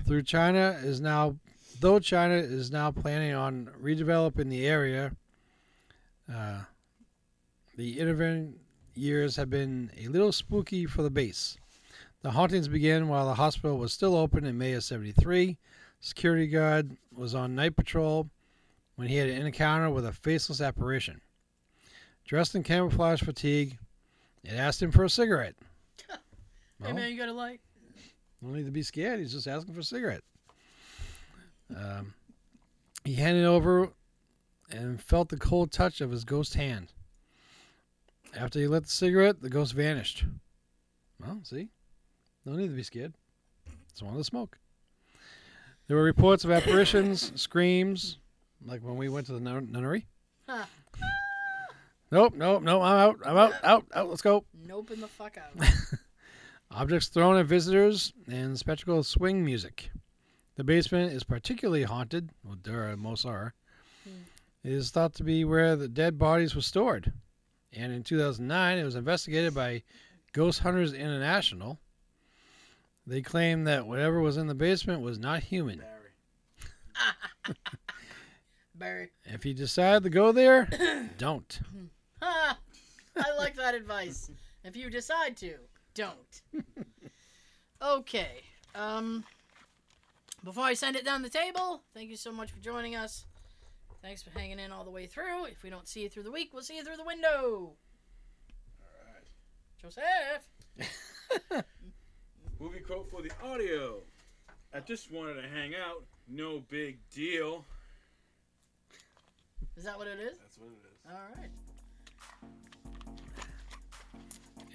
S3: Through China is now, though China is now planning on redeveloping the area uh, the intervening years have been a little spooky for the base. The hauntings began while the hospital was still open in May of 73. Security guard was on night patrol when he had an encounter with a faceless apparition. Dressed in camouflage fatigue, it asked him for a cigarette.
S2: Hey
S3: Well.
S2: man, you got a light?
S3: No need to be scared. He's just asking for a cigarette. Um, he handed over and felt the cold touch of his ghost hand. After he lit the cigarette, the ghost vanished. Well, see? No need to be scared. It's one of the smoke. There were reports of apparitions, screams, like when we went to the nun- nunnery.
S2: Huh.
S3: Nope, nope, nope. I'm out. I'm out. Out. Out. Let's go.
S2: Nope in the fuck out.
S3: Objects thrown at visitors and spectacle swing music. The basement is particularly haunted. Well, there are, most are. It is thought to be where the dead bodies were stored. And in 2009, it was investigated by Ghost Hunters International. They claim that whatever was in the basement was not human.
S5: Barry.
S2: Barry.
S3: If you decide to go there, don't.
S2: Ha! Ah, I like that advice. If you decide to, don't. Okay. Um, before I send it down the table, thank you so much for joining us. Thanks for hanging in all the way through. If we don't see you through the week, we'll see you through the window.
S5: Alright.
S2: Joseph.
S5: Movie quote for the audio. I just wanted to hang out. No big deal.
S2: Is that what it is?
S5: That's what it is.
S2: All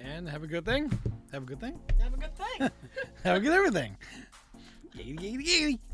S2: right.
S3: And have a good thing. Have a good thing.
S2: Have a good thing.
S3: Have a good everything. Giggity, giggity, giggity.